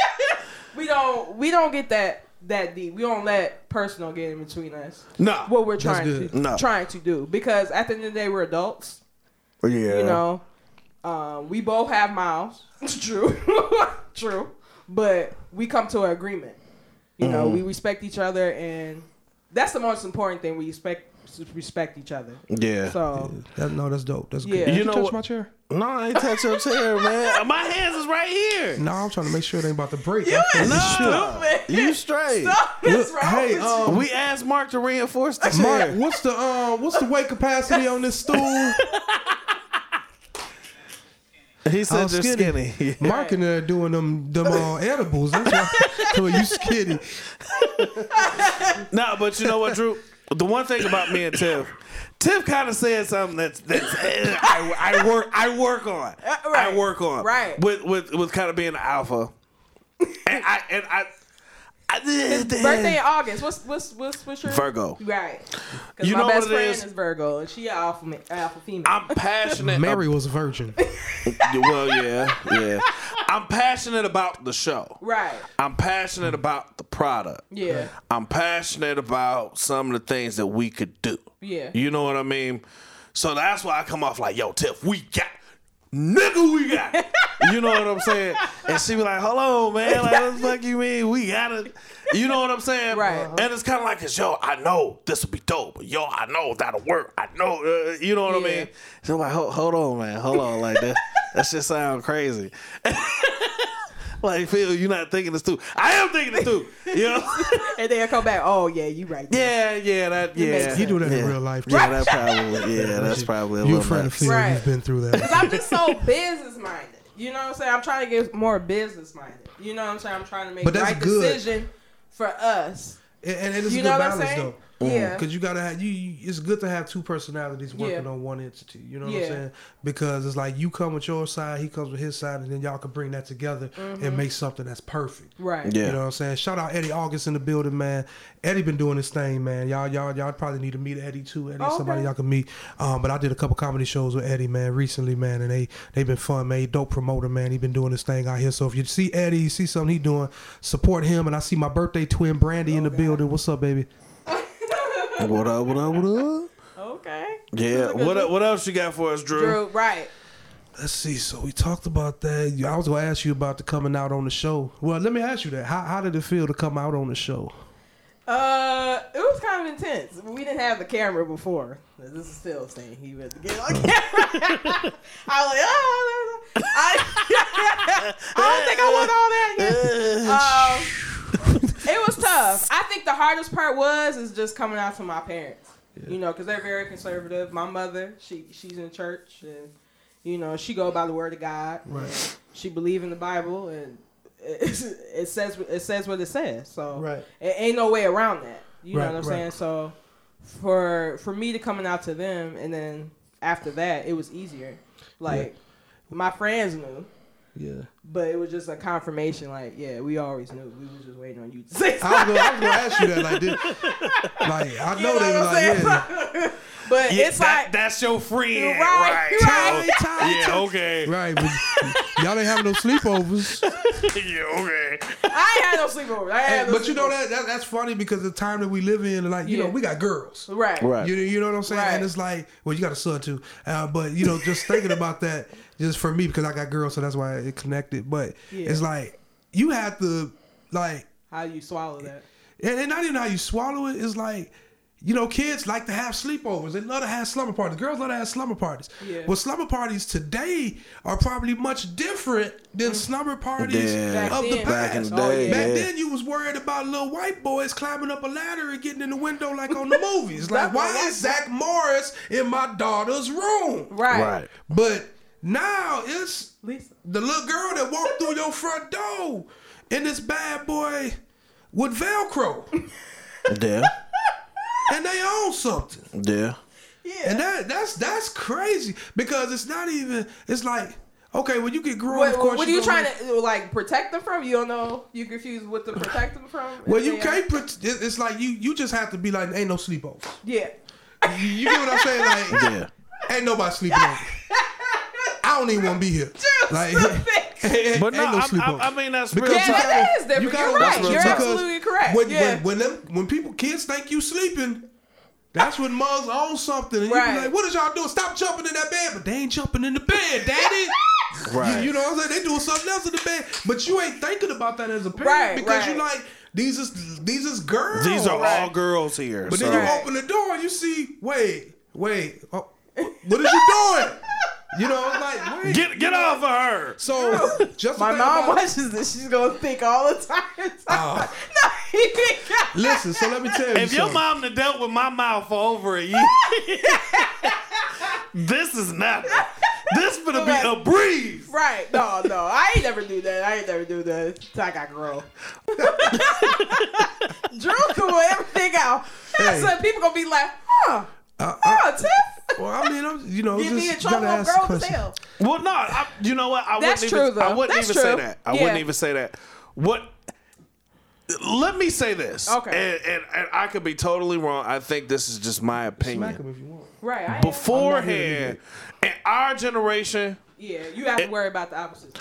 Speaker 2: we don't. We don't get that that deep. We don't let personal get in between us.
Speaker 1: No.
Speaker 2: What we're trying
Speaker 3: good.
Speaker 2: to
Speaker 1: No.
Speaker 2: trying to do because at the end of the day we're adults.
Speaker 1: yeah.
Speaker 2: You know, um, we both have mouths. True. True. But we come to an agreement. You know, we respect each other, and that's the most important thing. We respect respect each other.
Speaker 1: Yeah.
Speaker 2: So
Speaker 3: That, no, that's dope. That's
Speaker 2: Yeah.
Speaker 3: good. Did
Speaker 1: You
Speaker 3: you
Speaker 1: know
Speaker 3: touch
Speaker 1: what-
Speaker 3: my chair?
Speaker 1: No, I ain't touch your chair, man. My hands is right here.
Speaker 3: No, I'm trying to make sure they ain't about to break.
Speaker 2: you
Speaker 3: I'm-
Speaker 2: is
Speaker 1: No,
Speaker 2: stupid.
Speaker 1: you straight.
Speaker 2: Something's
Speaker 3: Look,
Speaker 2: wrong
Speaker 3: hey,
Speaker 2: with
Speaker 3: um,
Speaker 2: you.
Speaker 1: We asked Mark to reinforce the
Speaker 3: Mark, uh,
Speaker 1: chair.
Speaker 3: what's the um, what's the weight capacity on this stool?
Speaker 4: He said
Speaker 3: I was
Speaker 4: you're skinny. Yeah.
Speaker 3: Mark in there doing them them uh, edibles. That's why so you skinny.
Speaker 4: No, but you know what, Drew? The one thing about me and Tiff, Tiff kind of said something that's that's eh, I, I work I work on. I
Speaker 2: Uh, right,
Speaker 4: work on
Speaker 2: right.
Speaker 4: with with with kind of being an alpha. And I and I, I
Speaker 2: Birthday in August. What's what's what's what's your
Speaker 4: Virgo.
Speaker 2: Right. Because
Speaker 4: You
Speaker 2: my
Speaker 4: know
Speaker 2: best
Speaker 4: what it
Speaker 2: friend
Speaker 4: is?
Speaker 2: is? Virgo, and she a alpha ma- alpha female.
Speaker 4: I'm
Speaker 2: uh,
Speaker 4: passionate.
Speaker 3: Mary was a virgin.
Speaker 4: ab- well, yeah, yeah. I'm passionate about the show.
Speaker 2: right.
Speaker 4: I'm passionate about the product.
Speaker 2: Yeah.
Speaker 4: I'm passionate about some of the things that we could do.
Speaker 2: Yeah.
Speaker 4: You know what I mean? So that's why I come off like, yo, Tiff, we got nigga, we got it. you know what I'm saying? And she be like, hello, man. Like, what the fuck you mean? We got it. You know what I'm saying?
Speaker 2: Right.
Speaker 4: And it's kind of like, 'Cause, yo, I know this will be dope. Yo, I know that'll work. I know, uh, you know what
Speaker 2: Yeah.
Speaker 4: I mean? So I'm like, hold, hold on, man. Hold on. Like, that, that shit sound crazy. like, Phil, you're not thinking this through. I am thinking this through. You know?
Speaker 2: And then I come back. Oh yeah, you right. there.
Speaker 4: Yeah, yeah, that
Speaker 2: makes
Speaker 4: yeah.
Speaker 2: sense.
Speaker 3: He do that
Speaker 4: yeah.
Speaker 3: in real life. too.
Speaker 4: Yeah, that's probably yeah, that's probably a
Speaker 3: you a
Speaker 4: little
Speaker 3: friend of
Speaker 4: nuts.
Speaker 3: Phil.
Speaker 2: Right.
Speaker 3: You've been through that.
Speaker 2: Cause I'm just so business minded. You know what I'm saying? I'm trying to get more business minded. You know what I'm saying? I'm trying to make
Speaker 3: But
Speaker 2: the
Speaker 3: that's
Speaker 2: right
Speaker 3: good.
Speaker 2: decision for us.
Speaker 3: And, and it's
Speaker 2: You
Speaker 3: a
Speaker 2: know
Speaker 3: good
Speaker 2: what I'm
Speaker 3: balance
Speaker 2: saying?
Speaker 3: though.
Speaker 4: Mm.
Speaker 2: Yeah.
Speaker 3: Cause you gotta have you, you. It's good to have two personalities working
Speaker 2: Yeah.
Speaker 3: on one entity. You know what
Speaker 2: Yeah.
Speaker 3: I'm saying? Because it's like you come with your side, he comes with his side, and then y'all can bring that together
Speaker 2: Mm-hmm.
Speaker 3: and make something that's perfect.
Speaker 2: Right.
Speaker 4: Yeah.
Speaker 3: You know what I'm saying? Shout out Eddie August in the building, man. Eddie been doing his thing, man. Y'all, y'all, y'all probably need to meet Eddie too. Eddie's
Speaker 2: Oh, okay.
Speaker 3: somebody y'all can meet. Um, but I did a couple comedy shows with Eddie, man, recently, man, and they they been fun, man. He dope promoter, man. He been doing his thing out here. So if you see Eddie, you see something he doing, support him. And I see my birthday twin Brandy in the building. What's up, baby?
Speaker 4: What up? What up? What up?
Speaker 2: Okay.
Speaker 4: Yeah. What up, what else you got for us, Drew?
Speaker 2: Drew, right.
Speaker 3: Let's see. So we talked about that. I was gonna ask you about the coming out on the show. Well, let me ask you that. How how did it feel to come out on the show?
Speaker 2: Uh, it was kind of intense. We didn't have the camera before. This is still saying he was get on camera. I was like, oh, no, no. I, I don't think I want all that. Yet. Um, it was tough. I think the hardest part was is just coming out to my parents. You know, because they're very conservative. My mother, she she's in church, and you know she go by the word of God.
Speaker 3: Right.
Speaker 2: She believe in the Bible, and it, it says it says what it says. So
Speaker 3: Right.
Speaker 2: it ain't no way around that. You
Speaker 3: Right,
Speaker 2: know what I'm
Speaker 3: right.
Speaker 2: saying? So for for me to coming out to them, and then after that, it was easier. Like my friends knew.
Speaker 3: Yeah.
Speaker 2: But it was just a confirmation, like, yeah, we always knew. We was just waiting on you to say
Speaker 3: I was gonna, I was gonna ask you that. Like, did, like I know
Speaker 2: You know what
Speaker 3: they were
Speaker 2: I'm
Speaker 3: like,
Speaker 2: saying?
Speaker 3: yeah.
Speaker 2: But
Speaker 4: Yeah,
Speaker 2: it's
Speaker 4: that-
Speaker 2: like,
Speaker 4: that's your friend,
Speaker 2: Right,
Speaker 4: right?
Speaker 2: right.
Speaker 4: Oh, Yeah. Okay.
Speaker 3: Right, but y'all ain't having no sleepovers.
Speaker 4: Yeah. Okay.
Speaker 2: I ain't had no sleepover. I ain't had no
Speaker 3: but you know
Speaker 2: sleepover.
Speaker 3: that, that that's funny because the time that we live in, like you know,
Speaker 2: Yeah.
Speaker 3: we got girls.
Speaker 2: Right.
Speaker 4: Right.
Speaker 3: You, you know what I'm saying?
Speaker 2: Right.
Speaker 3: And it's like, well, you got a son too. Uh, but, you know, just thinking about that, just for me, because I got girls, so that's why it connected. But
Speaker 2: Yeah.
Speaker 3: it's like, you have to, like,
Speaker 2: How you swallow that.
Speaker 3: And, and not even how you swallow it is like, you know, kids like to have sleepovers. They love to have slumber parties. Girls love to have slumber parties.
Speaker 2: Yeah.
Speaker 3: Well, slumber parties today are probably much different than slumber parties
Speaker 4: Yeah.
Speaker 2: Back
Speaker 3: of the
Speaker 2: then.
Speaker 3: past.
Speaker 4: Mm. Back in the
Speaker 2: Oh,
Speaker 4: day.
Speaker 2: yeah.
Speaker 3: Back
Speaker 4: yeah.
Speaker 3: then, you was worried about little white boys climbing up a ladder and getting in the window like on the movies. Like, why is Zach Morris in my daughter's room?
Speaker 2: Right.
Speaker 4: Right.
Speaker 3: But now it's
Speaker 2: Lisa.
Speaker 3: the little girl that walked through your front door and this bad boy with Velcro
Speaker 4: Yeah.
Speaker 3: and they own something.
Speaker 4: Yeah.
Speaker 2: Yeah.
Speaker 3: And that that's that's crazy because it's not even. It's like okay, when you get grown,
Speaker 2: What,
Speaker 3: of course.
Speaker 2: what are you
Speaker 3: gonna
Speaker 2: trying to like protect them from? You don't know. You confused what to protect them from.
Speaker 3: Well, you
Speaker 2: Yeah.
Speaker 3: can't. Put, it- it's like you you just have to be like, ain't no sleepovers.
Speaker 2: Yeah.
Speaker 3: You, you get what I'm saying? Like,
Speaker 4: Yeah.
Speaker 3: ain't nobody sleeping over. I don't even want to be here. Like, ain't,
Speaker 4: But no,
Speaker 3: ain't no
Speaker 4: I,
Speaker 3: sleepovers.
Speaker 4: I, I mean that's
Speaker 3: Because
Speaker 4: real.
Speaker 2: Yeah,
Speaker 3: you
Speaker 4: talk.
Speaker 2: that
Speaker 3: gotta-
Speaker 2: is different.
Speaker 3: you gotta-
Speaker 2: You're
Speaker 3: that's
Speaker 2: right.
Speaker 3: what I'm
Speaker 2: You're
Speaker 3: saying.
Speaker 2: absolutely correct.
Speaker 3: When,
Speaker 2: Yeah.
Speaker 3: when, when, them, when people kids think you sleeping, that's when mugs on something, and you
Speaker 2: Right.
Speaker 3: be like, "What is y'all doing? Stop jumping in that bed!" But they ain't jumping in the bed, daddy.
Speaker 4: Right.
Speaker 3: You, you know what I'm saying? They doing something else in the bed, but you ain't thinking about that as a parent
Speaker 2: Right,
Speaker 3: because
Speaker 2: right.
Speaker 3: you like these is these is girls.
Speaker 4: These are
Speaker 2: Right.
Speaker 4: all girls here.
Speaker 3: But
Speaker 4: so.
Speaker 3: then you
Speaker 2: Right.
Speaker 3: open the door and you see, wait, wait, oh, what is you doing? You know, it's like wait.
Speaker 4: Get get off of her.
Speaker 3: so just
Speaker 2: My
Speaker 3: think
Speaker 2: mom
Speaker 3: about-
Speaker 2: watches this. She's gonna think all the time.
Speaker 3: Oh.
Speaker 2: no, he got
Speaker 3: Listen, so let me tell you.
Speaker 4: If your
Speaker 3: something.
Speaker 4: mom done dealt with my mouth for over a year, this is nothing. This gonna be
Speaker 2: that.
Speaker 1: a breeze.
Speaker 2: Right. No, no. I ain't never do that. I ain't never do that. Until I got grown. Drew threw everything out.
Speaker 3: Hey.
Speaker 2: So people gonna be like, huh, huh, Tiff?
Speaker 3: Well, I mean, I'm, you know,
Speaker 2: Give me a
Speaker 3: just gotta
Speaker 2: trouble I'm
Speaker 3: ask the
Speaker 2: girl as
Speaker 3: question.
Speaker 2: hell.
Speaker 1: Well, no, I, you know what? I
Speaker 2: That's
Speaker 1: wouldn't
Speaker 2: true,
Speaker 1: even,
Speaker 2: though.
Speaker 1: I wouldn't
Speaker 2: That's
Speaker 1: even say
Speaker 2: true.
Speaker 1: that. I
Speaker 2: Yeah.
Speaker 1: wouldn't even say that. What? Let me say this.
Speaker 2: Okay.
Speaker 1: And, and, and I could be totally wrong. I think this is just my
Speaker 3: Smack
Speaker 1: opinion.
Speaker 3: him if you want.
Speaker 2: Right. I ain't-
Speaker 1: Beforehand, in our generation,
Speaker 2: Yeah, you have to worry about the opposite.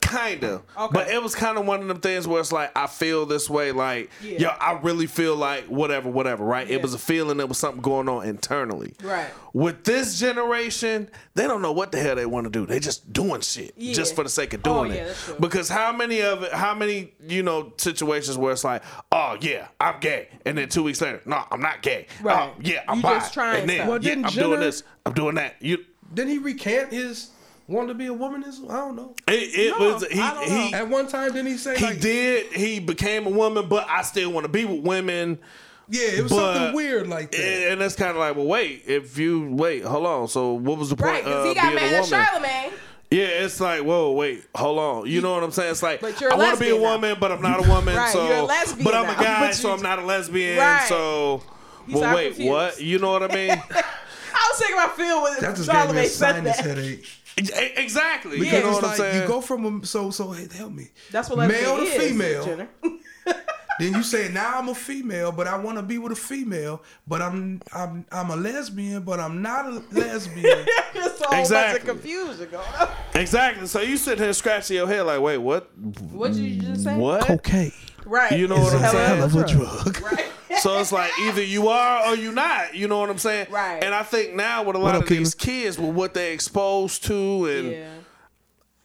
Speaker 1: kind of.
Speaker 2: Okay.
Speaker 1: But it was kind of one of them things where it's like, I feel this way. Like,
Speaker 2: Yeah.
Speaker 1: yo, I really feel like whatever, whatever, right?
Speaker 2: Yeah.
Speaker 1: It was a feeling. There was something going on internally.
Speaker 2: Right.
Speaker 1: With this generation, they don't know what the hell they want to do. They just doing shit
Speaker 2: Yeah.
Speaker 1: just for the sake of
Speaker 2: Oh,
Speaker 1: doing
Speaker 2: yeah,
Speaker 1: it.
Speaker 2: that's true.
Speaker 1: Because how many of it, how many, you know, situations where it's like, oh, yeah, I'm gay. And then two weeks later, no, I'm not gay.
Speaker 2: Right.
Speaker 1: Oh, yeah, I'm
Speaker 2: You
Speaker 1: bi.
Speaker 2: just trying
Speaker 1: and then,
Speaker 2: stuff. Well,
Speaker 1: yeah, I'm
Speaker 3: didn't
Speaker 1: doing
Speaker 3: Jenner-
Speaker 1: this. I'm doing that. You,
Speaker 3: Didn't he recant his wanting to be a womanism? I don't know.
Speaker 1: it, it
Speaker 2: No,
Speaker 1: was,
Speaker 2: I don't
Speaker 1: he, he,
Speaker 3: At one time, didn't he say
Speaker 1: he
Speaker 3: like,
Speaker 1: did. He became a woman, but I still want to be with women.
Speaker 3: Yeah, it was
Speaker 1: but-
Speaker 3: something weird like that.
Speaker 1: And and that's kind of like, well, wait. If you wait, hold on. So what was the point
Speaker 2: Right, because
Speaker 1: of
Speaker 2: he got
Speaker 1: being
Speaker 2: mad
Speaker 1: a
Speaker 2: at
Speaker 1: woman?
Speaker 2: Charlemagne.
Speaker 1: Yeah, it's like, whoa, wait, hold on. You know what I'm saying? It's like,
Speaker 2: But you're a
Speaker 1: I want to be a
Speaker 2: lesbian now.
Speaker 1: woman, but I'm not a woman.
Speaker 2: Right,
Speaker 1: so,
Speaker 2: you're a lesbian
Speaker 1: but I'm a
Speaker 2: now.
Speaker 1: guy,
Speaker 2: But
Speaker 1: so
Speaker 2: you-
Speaker 1: I'm not a lesbian.
Speaker 2: Right.
Speaker 1: So,
Speaker 2: so
Speaker 1: well, wait,
Speaker 2: confused.
Speaker 1: what? You know what I mean?
Speaker 2: I was thinking about Phil when
Speaker 3: that just gave me
Speaker 2: Charlemagne
Speaker 3: a
Speaker 2: said
Speaker 3: sinus
Speaker 2: that.
Speaker 3: headache.
Speaker 1: E- exactly.
Speaker 2: Because
Speaker 1: you know
Speaker 3: it's
Speaker 1: what I'm
Speaker 3: like
Speaker 1: saying?
Speaker 3: you go from a, so so. hey, Help me.
Speaker 2: That's what
Speaker 3: male
Speaker 2: lesbian
Speaker 3: to
Speaker 2: is.
Speaker 3: female.
Speaker 2: Jenner.
Speaker 3: Then you say now I'm a female, but I want to be with a female, but I'm I'm I'm a lesbian, but I'm not a lesbian.
Speaker 2: There's a whole bunch of
Speaker 1: Exactly.
Speaker 2: confusion going on.
Speaker 1: exactly. So you sit here scratching your head like, wait, what?
Speaker 2: What did you just say?
Speaker 1: What?
Speaker 3: Cocaine
Speaker 2: Right.
Speaker 1: You know what I'm saying?
Speaker 3: drug.
Speaker 2: Right.
Speaker 1: So it's like either you are or you not. You know what I'm saying?
Speaker 2: Right.
Speaker 1: And I think now with a lot
Speaker 3: up,
Speaker 1: of these kids, with what they exposed to, and
Speaker 2: Yeah.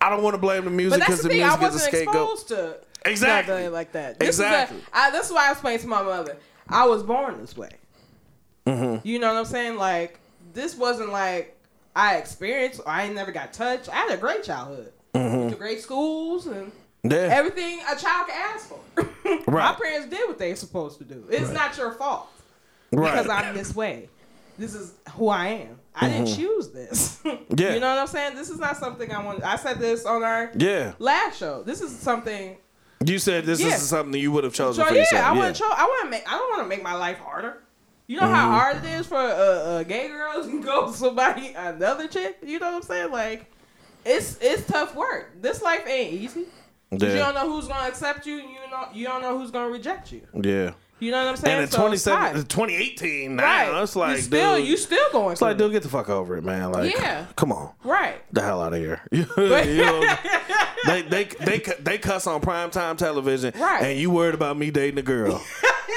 Speaker 1: I don't want to blame the music
Speaker 2: But that's
Speaker 1: because
Speaker 2: the
Speaker 1: the,
Speaker 2: thing. I
Speaker 1: music is a
Speaker 2: wasn't
Speaker 1: scapegoat.
Speaker 2: exposed to
Speaker 1: Exactly.
Speaker 2: nothing like that. This
Speaker 1: Exactly.
Speaker 2: Is a, I, this is why I was explained to my mother. I was born this way.
Speaker 1: Mm-hmm.
Speaker 2: You know what I'm saying? Like this wasn't like I experienced. Or I ain't never got touched. I had a great childhood.
Speaker 1: Mm-hmm.
Speaker 2: Went to great schools and
Speaker 1: Yeah.
Speaker 2: everything a child can ask for. My
Speaker 1: Right.
Speaker 2: parents did what they supposed to do. It's not your fault because I'm this way. This is who I am. I didn't choose this.
Speaker 1: Mm-hmm. Yeah.
Speaker 2: you know what I'm saying? This is not something I want. I said this on our
Speaker 1: yeah.
Speaker 2: last show. This is something.
Speaker 1: You said this
Speaker 2: Yeah.
Speaker 1: is something you would have chosen
Speaker 2: So
Speaker 1: for
Speaker 2: yeah,
Speaker 1: yourself.
Speaker 2: I want to. I want to make. I don't want to make my life harder. You know
Speaker 1: Mm-hmm.
Speaker 2: how hard it is for a, a gay girl to go to somebody another chick. You know what I'm saying? Like, it's it's tough work. This life ain't easy. 'Cause You
Speaker 1: Yeah.
Speaker 2: don't know who's gonna accept you. You know you don't know who's gonna reject you.
Speaker 1: yeah.
Speaker 2: You know what I'm saying?
Speaker 1: And in
Speaker 2: So it's
Speaker 1: 27,
Speaker 2: hard.
Speaker 1: 2018 now,
Speaker 2: right?
Speaker 1: it's like,
Speaker 2: you still
Speaker 1: dude,
Speaker 2: you still going.
Speaker 1: it's like,
Speaker 2: through
Speaker 1: dude, get the fuck over it, man. Like,
Speaker 2: Yeah.
Speaker 1: come on.
Speaker 2: it. right?
Speaker 1: the hell out of here. you know, they, they they cu- they cuss on primetime television,
Speaker 2: Right.
Speaker 1: And you worried about me dating a girl.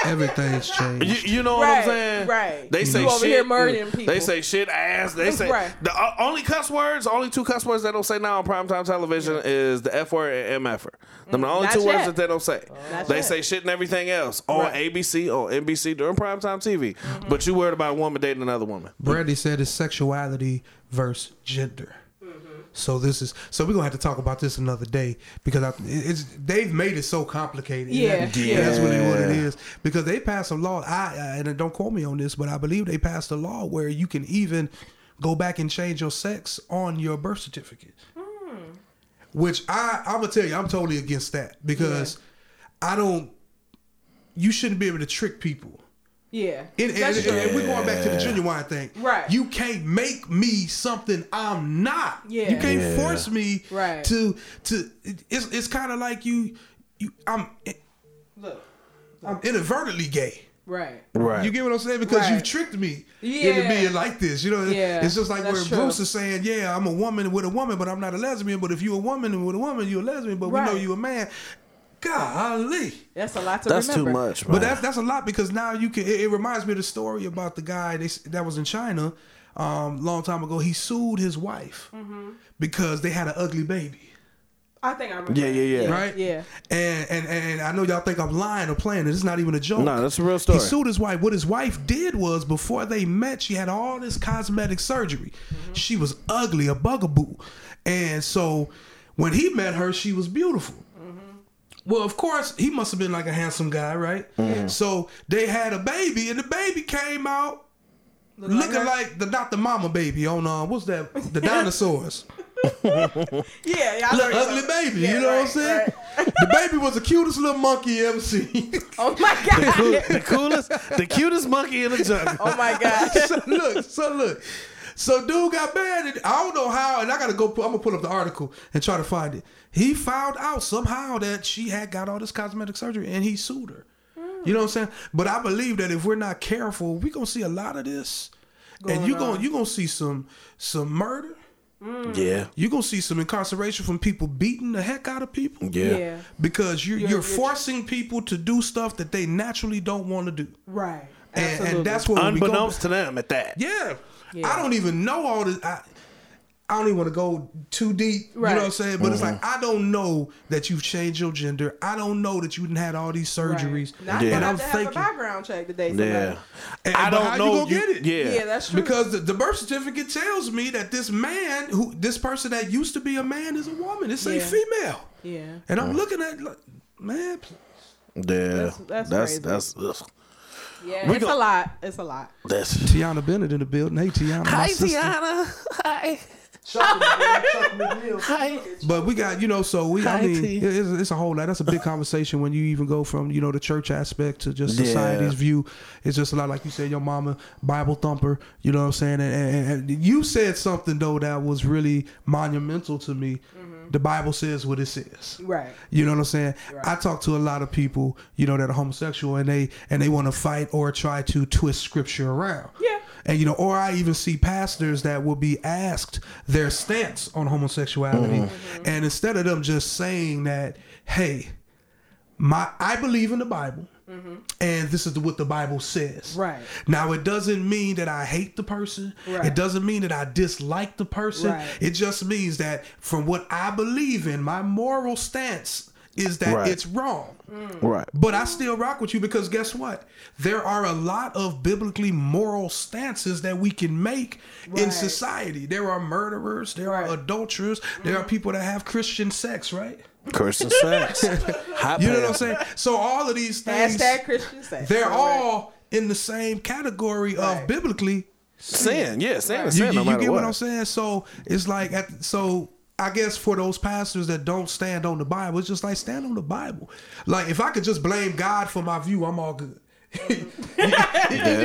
Speaker 3: Everything's changed.
Speaker 1: You, you know what
Speaker 2: Right,
Speaker 1: I'm saying?
Speaker 2: right.
Speaker 1: They
Speaker 2: You
Speaker 1: say
Speaker 2: over
Speaker 1: shit.
Speaker 2: here murdering
Speaker 1: and
Speaker 2: people.
Speaker 1: They say shit ass. They say
Speaker 2: Right.
Speaker 1: the o- only cuss words, only two cuss words they don't say now on primetime television is the f word and mf word. Them the only
Speaker 2: not
Speaker 1: two
Speaker 2: yet.
Speaker 1: words that they don't say.
Speaker 2: Not
Speaker 1: they
Speaker 2: yet.
Speaker 1: say shit and everything else on
Speaker 2: Right.
Speaker 1: ABC, on NBC during primetime TV. But you worried about a woman dating another woman.
Speaker 3: Brandy said it's sexuality versus gender. So this is so we're gonna have to talk about this another day because I, it's they've made it so complicated.
Speaker 2: Yeah.
Speaker 3: And
Speaker 2: Yeah.
Speaker 3: that's really what it is because they passed a law. I uh, and don't quote me on this, but I believe they passed a law where you can even go back and change your sex on your birth certificate. Which I I'm gonna tell you, I'm totally against that because I don't. You shouldn't be able to trick people.
Speaker 2: Yeah,
Speaker 3: And, and,
Speaker 2: That's
Speaker 3: and,
Speaker 2: true.
Speaker 3: and we're going back to the genuine thing.
Speaker 2: Right.
Speaker 3: You can't make me something I'm not.
Speaker 2: Yeah.
Speaker 3: You can't
Speaker 1: Yeah.
Speaker 3: force me
Speaker 2: Right.
Speaker 3: to to it- it's it's kind of like you you I'm
Speaker 2: Look,
Speaker 3: I'm inadvertently gay.
Speaker 2: right.
Speaker 1: Right.
Speaker 3: You get what I'm saying? Because
Speaker 2: Right.
Speaker 3: you've tricked me into
Speaker 2: Yeah.
Speaker 3: being like this. You know,
Speaker 2: Yeah,
Speaker 3: it's just like where
Speaker 2: that's true.
Speaker 3: Bruce is saying, "Yeah, I'm a woman with a woman, but I'm not a lesbian. But if you're a woman and with a woman, you're a lesbian. But we know
Speaker 2: Right.
Speaker 3: you're a man." Golly,
Speaker 2: That's a lot to
Speaker 1: That's
Speaker 2: remember.
Speaker 1: too much, man.
Speaker 3: But that's that's a lot because now you can. It, it reminds me of the story about the guy they, s- that was in China, um, long time ago. He sued his wife because they had an ugly baby,
Speaker 2: I think I remember.
Speaker 1: Yeah, yeah, yeah.
Speaker 3: right?
Speaker 2: Yeah.
Speaker 3: And and and I know y'all think I'm lying or playing. It's not even a joke.
Speaker 1: No, that's a real story.
Speaker 3: He sued his wife. What his wife did was before they met, she had all this cosmetic surgery.
Speaker 2: Mm-hmm.
Speaker 3: She was ugly, a bugaboo, and so when he met her, she was beautiful.
Speaker 2: Mm-hmm.
Speaker 3: Well, of course, he must have been like a handsome guy, right? So they had a baby, and the baby came out
Speaker 2: Look like
Speaker 3: looking
Speaker 2: her?
Speaker 3: like the not the mama baby on uh, what's that? The dinosaurs.
Speaker 2: Yeah, yeah. I
Speaker 3: Look,
Speaker 2: know what you're
Speaker 3: ugly
Speaker 2: talking-
Speaker 3: baby.
Speaker 2: yeah,
Speaker 3: you know what I'm
Speaker 2: right,
Speaker 3: saying?
Speaker 2: right.
Speaker 3: The baby was the cutest little monkey you ever seen.
Speaker 2: Oh my god.
Speaker 1: the coolest, the cutest monkey in the jungle.
Speaker 2: Oh my god.
Speaker 3: so look, so look. So dude got mad, and I don't know how. And I gotta go. Pull, I'm gonna pull up the article and try to find it. He found out somehow that she had got all this cosmetic surgery, and he sued her.
Speaker 2: Hmm.
Speaker 3: You know what I'm saying? But I believe that if we're not careful, we gonna see a lot of this, and
Speaker 2: Going
Speaker 3: you gonna
Speaker 2: on.
Speaker 3: you gonna see some some murder.
Speaker 1: Yeah,
Speaker 3: You gonna see some incarceration from people beating the heck out of people
Speaker 1: yeah.
Speaker 2: yeah.
Speaker 3: because you're you're,
Speaker 2: You're- you're-
Speaker 3: forcing people to do stuff that they naturally don't want to do,
Speaker 2: Right.
Speaker 3: and,
Speaker 2: Absolutely.
Speaker 3: and that's what we go,
Speaker 1: Unbeknownst to them, at that.
Speaker 3: yeah.
Speaker 2: Yeah.
Speaker 3: I don't even know all this. I, I don't even want to go too deep. You
Speaker 2: Right.
Speaker 3: know what I'm saying? But it's like,
Speaker 2: Mm-hmm.
Speaker 3: I don't know that you've changed your gender. I don't know that you didn't had all these
Speaker 2: Right.
Speaker 3: surgeries.
Speaker 2: Not
Speaker 1: Yeah.
Speaker 2: yeah.
Speaker 3: And
Speaker 2: i
Speaker 3: I'm
Speaker 2: have to have a
Speaker 3: thinking,
Speaker 2: background check today.
Speaker 1: Yeah,
Speaker 2: Yeah.
Speaker 3: And-
Speaker 1: I
Speaker 3: but
Speaker 1: don't
Speaker 3: how you
Speaker 1: know.
Speaker 3: gonna get it?
Speaker 1: Yeah,
Speaker 2: Yeah, that's true.
Speaker 3: because the, the birth certificate tells me that this man, who this person that used to be a man, is a woman. It's a
Speaker 2: Yeah.
Speaker 3: female.
Speaker 2: yeah.
Speaker 3: And I'm looking at, like, man,
Speaker 1: yeah.
Speaker 2: That's- that's
Speaker 1: that's
Speaker 2: crazy.
Speaker 1: that's that's, ugh,
Speaker 2: Yeah.
Speaker 1: We
Speaker 2: it's
Speaker 1: gon-
Speaker 2: a lot. It's a lot.
Speaker 1: that's
Speaker 3: Tiana Bennett in the building. Hey, Tiana. my sister.
Speaker 1: Hi. Hi.
Speaker 3: But we got you know, so we. I
Speaker 1: Hi,
Speaker 3: mean,
Speaker 1: T.
Speaker 3: it- it's, it's a whole lot. That's a big conversation when you even go from you know the church aspect to just
Speaker 1: Yeah.
Speaker 3: society's view. It's just a lot, like you said, your mama Bible thumper. You know what I'm saying? And, and, and you said something though that was really monumental to me.
Speaker 1: Mm-hmm.
Speaker 3: The Bible says what it says.
Speaker 2: Right.
Speaker 3: You know what I'm saying? I talk to a lot of people, you know, that are homosexual and they and they want to fight or try to twist scripture around.
Speaker 2: Yeah.
Speaker 3: And you know, or I even see pastors that will be asked their stance on homosexuality.
Speaker 2: Mm-hmm.
Speaker 3: And instead of them just saying that, hey, my I believe in the Bible. And this is what the Bible says.
Speaker 2: Mm-hmm. Right.
Speaker 3: Now it doesn't mean that I hate the person.
Speaker 2: Right.
Speaker 3: It doesn't mean that I dislike the person.
Speaker 2: Right.
Speaker 3: It just means that from what I believe in, my moral stance is that
Speaker 1: Right.
Speaker 3: it's wrong.
Speaker 1: Right.
Speaker 3: But I still rock with you because guess what? There are a lot of biblically moral stances that we can make in
Speaker 2: Right.
Speaker 3: society. There are murderers, there
Speaker 2: Right. Mm-hmm.
Speaker 3: are adulterers, there are people that have Christian sex, right?
Speaker 1: Cursing sex. Hot
Speaker 3: You know what
Speaker 1: pants.
Speaker 3: I'm saying? So all of these things
Speaker 2: Hashtag Christian sex.
Speaker 3: they're
Speaker 2: Right.
Speaker 3: all in the same category of
Speaker 2: Right.
Speaker 3: biblically
Speaker 1: Sin. Yeah, sin. is
Speaker 3: you,
Speaker 1: Sin.
Speaker 3: you-
Speaker 1: no
Speaker 3: you
Speaker 1: matter
Speaker 3: get what.
Speaker 1: what.
Speaker 3: I'm saying? So it's like, at, so I guess for those pastors that don't stand on the Bible, it's just like stand on the Bible. Like if I could just blame God for my view, I'm all good. you, you- you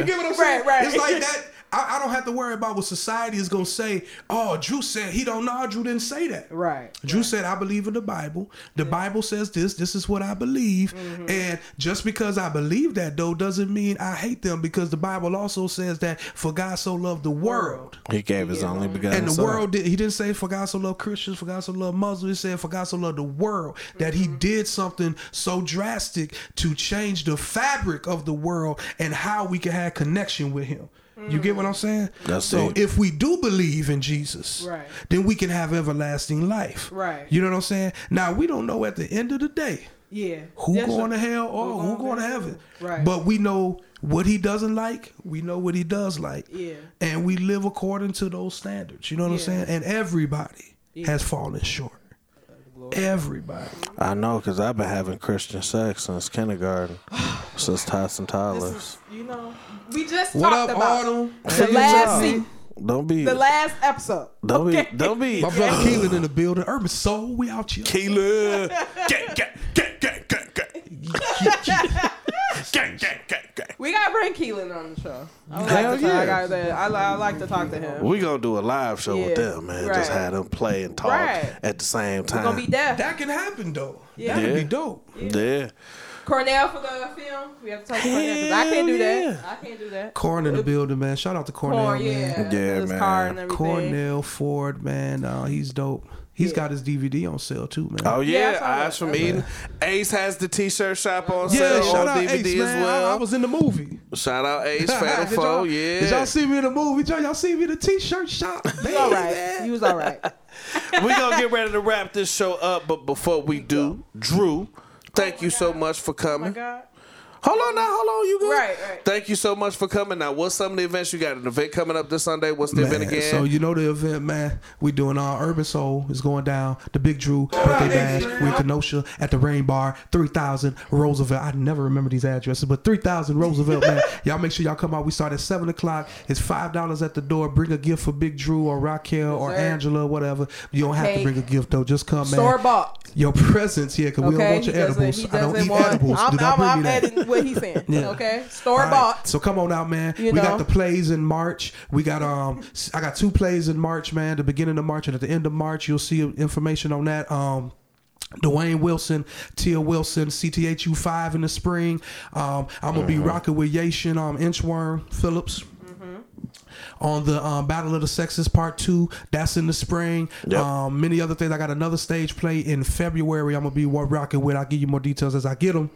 Speaker 3: get what I'm saying?
Speaker 2: Right, right.
Speaker 3: It's like that. I, I don't have to worry about what society is gonna say. Oh, Drew said he don't know. Drew didn't say that.
Speaker 2: Right.
Speaker 3: Drew said, I believe in the Bible. The Bible says this. This is what I believe.
Speaker 2: Mm-hmm.
Speaker 3: And just because I believe that, though, doesn't mean I hate them because the Bible also says that for God so loved the world.
Speaker 1: He gave his only begotten
Speaker 3: And the
Speaker 1: son.
Speaker 3: world did, he didn't say for God so loved Christians, for God so loved Muslims. He said for God so loved the world that
Speaker 2: Mm-hmm.
Speaker 3: he did something so drastic to change the fabric of the world and how we can have connection with him. You get what I'm saying?
Speaker 1: That's
Speaker 3: so
Speaker 1: it.
Speaker 3: if we do believe in Jesus,
Speaker 2: Mm-hmm. Right.
Speaker 3: then we can have everlasting life.
Speaker 2: Right.
Speaker 3: You know what I'm saying? Now we don't know at the end of the day
Speaker 2: Yeah.
Speaker 3: who
Speaker 2: That's
Speaker 3: going
Speaker 2: right.
Speaker 3: to hell or who, going to heaven.
Speaker 2: Right.
Speaker 3: But we know what he doesn't like. We know what he does like.
Speaker 2: Yeah.
Speaker 3: And we live according to those standards. You know what I'm
Speaker 2: Yeah.
Speaker 3: saying? And everybody has fallen short. Everybody.
Speaker 1: I know, because I've been having Christian sex since kindergarten, since Tyson
Speaker 2: This
Speaker 1: Tyler's.
Speaker 2: is, you know, we just
Speaker 3: What
Speaker 2: talked
Speaker 3: up,
Speaker 2: about
Speaker 3: Arnold?
Speaker 2: the
Speaker 1: Hey, y'all.
Speaker 2: last se-
Speaker 1: Don't be.
Speaker 2: the last episode.
Speaker 1: don't
Speaker 2: okay.
Speaker 1: be. Don't be.
Speaker 3: My brother Keelan in the building. Urban Soul, we out here.
Speaker 1: Keeler. Gang, gang, gang, gang, gang, gang. Gang, gang, gang, gang.
Speaker 2: We gotta bring Keelan on the show. I would
Speaker 1: Hell
Speaker 2: like to talk,
Speaker 1: yeah.
Speaker 2: I, gotta, I, li- I like to talk to him.
Speaker 1: We gonna do a live show with
Speaker 2: Yeah,
Speaker 1: them, man. Just
Speaker 2: right.
Speaker 1: have them play and talk
Speaker 2: Right.
Speaker 1: at the same
Speaker 2: We're gonna
Speaker 1: time.
Speaker 2: be deaf.
Speaker 3: That can happen though.
Speaker 2: Yeah.
Speaker 3: That could
Speaker 1: Yeah.
Speaker 3: be dope.
Speaker 1: yeah.
Speaker 2: Cornell for the film. We have to talk to Cornell because I can't
Speaker 1: Hell
Speaker 2: do that. I can't do that.
Speaker 3: Corn in the building, man. Shout out to Cornell,
Speaker 2: Corn,
Speaker 3: man.
Speaker 2: yeah,
Speaker 1: Yeah,
Speaker 2: his
Speaker 1: man.
Speaker 2: car and everything.
Speaker 3: Cornell Ford, man. Uh, he's dope. He's got his DVD on sale too, man.
Speaker 1: Oh yeah,
Speaker 2: Yeah, I saw that.
Speaker 1: Eyes from
Speaker 2: Okay.
Speaker 1: Eden. Ace has the T-shirt shop on
Speaker 3: Yeah,
Speaker 1: sale on
Speaker 3: shout out
Speaker 1: DVD
Speaker 3: Ace,
Speaker 1: as
Speaker 3: man. I, I
Speaker 1: well.
Speaker 3: was in the movie.
Speaker 1: shout out Ace Fatal
Speaker 3: Did
Speaker 1: Foe.
Speaker 3: y'all-
Speaker 1: Yeah,
Speaker 3: Did y'all see me in the movie? Did y'all see me in the t-shirt shop?
Speaker 2: He was all right. He was all right.
Speaker 1: we gonna get ready to wrap this show up, but before we do, Drew, thank you so much for
Speaker 2: Oh my
Speaker 1: coming.
Speaker 2: God.
Speaker 1: Hold on now, hold on, you good?
Speaker 2: Right, right.
Speaker 1: Thank you so much for coming. Now, what's some of the events you got? An event coming up this Sunday. What's the event
Speaker 3: Man,
Speaker 1: again?
Speaker 3: So you know the event, man. We doing our Urban Soul is going down. The Big Drew birthday bash with Kenosha at the Rain Bar, three thousand Roosevelt. I never remember these addresses, but three thousand Roosevelt, man. Y'all make sure y'all come out. We start at seven o'clock. It's five dollars at the door. Bring a gift for Big Drew or Raquel or
Speaker 2: sir.
Speaker 3: Angela, whatever. You don't have to
Speaker 2: Cake.
Speaker 3: bring a gift though. Just come, man.
Speaker 2: Store bought.
Speaker 3: Your presence here, cause we don't
Speaker 2: Okay,
Speaker 3: want
Speaker 2: he
Speaker 3: your
Speaker 2: doesn't. He
Speaker 3: edibles. I don't
Speaker 2: doesn't
Speaker 3: eat
Speaker 2: want.
Speaker 3: edibles.
Speaker 2: I'm,
Speaker 3: Do not
Speaker 2: I'm,
Speaker 3: bring
Speaker 2: I'm
Speaker 3: me that.
Speaker 2: adding what he's saying.
Speaker 3: Yeah.
Speaker 2: Okay, store
Speaker 3: All right,
Speaker 2: bought.
Speaker 3: So come on out, man.
Speaker 2: You
Speaker 3: we
Speaker 2: know.
Speaker 3: got the plays in March. We got um, s- I got two plays in March, man. The beginning of March and at the end of March, you'll see information on that. Um. Dwayne Wilson, Tia Wilson, CTHU five in the spring. Um, I'm gonna be rocking with Yation, um, Inchworm Phillips
Speaker 2: Mm-hmm.
Speaker 3: on the um, Battle of the Sexes Part Two. That's in the spring.
Speaker 1: Yep.
Speaker 3: Um, many other things. I got another stage play in February. I'm gonna be wa- rocking with. I'll give you more details as I get them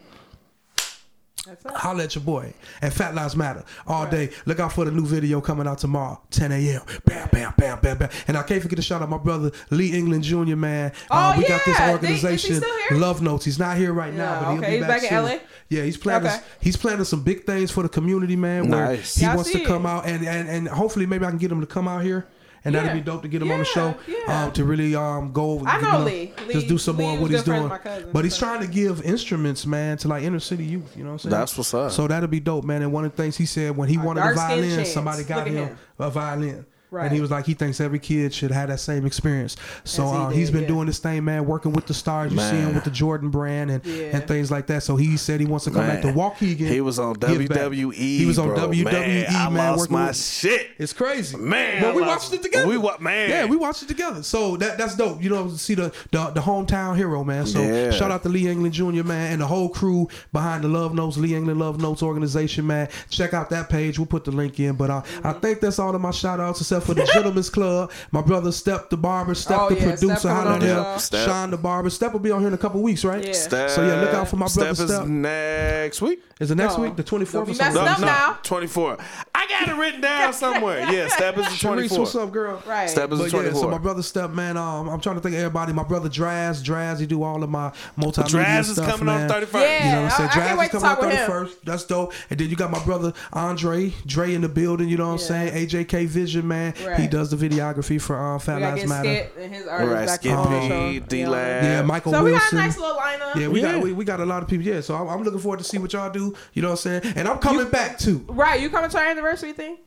Speaker 2: That's it.
Speaker 3: holla at your boy and Fat Lives Matter all day. Look out for the new video coming out tomorrow, 10 a.m. Bam, bam, bam, bam, bam. And I can't forget to shout out my brother Lee England Jr. Man. Um,
Speaker 2: Oh,
Speaker 3: we got this
Speaker 2: yeah. They- is he
Speaker 3: organization,
Speaker 2: still here?
Speaker 3: Love Notes. He's not here right now,
Speaker 2: Yeah,
Speaker 3: but he'll
Speaker 2: okay.
Speaker 3: be
Speaker 2: He's
Speaker 3: back,
Speaker 2: back in
Speaker 3: soon.
Speaker 2: LA?
Speaker 3: Yeah, he's planning.
Speaker 2: Okay.
Speaker 3: He's planning some big things for the community, man. Where
Speaker 1: Nice.
Speaker 3: he
Speaker 2: Yeah, I
Speaker 3: wants
Speaker 2: see
Speaker 3: to
Speaker 2: it.
Speaker 3: come out and, and and hopefully maybe I can get him to come out here. And that'd
Speaker 2: Yeah.
Speaker 3: be dope to get him on the
Speaker 2: Yeah,
Speaker 3: show
Speaker 2: yeah.
Speaker 3: um, to really um, go over.
Speaker 2: I
Speaker 3: you
Speaker 2: know Lee. Lee-
Speaker 3: Just do some
Speaker 2: Lee
Speaker 3: more of
Speaker 2: was
Speaker 3: what he's
Speaker 2: good friends with
Speaker 3: doing.
Speaker 2: my cousin,
Speaker 3: But he's
Speaker 2: so.
Speaker 3: trying to give instruments, man, to like inner city youth. You know what I'm saying?
Speaker 1: That's what's up.
Speaker 3: So that'll be dope, man. And one of the things he said when he wanted a
Speaker 2: dark-skinned
Speaker 3: violin,
Speaker 2: chance.
Speaker 3: somebody got
Speaker 2: Look at
Speaker 3: him,
Speaker 2: him.
Speaker 3: a violin.
Speaker 2: Right.
Speaker 3: And he was like, he thinks every kid should have that same experience. So
Speaker 2: As he
Speaker 3: uh,
Speaker 2: did,
Speaker 3: he's been
Speaker 2: yeah.
Speaker 3: doing this thing, man, working with the stars. You see him
Speaker 1: Man.
Speaker 3: with the Jordan brand and,
Speaker 2: Yeah.
Speaker 3: and things like that. So he said he wants to come back to
Speaker 1: Man.
Speaker 3: Waukegan.
Speaker 1: He was on
Speaker 3: give back.
Speaker 1: WWE.
Speaker 3: He was on
Speaker 1: bro.
Speaker 3: WWE,
Speaker 1: Man, I
Speaker 3: man,
Speaker 1: lost
Speaker 3: working
Speaker 1: my
Speaker 3: with-
Speaker 1: shit.
Speaker 3: It's crazy,
Speaker 1: Man,
Speaker 3: But we
Speaker 1: I
Speaker 3: watched
Speaker 1: love-
Speaker 3: it together.
Speaker 1: we wa- man.
Speaker 3: Yeah, we watched it together. So that that's dope. You know, to see the the, the hometown hero, man. So
Speaker 1: Yeah.
Speaker 3: shout out to Lee England Jr. man and the whole crew behind the Love Notes, Lee England Love Notes organization, man. Check out that page. We'll put the link in. But uh, I think that's all of my shout outs except for the Gentlemen's Club. My brother Step the barber, Step
Speaker 2: Oh,
Speaker 3: the
Speaker 2: yeah, Step
Speaker 3: producer,
Speaker 2: coming
Speaker 3: holla
Speaker 2: on
Speaker 3: at
Speaker 2: the
Speaker 3: him,
Speaker 1: show. Step.
Speaker 3: Sean the barber. Step will be on here in a couple weeks, right?
Speaker 2: Yeah.
Speaker 3: So yeah, look out for my brother
Speaker 1: Step
Speaker 3: Step.
Speaker 1: Uh, is next week.
Speaker 3: Is it next
Speaker 2: No.
Speaker 3: week? The twenty fourth.
Speaker 2: Don't be messing up now.
Speaker 1: 24. I got it written down somewhere. Yeah, Step is the
Speaker 3: Sharice,
Speaker 1: 24.
Speaker 3: what's up, girl?
Speaker 2: Right.
Speaker 1: Step is the
Speaker 3: But yeah,
Speaker 1: 24.
Speaker 3: so my brother Step, man, um, I'm trying to think of everybody. My brother Draz, Draz, he do all of my multimedia
Speaker 1: Draz is
Speaker 3: stuff,
Speaker 1: coming on
Speaker 3: man.
Speaker 1: 31st.
Speaker 2: Yeah.
Speaker 3: You know what I'm saying?
Speaker 2: I- I can't
Speaker 3: Draz
Speaker 2: wait
Speaker 3: is
Speaker 2: to
Speaker 3: coming on
Speaker 2: talk with him.
Speaker 3: 31st. That's dope. And then you got my brother Andre, Dre in the building. You know what
Speaker 2: Yeah.
Speaker 3: I'm saying? AJK Vision, man. He
Speaker 2: Right.
Speaker 3: does the videography for um,
Speaker 2: We
Speaker 3: Fat
Speaker 2: gotta
Speaker 3: Lives
Speaker 2: get
Speaker 3: Matter.
Speaker 2: Skip and his artist
Speaker 1: Right,
Speaker 2: back on
Speaker 1: Skippy,
Speaker 2: the show.
Speaker 1: D Lab.
Speaker 3: Yeah, Michael
Speaker 2: So we
Speaker 3: Wilson.
Speaker 2: got a nice little lineup.
Speaker 3: yeah, we
Speaker 1: Yeah.
Speaker 3: got we, we got a lot of people. Yeah, so I'm, I'm looking forward to see what y'all do. You know what I'm saying? And I'm coming back too.
Speaker 2: Right, you coming to our anniversary thing?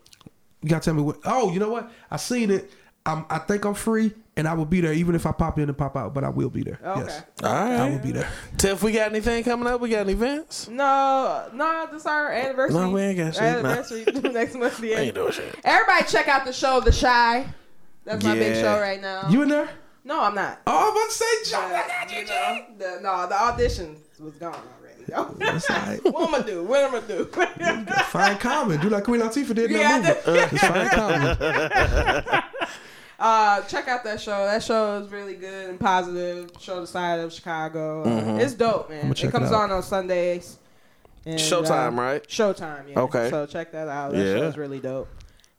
Speaker 3: You gotta tell me what. Oh, you know what? I seen it. I'm, I think I'm free, and I will be there even if I pop in and pop out. But I will be there.
Speaker 2: Oh, Okay.
Speaker 3: Yes,
Speaker 1: All right.
Speaker 3: I will be there.
Speaker 1: Tiff, we got anything coming up? We got any events?
Speaker 2: No, no, this our anniversary.
Speaker 1: No, we ain't got shit,
Speaker 2: Our
Speaker 1: nah.
Speaker 2: Anniversary next month. The
Speaker 1: I
Speaker 2: end.
Speaker 1: ain't doing shit.
Speaker 2: Everybody check out the show, The Shy. That's my big
Speaker 1: Yeah.
Speaker 2: show right now.
Speaker 3: You in there?
Speaker 2: no, I'm not.
Speaker 3: Oh, I'm about to say,
Speaker 2: Uh,
Speaker 3: John.
Speaker 2: you know, the, no, the audition was gone already.
Speaker 3: That's all right.
Speaker 2: what I'm gonna do? What I'm gonna do?
Speaker 3: Fine comment. Do like Queen Latifah did in
Speaker 2: Yeah,
Speaker 3: that movie. It's fine comment.
Speaker 2: uh, check out that show. That show is really good and positive. Show the side of Chicago. Uh, It's dope, man.
Speaker 3: Mm-hmm. I'ma
Speaker 2: It
Speaker 3: check it
Speaker 2: comes
Speaker 3: out.
Speaker 2: on on Sundays. And, uh,
Speaker 1: Showtime, right?
Speaker 2: Showtime. Yeah.
Speaker 1: Okay.
Speaker 2: So check that out. That
Speaker 1: Yeah.
Speaker 2: show's really dope.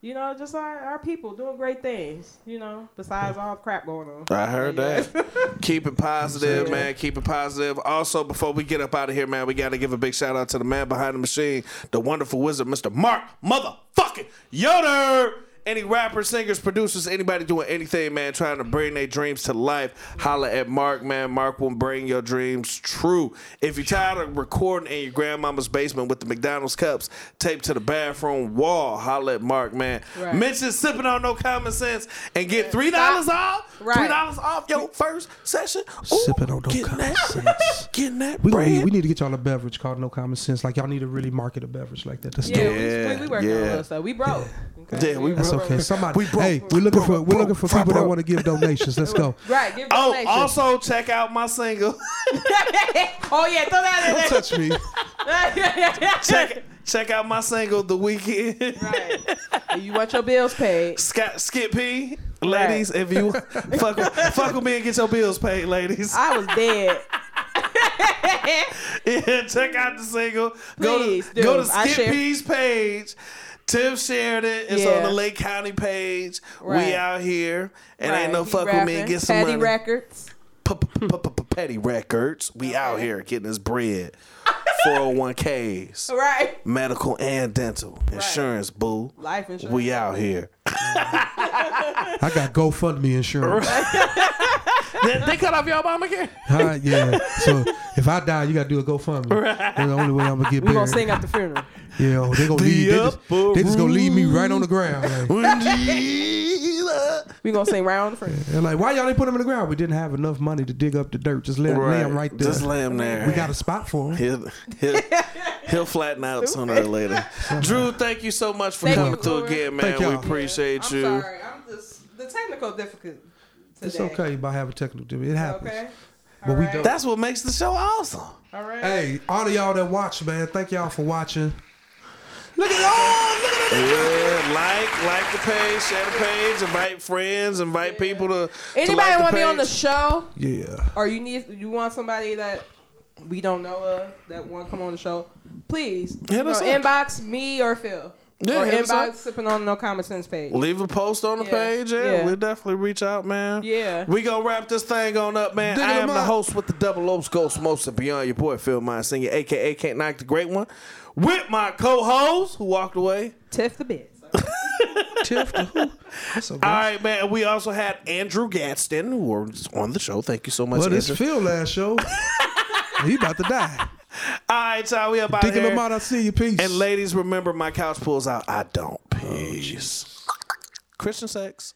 Speaker 2: You know, just our, our people doing great things. You know, besides all the crap going on.
Speaker 1: I heard
Speaker 2: Yeah.
Speaker 1: that. Keep it positive,
Speaker 2: Yeah.
Speaker 1: man. Keep it positive. Also, before we get up out of here, man, we got to give a big shout out to the man behind the machine, the wonderful wizard, Mr. Mark Motherfucking Yoder. Any rappers, singers, producers, anybody doing anything, man, trying to bring their dreams to life, holla at Mark, man. Mark will bring your dreams true. If you're tired of recording in your grandmama's basement with the McDonald's cups taped to the bathroom wall, holla at Mark, man.
Speaker 2: Right.
Speaker 1: Mention sipping on no common sense and get $3 off.
Speaker 2: Right.
Speaker 1: Three dollars off your first session. Ooh,
Speaker 3: Oh, Sipping on no
Speaker 1: getting
Speaker 3: common
Speaker 1: that,
Speaker 3: sense.
Speaker 1: Getting that
Speaker 3: We, gonna
Speaker 1: bread.
Speaker 3: need, we need to get y'all a beverage called No Common Sense. Like y'all need to really market a beverage like that. That's
Speaker 2: Yeah,
Speaker 3: dope.
Speaker 1: Yeah,
Speaker 2: we, we working on
Speaker 1: yeah.
Speaker 2: a little stuff. We broke.
Speaker 1: Yeah, we
Speaker 3: That's
Speaker 1: broke.
Speaker 3: okay. Somebody,
Speaker 1: We broke.
Speaker 3: hey, we're looking for we're looking for
Speaker 1: Broke.
Speaker 3: people that want to give donations. Let's go.
Speaker 2: Right, give
Speaker 1: Oh,
Speaker 2: donations.
Speaker 1: also check out my single.
Speaker 2: oh yeah, throw
Speaker 3: Don't
Speaker 2: that
Speaker 3: touch me.
Speaker 2: in there.
Speaker 1: check check out my single the weekend.
Speaker 2: Right. And you want your bills paid.
Speaker 1: Scott Skip P. Ladies, if you fuck with, fuck with me and get your bills paid, ladies.
Speaker 2: I was dead.
Speaker 1: Yeah, check out the single.
Speaker 2: Please
Speaker 1: go to
Speaker 2: do.
Speaker 1: go to
Speaker 2: I
Speaker 1: Skip
Speaker 2: share-
Speaker 1: P's page. Tim shared it. It's on
Speaker 2: Yeah.
Speaker 1: the Lake County page.
Speaker 2: Right.
Speaker 1: We out here, and
Speaker 2: Right,
Speaker 1: ain't no
Speaker 2: he
Speaker 1: fuck with me
Speaker 2: rapping.
Speaker 1: and get some
Speaker 2: Patty
Speaker 1: money.
Speaker 2: Records.
Speaker 1: P- p- p- p- p- Petty Records. We out here getting this bread. 401ks,
Speaker 2: Right.
Speaker 1: medical and dental, insurance, boo.
Speaker 2: Life insurance.
Speaker 1: We out here.
Speaker 3: I got GoFundMe insurance.
Speaker 1: they, they cut off your Obamacare?
Speaker 3: Huh? yeah. So if I die, you gotta do a GoFundMe. That's the only way I'm gonna get
Speaker 2: We're
Speaker 3: buried.
Speaker 2: gonna sing at the funeral.
Speaker 3: Yeah, oh, they gonna leave. They just,
Speaker 1: upper
Speaker 3: they just gonna leave me right on the ground. Like,
Speaker 1: uh,
Speaker 2: We're gonna sing right on the funeral.
Speaker 3: they're like, why y'all didn't put them in the ground? We didn't have enough money to dig up the dirt. Just lay, lay 'em right there.
Speaker 1: Just lay him there.
Speaker 3: we got a spot for them.
Speaker 1: He'll, he'll, he'll flatten out sooner or later. Drew, thank you so much for
Speaker 2: Thank
Speaker 1: coming
Speaker 2: you,
Speaker 1: through
Speaker 2: Lord.
Speaker 1: again, man.
Speaker 3: Uh-huh.
Speaker 1: We
Speaker 3: Thank y'all.
Speaker 1: appreciate
Speaker 2: I'm
Speaker 1: you.
Speaker 2: sorry. I'm just the technical difficulty. Today.
Speaker 3: It's okay if I have a technical difficulty. It happens.
Speaker 2: Okay.
Speaker 3: But we don't-
Speaker 1: That's what makes the show awesome.
Speaker 2: All right.
Speaker 3: Hey, all of y'all that watch, man, thank y'all for watching.
Speaker 1: Look at all. Look at yeah, like, like the page, share the page, invite friends, invite people to.
Speaker 2: Anybody
Speaker 1: to like
Speaker 2: want to
Speaker 1: the
Speaker 2: be on the
Speaker 1: page.
Speaker 2: show,
Speaker 3: Yeah.
Speaker 2: or you need you want somebody that we don't know of that want to come on the show? Please you know,
Speaker 1: us up.
Speaker 2: inbox me or Phil.
Speaker 1: Yeah,
Speaker 2: or
Speaker 1: hit us
Speaker 2: inbox
Speaker 1: up.
Speaker 2: sipping on no common sense page.
Speaker 1: Leave a post on the
Speaker 2: Yeah,
Speaker 1: page. Yeah,
Speaker 2: yeah.
Speaker 1: we'll definitely reach out, man.
Speaker 2: Yeah.
Speaker 1: We gonna wrap this thing on up, man.
Speaker 3: Dig
Speaker 1: I
Speaker 3: it
Speaker 1: am
Speaker 3: up.
Speaker 1: the host with the double O's Ghost Most Beyond your boy Phil Monsignor, aka Can't Knock the Great One. With my co-host who walked away.
Speaker 2: Tiff the bit.
Speaker 3: Tiff the who? That's okay.
Speaker 1: All right, man. And we also had Andrew Gadsden, who was on the show. Thank you so much,
Speaker 3: Well, this
Speaker 1: Andrew.
Speaker 3: Phil last show. he about to die.
Speaker 1: All right, y'all. We about
Speaker 3: Think of
Speaker 1: here.
Speaker 3: him out. I see you. Peace.
Speaker 1: and ladies, remember, my couch pulls out. I don't. Peace. Christian sex.